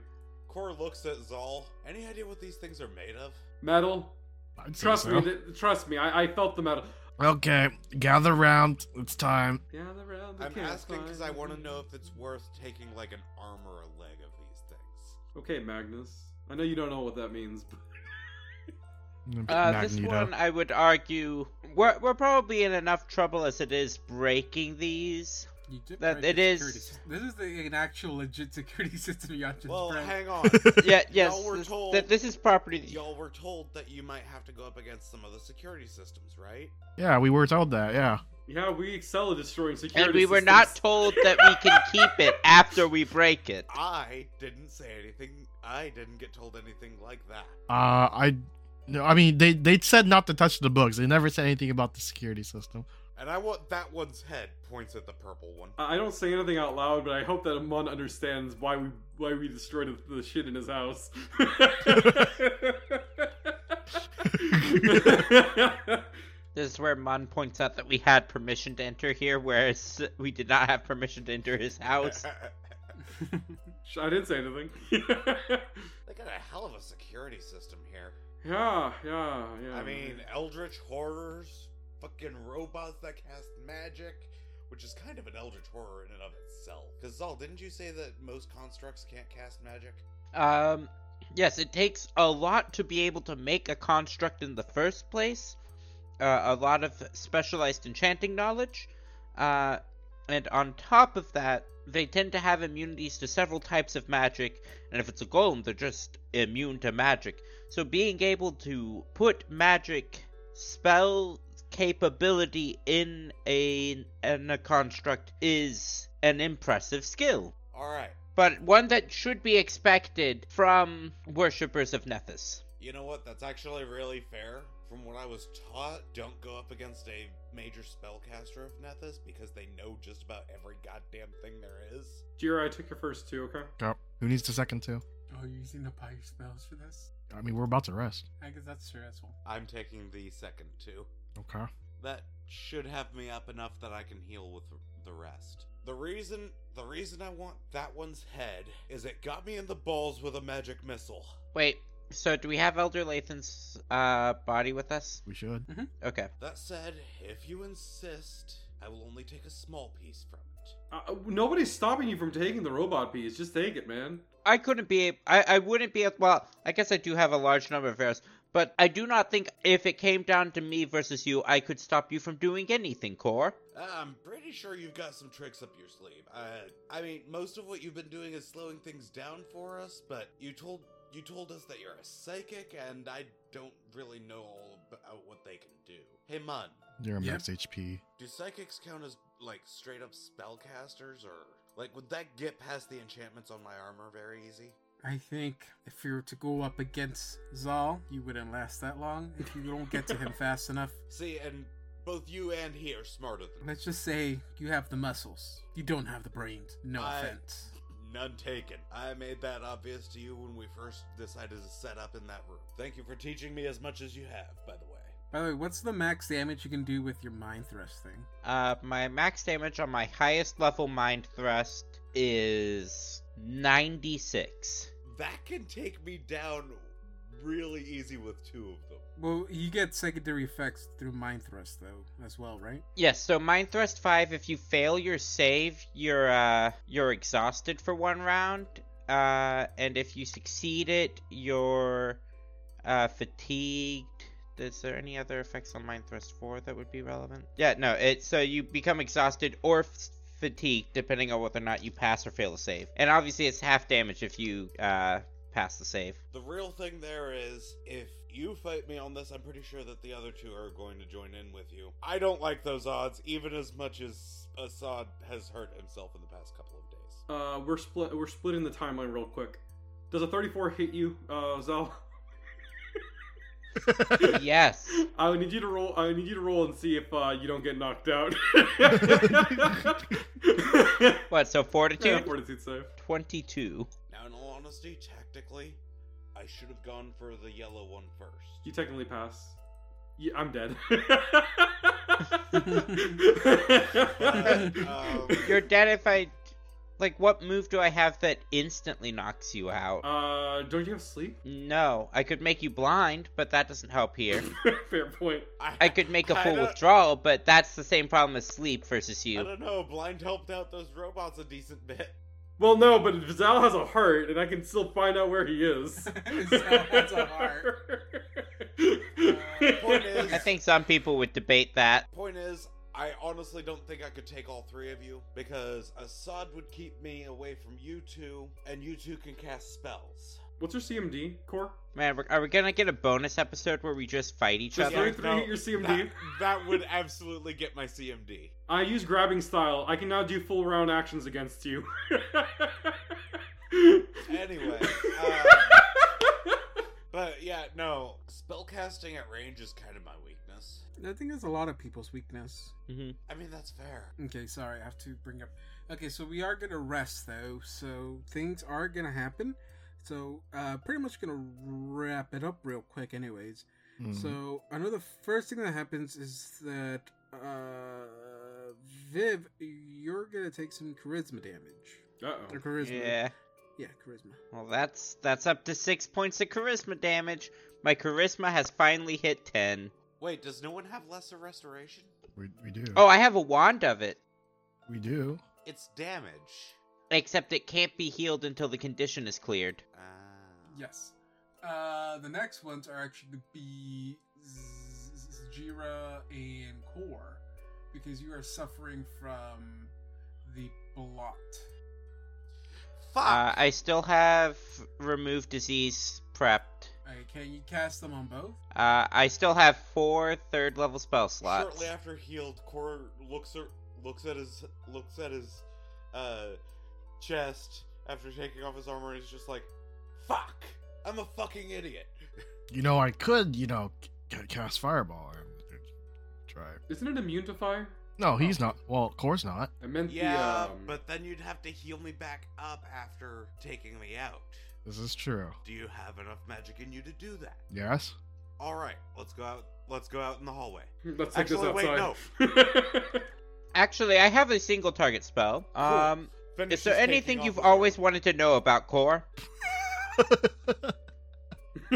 S6: Cor looks at Zal. Any idea what these things are made of?
S3: metal.
S2: I'd say
S3: Trust
S2: so.
S3: me. Th- trust me. I, I felt the metal.
S2: Okay, gather round. It's time.
S3: Gather round the
S6: I'm asking because I want to
S3: campfire.
S6: know if it's worth taking like an arm or a leg of these things.
S3: Okay, Magnus. I know you don't know what that means, but
S2: I'm gonna pick
S4: Uh, this
S2: Magneto.
S4: one, I would argue, we're, we're probably in enough trouble as it is breaking these.
S5: You did
S4: That-
S5: break
S4: it
S5: the
S4: is-
S5: security sys- This is the, an actual legit security system you have to
S6: Well,
S5: break.
S6: hang on.
S4: Yeah, yes.
S6: Y'all were
S4: this,
S6: told-
S4: that this is property. that-
S6: Y'all were told that you might have to go up against some of the security systems, right?
S2: Yeah, we were told that. Yeah.
S3: yeah, we excel at destroying security.
S4: and we were
S3: systems.
S4: not told that we can keep it after we break it.
S6: I didn't say anything. I didn't get told anything like that.
S2: Uh, I. No, I mean they they said not to touch the books. They never said anything about the security system.
S6: And I want that one's head points at the purple one.
S3: I I don't say anything out loud, but I hope that Amon understands why we why we destroyed the shit in his house.
S4: This is where Mun points out that we had permission to enter here, whereas we did not have permission to enter his house.
S3: Sh- I didn't say anything.
S6: They got a hell of a security system here.
S3: yeah, yeah, yeah.
S6: I mean, eldritch horrors, fucking robots that cast magic, which is kind of an eldritch horror in and of itself. Because Zal, didn't you say that most constructs can't cast magic?
S4: Um, yes, it takes a lot to be able to make a construct in the first place, uh, a lot of specialized enchanting knowledge, uh, and on top of that, they tend to have immunities to several types of magic, and if it's a golem, they're just immune to magic. So being able to put magic spell capability in a in a construct is an impressive skill
S6: All right.
S4: but one that should be expected from worshippers of Nethys.
S6: You know what? That's actually really fair. From what I was taught, don't go up against a major spellcaster of Nethys because they know just about every goddamn thing there is.
S3: Jira, I took your first two. Okay.
S2: Yep. Who needs the second two?
S5: Oh, you're using the pie spells for this?
S2: I mean, we're about to rest.
S5: I guess that's stressful.
S6: I'm taking the second two.
S2: Okay.
S6: That should have me up enough that I can heal with the rest. The reason the reason I want that one's head is it got me in the balls with a magic missile.
S4: Wait, so do we have Elder Lathan's uh, body with us?
S2: We should.
S4: Okay.
S6: That said, if you insist, I will only take a small piece from it.
S3: Uh, nobody's stopping you from taking the robot piece. Just take it, man.
S4: I couldn't be. ab- I, I wouldn't be. ab- Well, I guess I do have a large number of arrows, but I do not think if it came down to me versus you, I could stop you from doing anything, Core.
S6: I'm pretty sure you've got some tricks up your sleeve. Uh, I mean, most of what you've been doing is slowing things down for us, but you told you told us that you're a psychic, and I don't really know all about what they can do. Hey, Mun,
S2: You're a
S5: Yep.
S2: max HP.
S6: do psychics count as like straight up spellcasters, or like would that get past the enchantments on my armor very easy?
S5: I think if you were to go up against Zal, you wouldn't last that long if you don't get to him fast enough.
S6: See, and both you and he are smarter than
S5: Let's just say you have the muscles. You don't have the brains. No
S6: I-
S5: offense.
S6: None taken. I made that obvious to you when we first decided to set up in that room. Thank you for teaching me as much as you have, by the way.
S5: By the way, what's the max damage you can do with your mind thrust thing?
S4: Uh, my max damage on my highest level mind thrust is ninety-six.
S6: That can take me down really easy with two of them.
S5: Well, you get secondary effects through mind thrust though, as well, right?
S4: Yes, so Mind Thrust 5, if you fail your save, you're uh you're exhausted for one round. Uh and if you succeed it, you're uh fatigued. Is there any other effects on Mind Thrust 4 that would be relevant? Yeah, no, it so you become exhausted or f- fatigued depending on whether or not you pass or fail a save. And obviously it's half damage if you uh pass the save.
S6: The real thing there is, if you fight me on this, I'm pretty sure that the other two are going to join in with you. I don't like those odds, even as much as Assad has hurt himself in the past couple of days.
S3: Uh, we're split. We're splitting the timeline real quick. Does a 34 hit you, uh, Zal?
S4: yes.
S3: I need you to roll. I need you to roll and see if uh, you don't get knocked out.
S4: What, so
S3: yeah,
S4: fortitude?
S3: fortitude save.
S4: 22.
S6: Now, in all honesty, tactically, I should have gone for the yellow one first.
S3: You technically pass. Yeah, I'm dead.
S6: But, um,
S4: You're dead if I. Like, what move do I have that instantly knocks you out?
S3: uh, don't you have sleep?
S4: no, I could make you blind, but that doesn't help here.
S3: Fair point.
S4: I could make a
S6: I
S4: full
S6: don't-
S4: withdrawal, but that's the same problem as sleep versus
S6: I
S4: you.
S6: don't know. Blind helped out those robots a decent bit.
S3: Well, no, but if Zal has a heart, and I can still find out where he is.
S5: Zal has a heart.
S6: Uh, Point is,
S4: I think some people would debate that.
S6: Point is, I honestly don't think I could take all three of you because Assad would keep me away from you two, and you two can cast spells.
S3: What's your CMD core?
S4: Man, we're- are we gonna get a bonus episode where we just fight each
S3: Does
S4: other?
S6: Yeah.
S3: 33
S6: no,
S3: hit your CMD?
S6: That, that would absolutely get my CMD.
S3: I use grabbing style. I can now do full round actions against you.
S6: Anyway, uh, But yeah, no, spellcasting at range is kind of my weakness.
S5: I think that's a lot of people's weakness.
S6: I mean, that's fair.
S5: Okay, sorry, I have to bring up. Okay, so we are gonna rest though, so things are gonna happen. So, uh, pretty much gonna wrap it up real quick, anyways.
S2: Mm, Mm-hmm.
S5: So I know the first thing that happens is that uh, Viv, you're gonna take some charisma damage.
S3: Uh
S5: Or charisma.
S4: Yeah.
S5: Yeah, charisma.
S4: Well, that's that's up to six points of charisma damage. My charisma has finally hit ten.
S6: Wait, does no one have lesser restoration?
S2: We, we do.
S4: Oh, I have a wand of it,
S2: We do.
S6: It's damage.
S4: except it can't be healed until the condition is cleared.
S6: Ah.
S5: Yes. Uh, the next ones are actually gonna be Z- Z- Jira and Core, because you are suffering from the blot.
S6: Fuck.
S4: Uh, I still have remove disease prepped.
S5: Okay, can you cast them on both?
S4: Uh, I still have four third level spell slots.
S6: Shortly after healed, Cor looks at looks at his looks at his uh chest after taking off his armor and is just like, "Fuck! I'm a fucking idiot."
S2: You know, I could, you know, c- cast fireball and try.
S3: Isn't it immune to fire?
S4: Oh.
S2: No, he's not. Well, of course not.
S3: I meant
S6: Yeah,
S3: the. Um,
S6: but then you'd have to heal me back up after taking me out.
S2: This is true.
S6: Do you have enough magic in you to do that?
S2: Yes.
S6: All right, let's go out. Let's go out in the hallway.
S3: Let's take
S6: Actually,
S3: this
S6: wait,
S3: outside.
S6: no.
S4: Actually, I have a single target spell. Um, is
S6: Finishes
S4: there
S6: taking
S4: anything
S6: off
S4: you've
S6: his
S4: always
S6: armor.
S4: wanted to know about Core?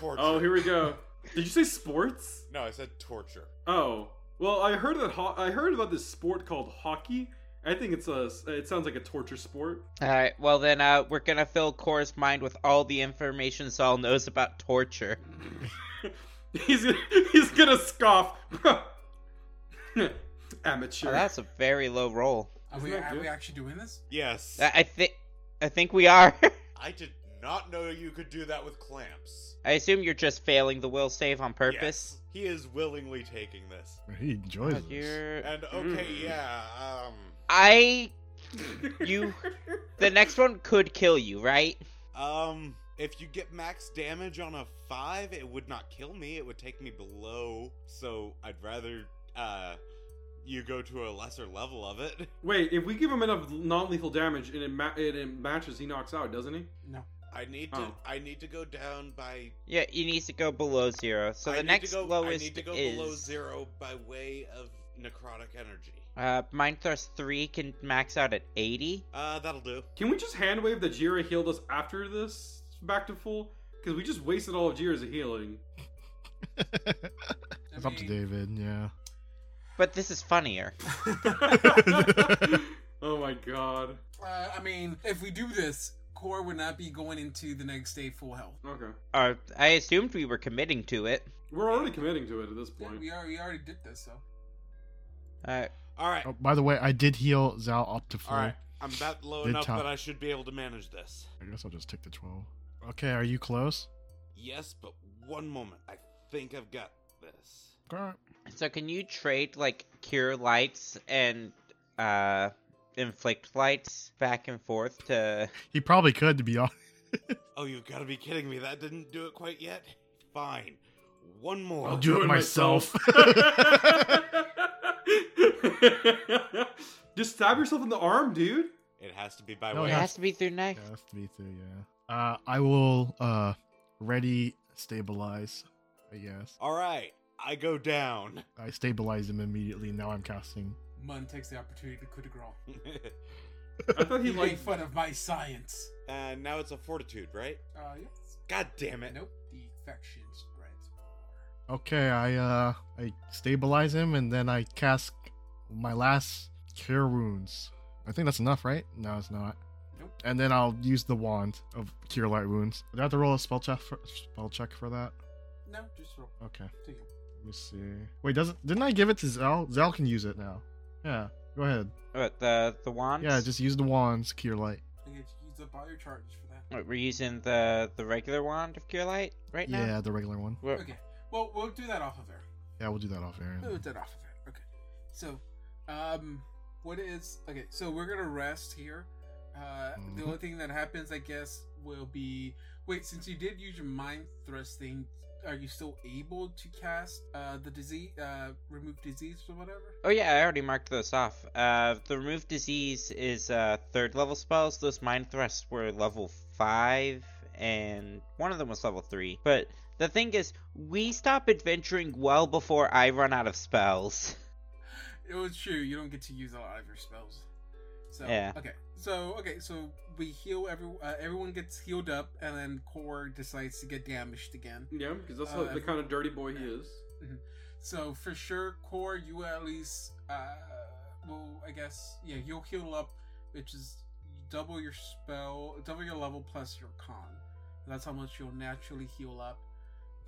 S6: Torture.
S3: oh, here we go. Did you say sports?
S6: No, I said torture.
S3: Oh, well, I heard that. Ho- I heard about this sport called hockey. I think it's a. It sounds like a torture sport.
S4: All right. Well, then uh, we're gonna fill Core's mind with all the information Saul knows about torture.
S3: he's gonna, he's gonna scoff. Amateur.
S4: Oh, that's a very low roll.
S5: Are,
S3: Isn't
S5: we,
S3: that
S5: are
S3: good?
S5: we actually doing this?
S6: Yes.
S4: I, I think. I think we are.
S6: I did not know you could do that with clamps.
S4: I assume you're just failing the will save on purpose.
S6: Yes, he is willingly taking this.
S2: He enjoys
S4: Oh,
S2: this.
S4: You're.
S6: And okay,
S3: Mm.
S6: yeah, um,
S4: I. You. The next one could kill you, right?
S6: um, if you get max damage on a five, it would not kill me. It would take me below. So I'd rather uh, you go to a lesser level of it.
S3: Wait, if we give him enough non-lethal damage and it, ma- and it matches, he knocks out, doesn't he?
S5: No.
S6: I need to.
S3: Oh.
S6: I need to go down by.
S4: Yeah, he needs to go below zero. So
S6: I
S4: the
S6: need
S4: next
S6: to go,
S4: lowest
S6: I need to go
S4: is
S6: below zero by way of necrotic energy.
S4: Uh, Mind Thrust three can max out at eighty.
S6: Uh, that'll do.
S3: Can we just hand wave that Jira healed us after this back to full? Because we just wasted all of Jira's healing.
S2: it's up to
S5: mean-
S2: David, yeah.
S4: But this is funnier.
S3: oh my god.
S5: Uh, I mean, if we do this, Core would not be going into the next day full health.
S3: Okay.
S4: Uh, I assumed we were committing to it.
S3: We're already committing to it at this point.
S5: We, are, we already did this, so.
S4: Uh,
S6: All right.
S2: Oh, by the way, I did heal Zal up to
S6: All
S2: four.
S6: right. I'm about low
S2: Good
S6: enough
S2: top.
S6: that I should be able to manage this.
S2: I guess I'll just take the 12. Okay, are you close?
S6: Yes, but one moment. I think I've got this.
S2: Okay.
S4: so can you trade like cure lights and uh inflict lights back and forth to?
S2: He probably could, to be honest.
S6: Oh, you've got to be kidding me. That didn't do it quite yet. Fine. One more.
S2: I'll do it myself.
S3: just stab yourself in the arm, dude.
S6: It has to be by
S2: No,
S6: way
S4: It
S2: yeah.
S6: of
S4: has to be through knife.
S2: Yeah, that's me too, yeah. Uh, I will uh, ready stabilize, I guess.
S6: All right. I go down.
S2: I stabilized him immediately. Now I'm casting.
S5: Mun takes the opportunity to coup de grace.
S3: I thought he
S5: He made
S3: like.
S5: fun of my science.
S6: and Uh, now it's a fortitude, right?
S5: Uh, yes.
S6: God damn it.
S5: Nope. The infection spreads.
S2: Okay, I uh, I stabilize him and then I cast my last cure wounds. I think that's enough, right? No, it's not.
S5: Nope.
S2: And then I'll use the wand of cure light wounds. Do I have to roll a spell check for, spell check for that?
S5: No, just roll.
S2: Okay.
S5: Take it.
S2: Let me see. Wait, doesn't didn't I give it to Zal? Zal can use it now. Yeah. Go ahead.
S4: What the the wands?
S2: Yeah, just use the wands, cure light.
S5: I get to use up all your charges for that.
S4: What, we're using the the regular wand of cure light right now.
S2: Yeah, the regular one.
S4: We're-
S5: Okay. Well, we'll do that off of air.
S2: Yeah, we'll do that off air.
S5: We'll do that off of air. Okay. So, um, what is okay? So we're gonna rest here. Uh, the
S2: Mhm.
S5: only thing that happens, I guess, will be. Wait, since you did use your mind thrusting, are you still able to cast uh, the disease, uh, remove disease or whatever?
S4: Oh yeah, I already marked those off. Uh, the remove disease is uh, third level spells. Those mind thrusts were level five, and one of them was level three. But the thing is, we stop adventuring well before I run out of spells.
S5: It was true. You don't get to use a lot of your spells. So
S4: Yeah.
S5: okay. So okay. So we heal every. Uh, everyone gets healed up, and then Core decides to get damaged again.
S3: Yeah, because that's
S5: Uh,
S3: the- the kind of dirty boy he is.
S5: So for sure, Core, you at least. Uh, well, I guess yeah. You'll heal up, which is double your spell, double your level plus your con. That's how much you'll naturally heal up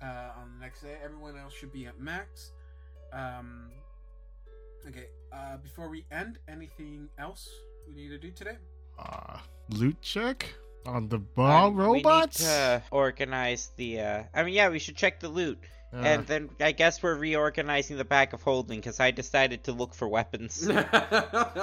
S5: uh, on the next day. Everyone else should be at max. Um, okay. Uh, before we end, anything else we need to do today?
S2: Uh, loot check on the bar
S4: Um,
S2: robots.
S4: We need to organize the. Uh... I mean, yeah, we should check the loot,
S2: Uh,
S4: and then I guess we're reorganizing the bag of holding because I decided to look for weapons. uh,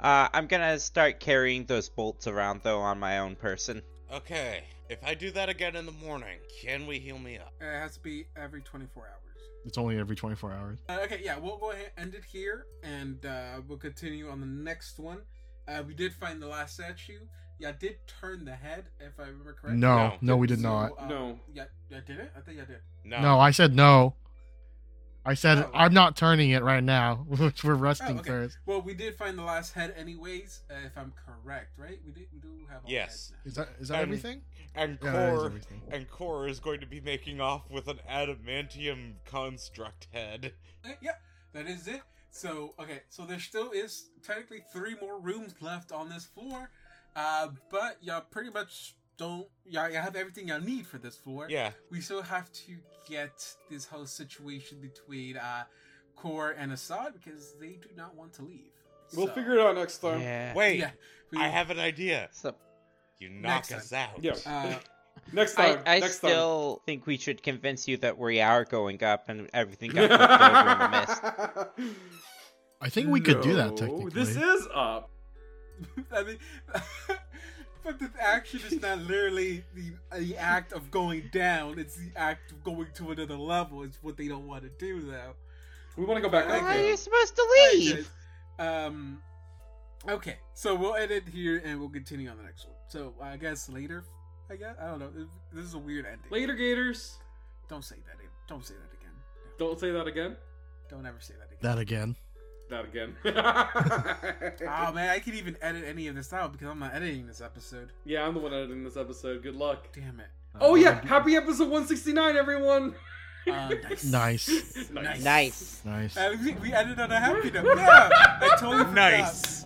S4: I'm gonna start carrying those bolts around though on my own person.
S10: Okay, if I do that again in the morning, can we heal me up?
S5: It has to be every 24 hours.
S2: it's only every 24 hours.
S5: Uh, okay, yeah, we'll go ahead and end it here, and uh, we'll continue on the next one. Uh, we did find the last statue. Yeah, I did turn the head, if I remember correctly.
S2: No, no, we did not.
S5: uh,
S3: No.
S5: Yeah, I did it? I think I did.
S6: uh,
S10: No.
S2: No, I said no. I said
S5: Oh.
S2: I'm not turning it right now. Which we're resting
S5: okay.
S2: first.
S5: Well, we did find the last head, anyways, uh, if I'm correct, right? We, did, we do have all
S10: Yes.
S5: heads
S2: Is that is that
S10: Um,
S2: everything?
S10: and
S2: Yeah, that is
S10: Core
S2: everything.
S10: and Core is going to be making off with an adamantium construct head.
S5: now. Uh, yeah, that is it. So, okay, so there still is technically three more rooms left on this floor, uh, but y'all pretty much don't. Y'all, y'all have everything y'all need for this floor.
S10: Yeah.
S5: we still have to get this whole situation between uh Kor and Assad because they do not want to leave.
S3: We'll figure it out next time.
S4: Yeah.
S10: Wait,
S5: Yeah, we,
S10: I have an idea.
S4: So
S10: You knock
S5: Next time.
S10: us out.
S3: Yeah.
S5: Uh,
S3: next time.
S4: I, I
S3: next
S4: still think we should convince you that we are going up and everything got flipped over in the mist.
S3: time.
S2: I think we could do that
S3: No,
S2: technically.
S3: This is up.
S5: I mean, but the action is not literally the the act of going down; it's the act of going to another level. It's what they don't want to do, though.
S3: We want to go back
S5: I
S3: up.
S4: Why are
S3: there.
S4: you supposed to
S5: Right,
S4: leave?
S5: guys. Um, okay, so we'll edit here and we'll continue on the next one. So I guess later. I guess I don't know. This is a weird ending.
S3: Later, Gators.
S5: Don't say that. again. Don't say that again. No.
S3: Don't say that again.
S5: Don't ever say that again.
S2: that again.
S3: That again.
S5: oh man, I could even edit any of this out because I'm not editing this episode.
S3: yeah, I'm the one editing this episode. Good luck.
S5: Damn it.
S3: Oh yeah, happy episode 169, everyone.
S5: Uh, nice.
S2: Nice,
S3: nice.
S4: Nice.
S2: nice.
S5: I think we ended on a happy note. Yeah, I totally forgot.
S10: Nice.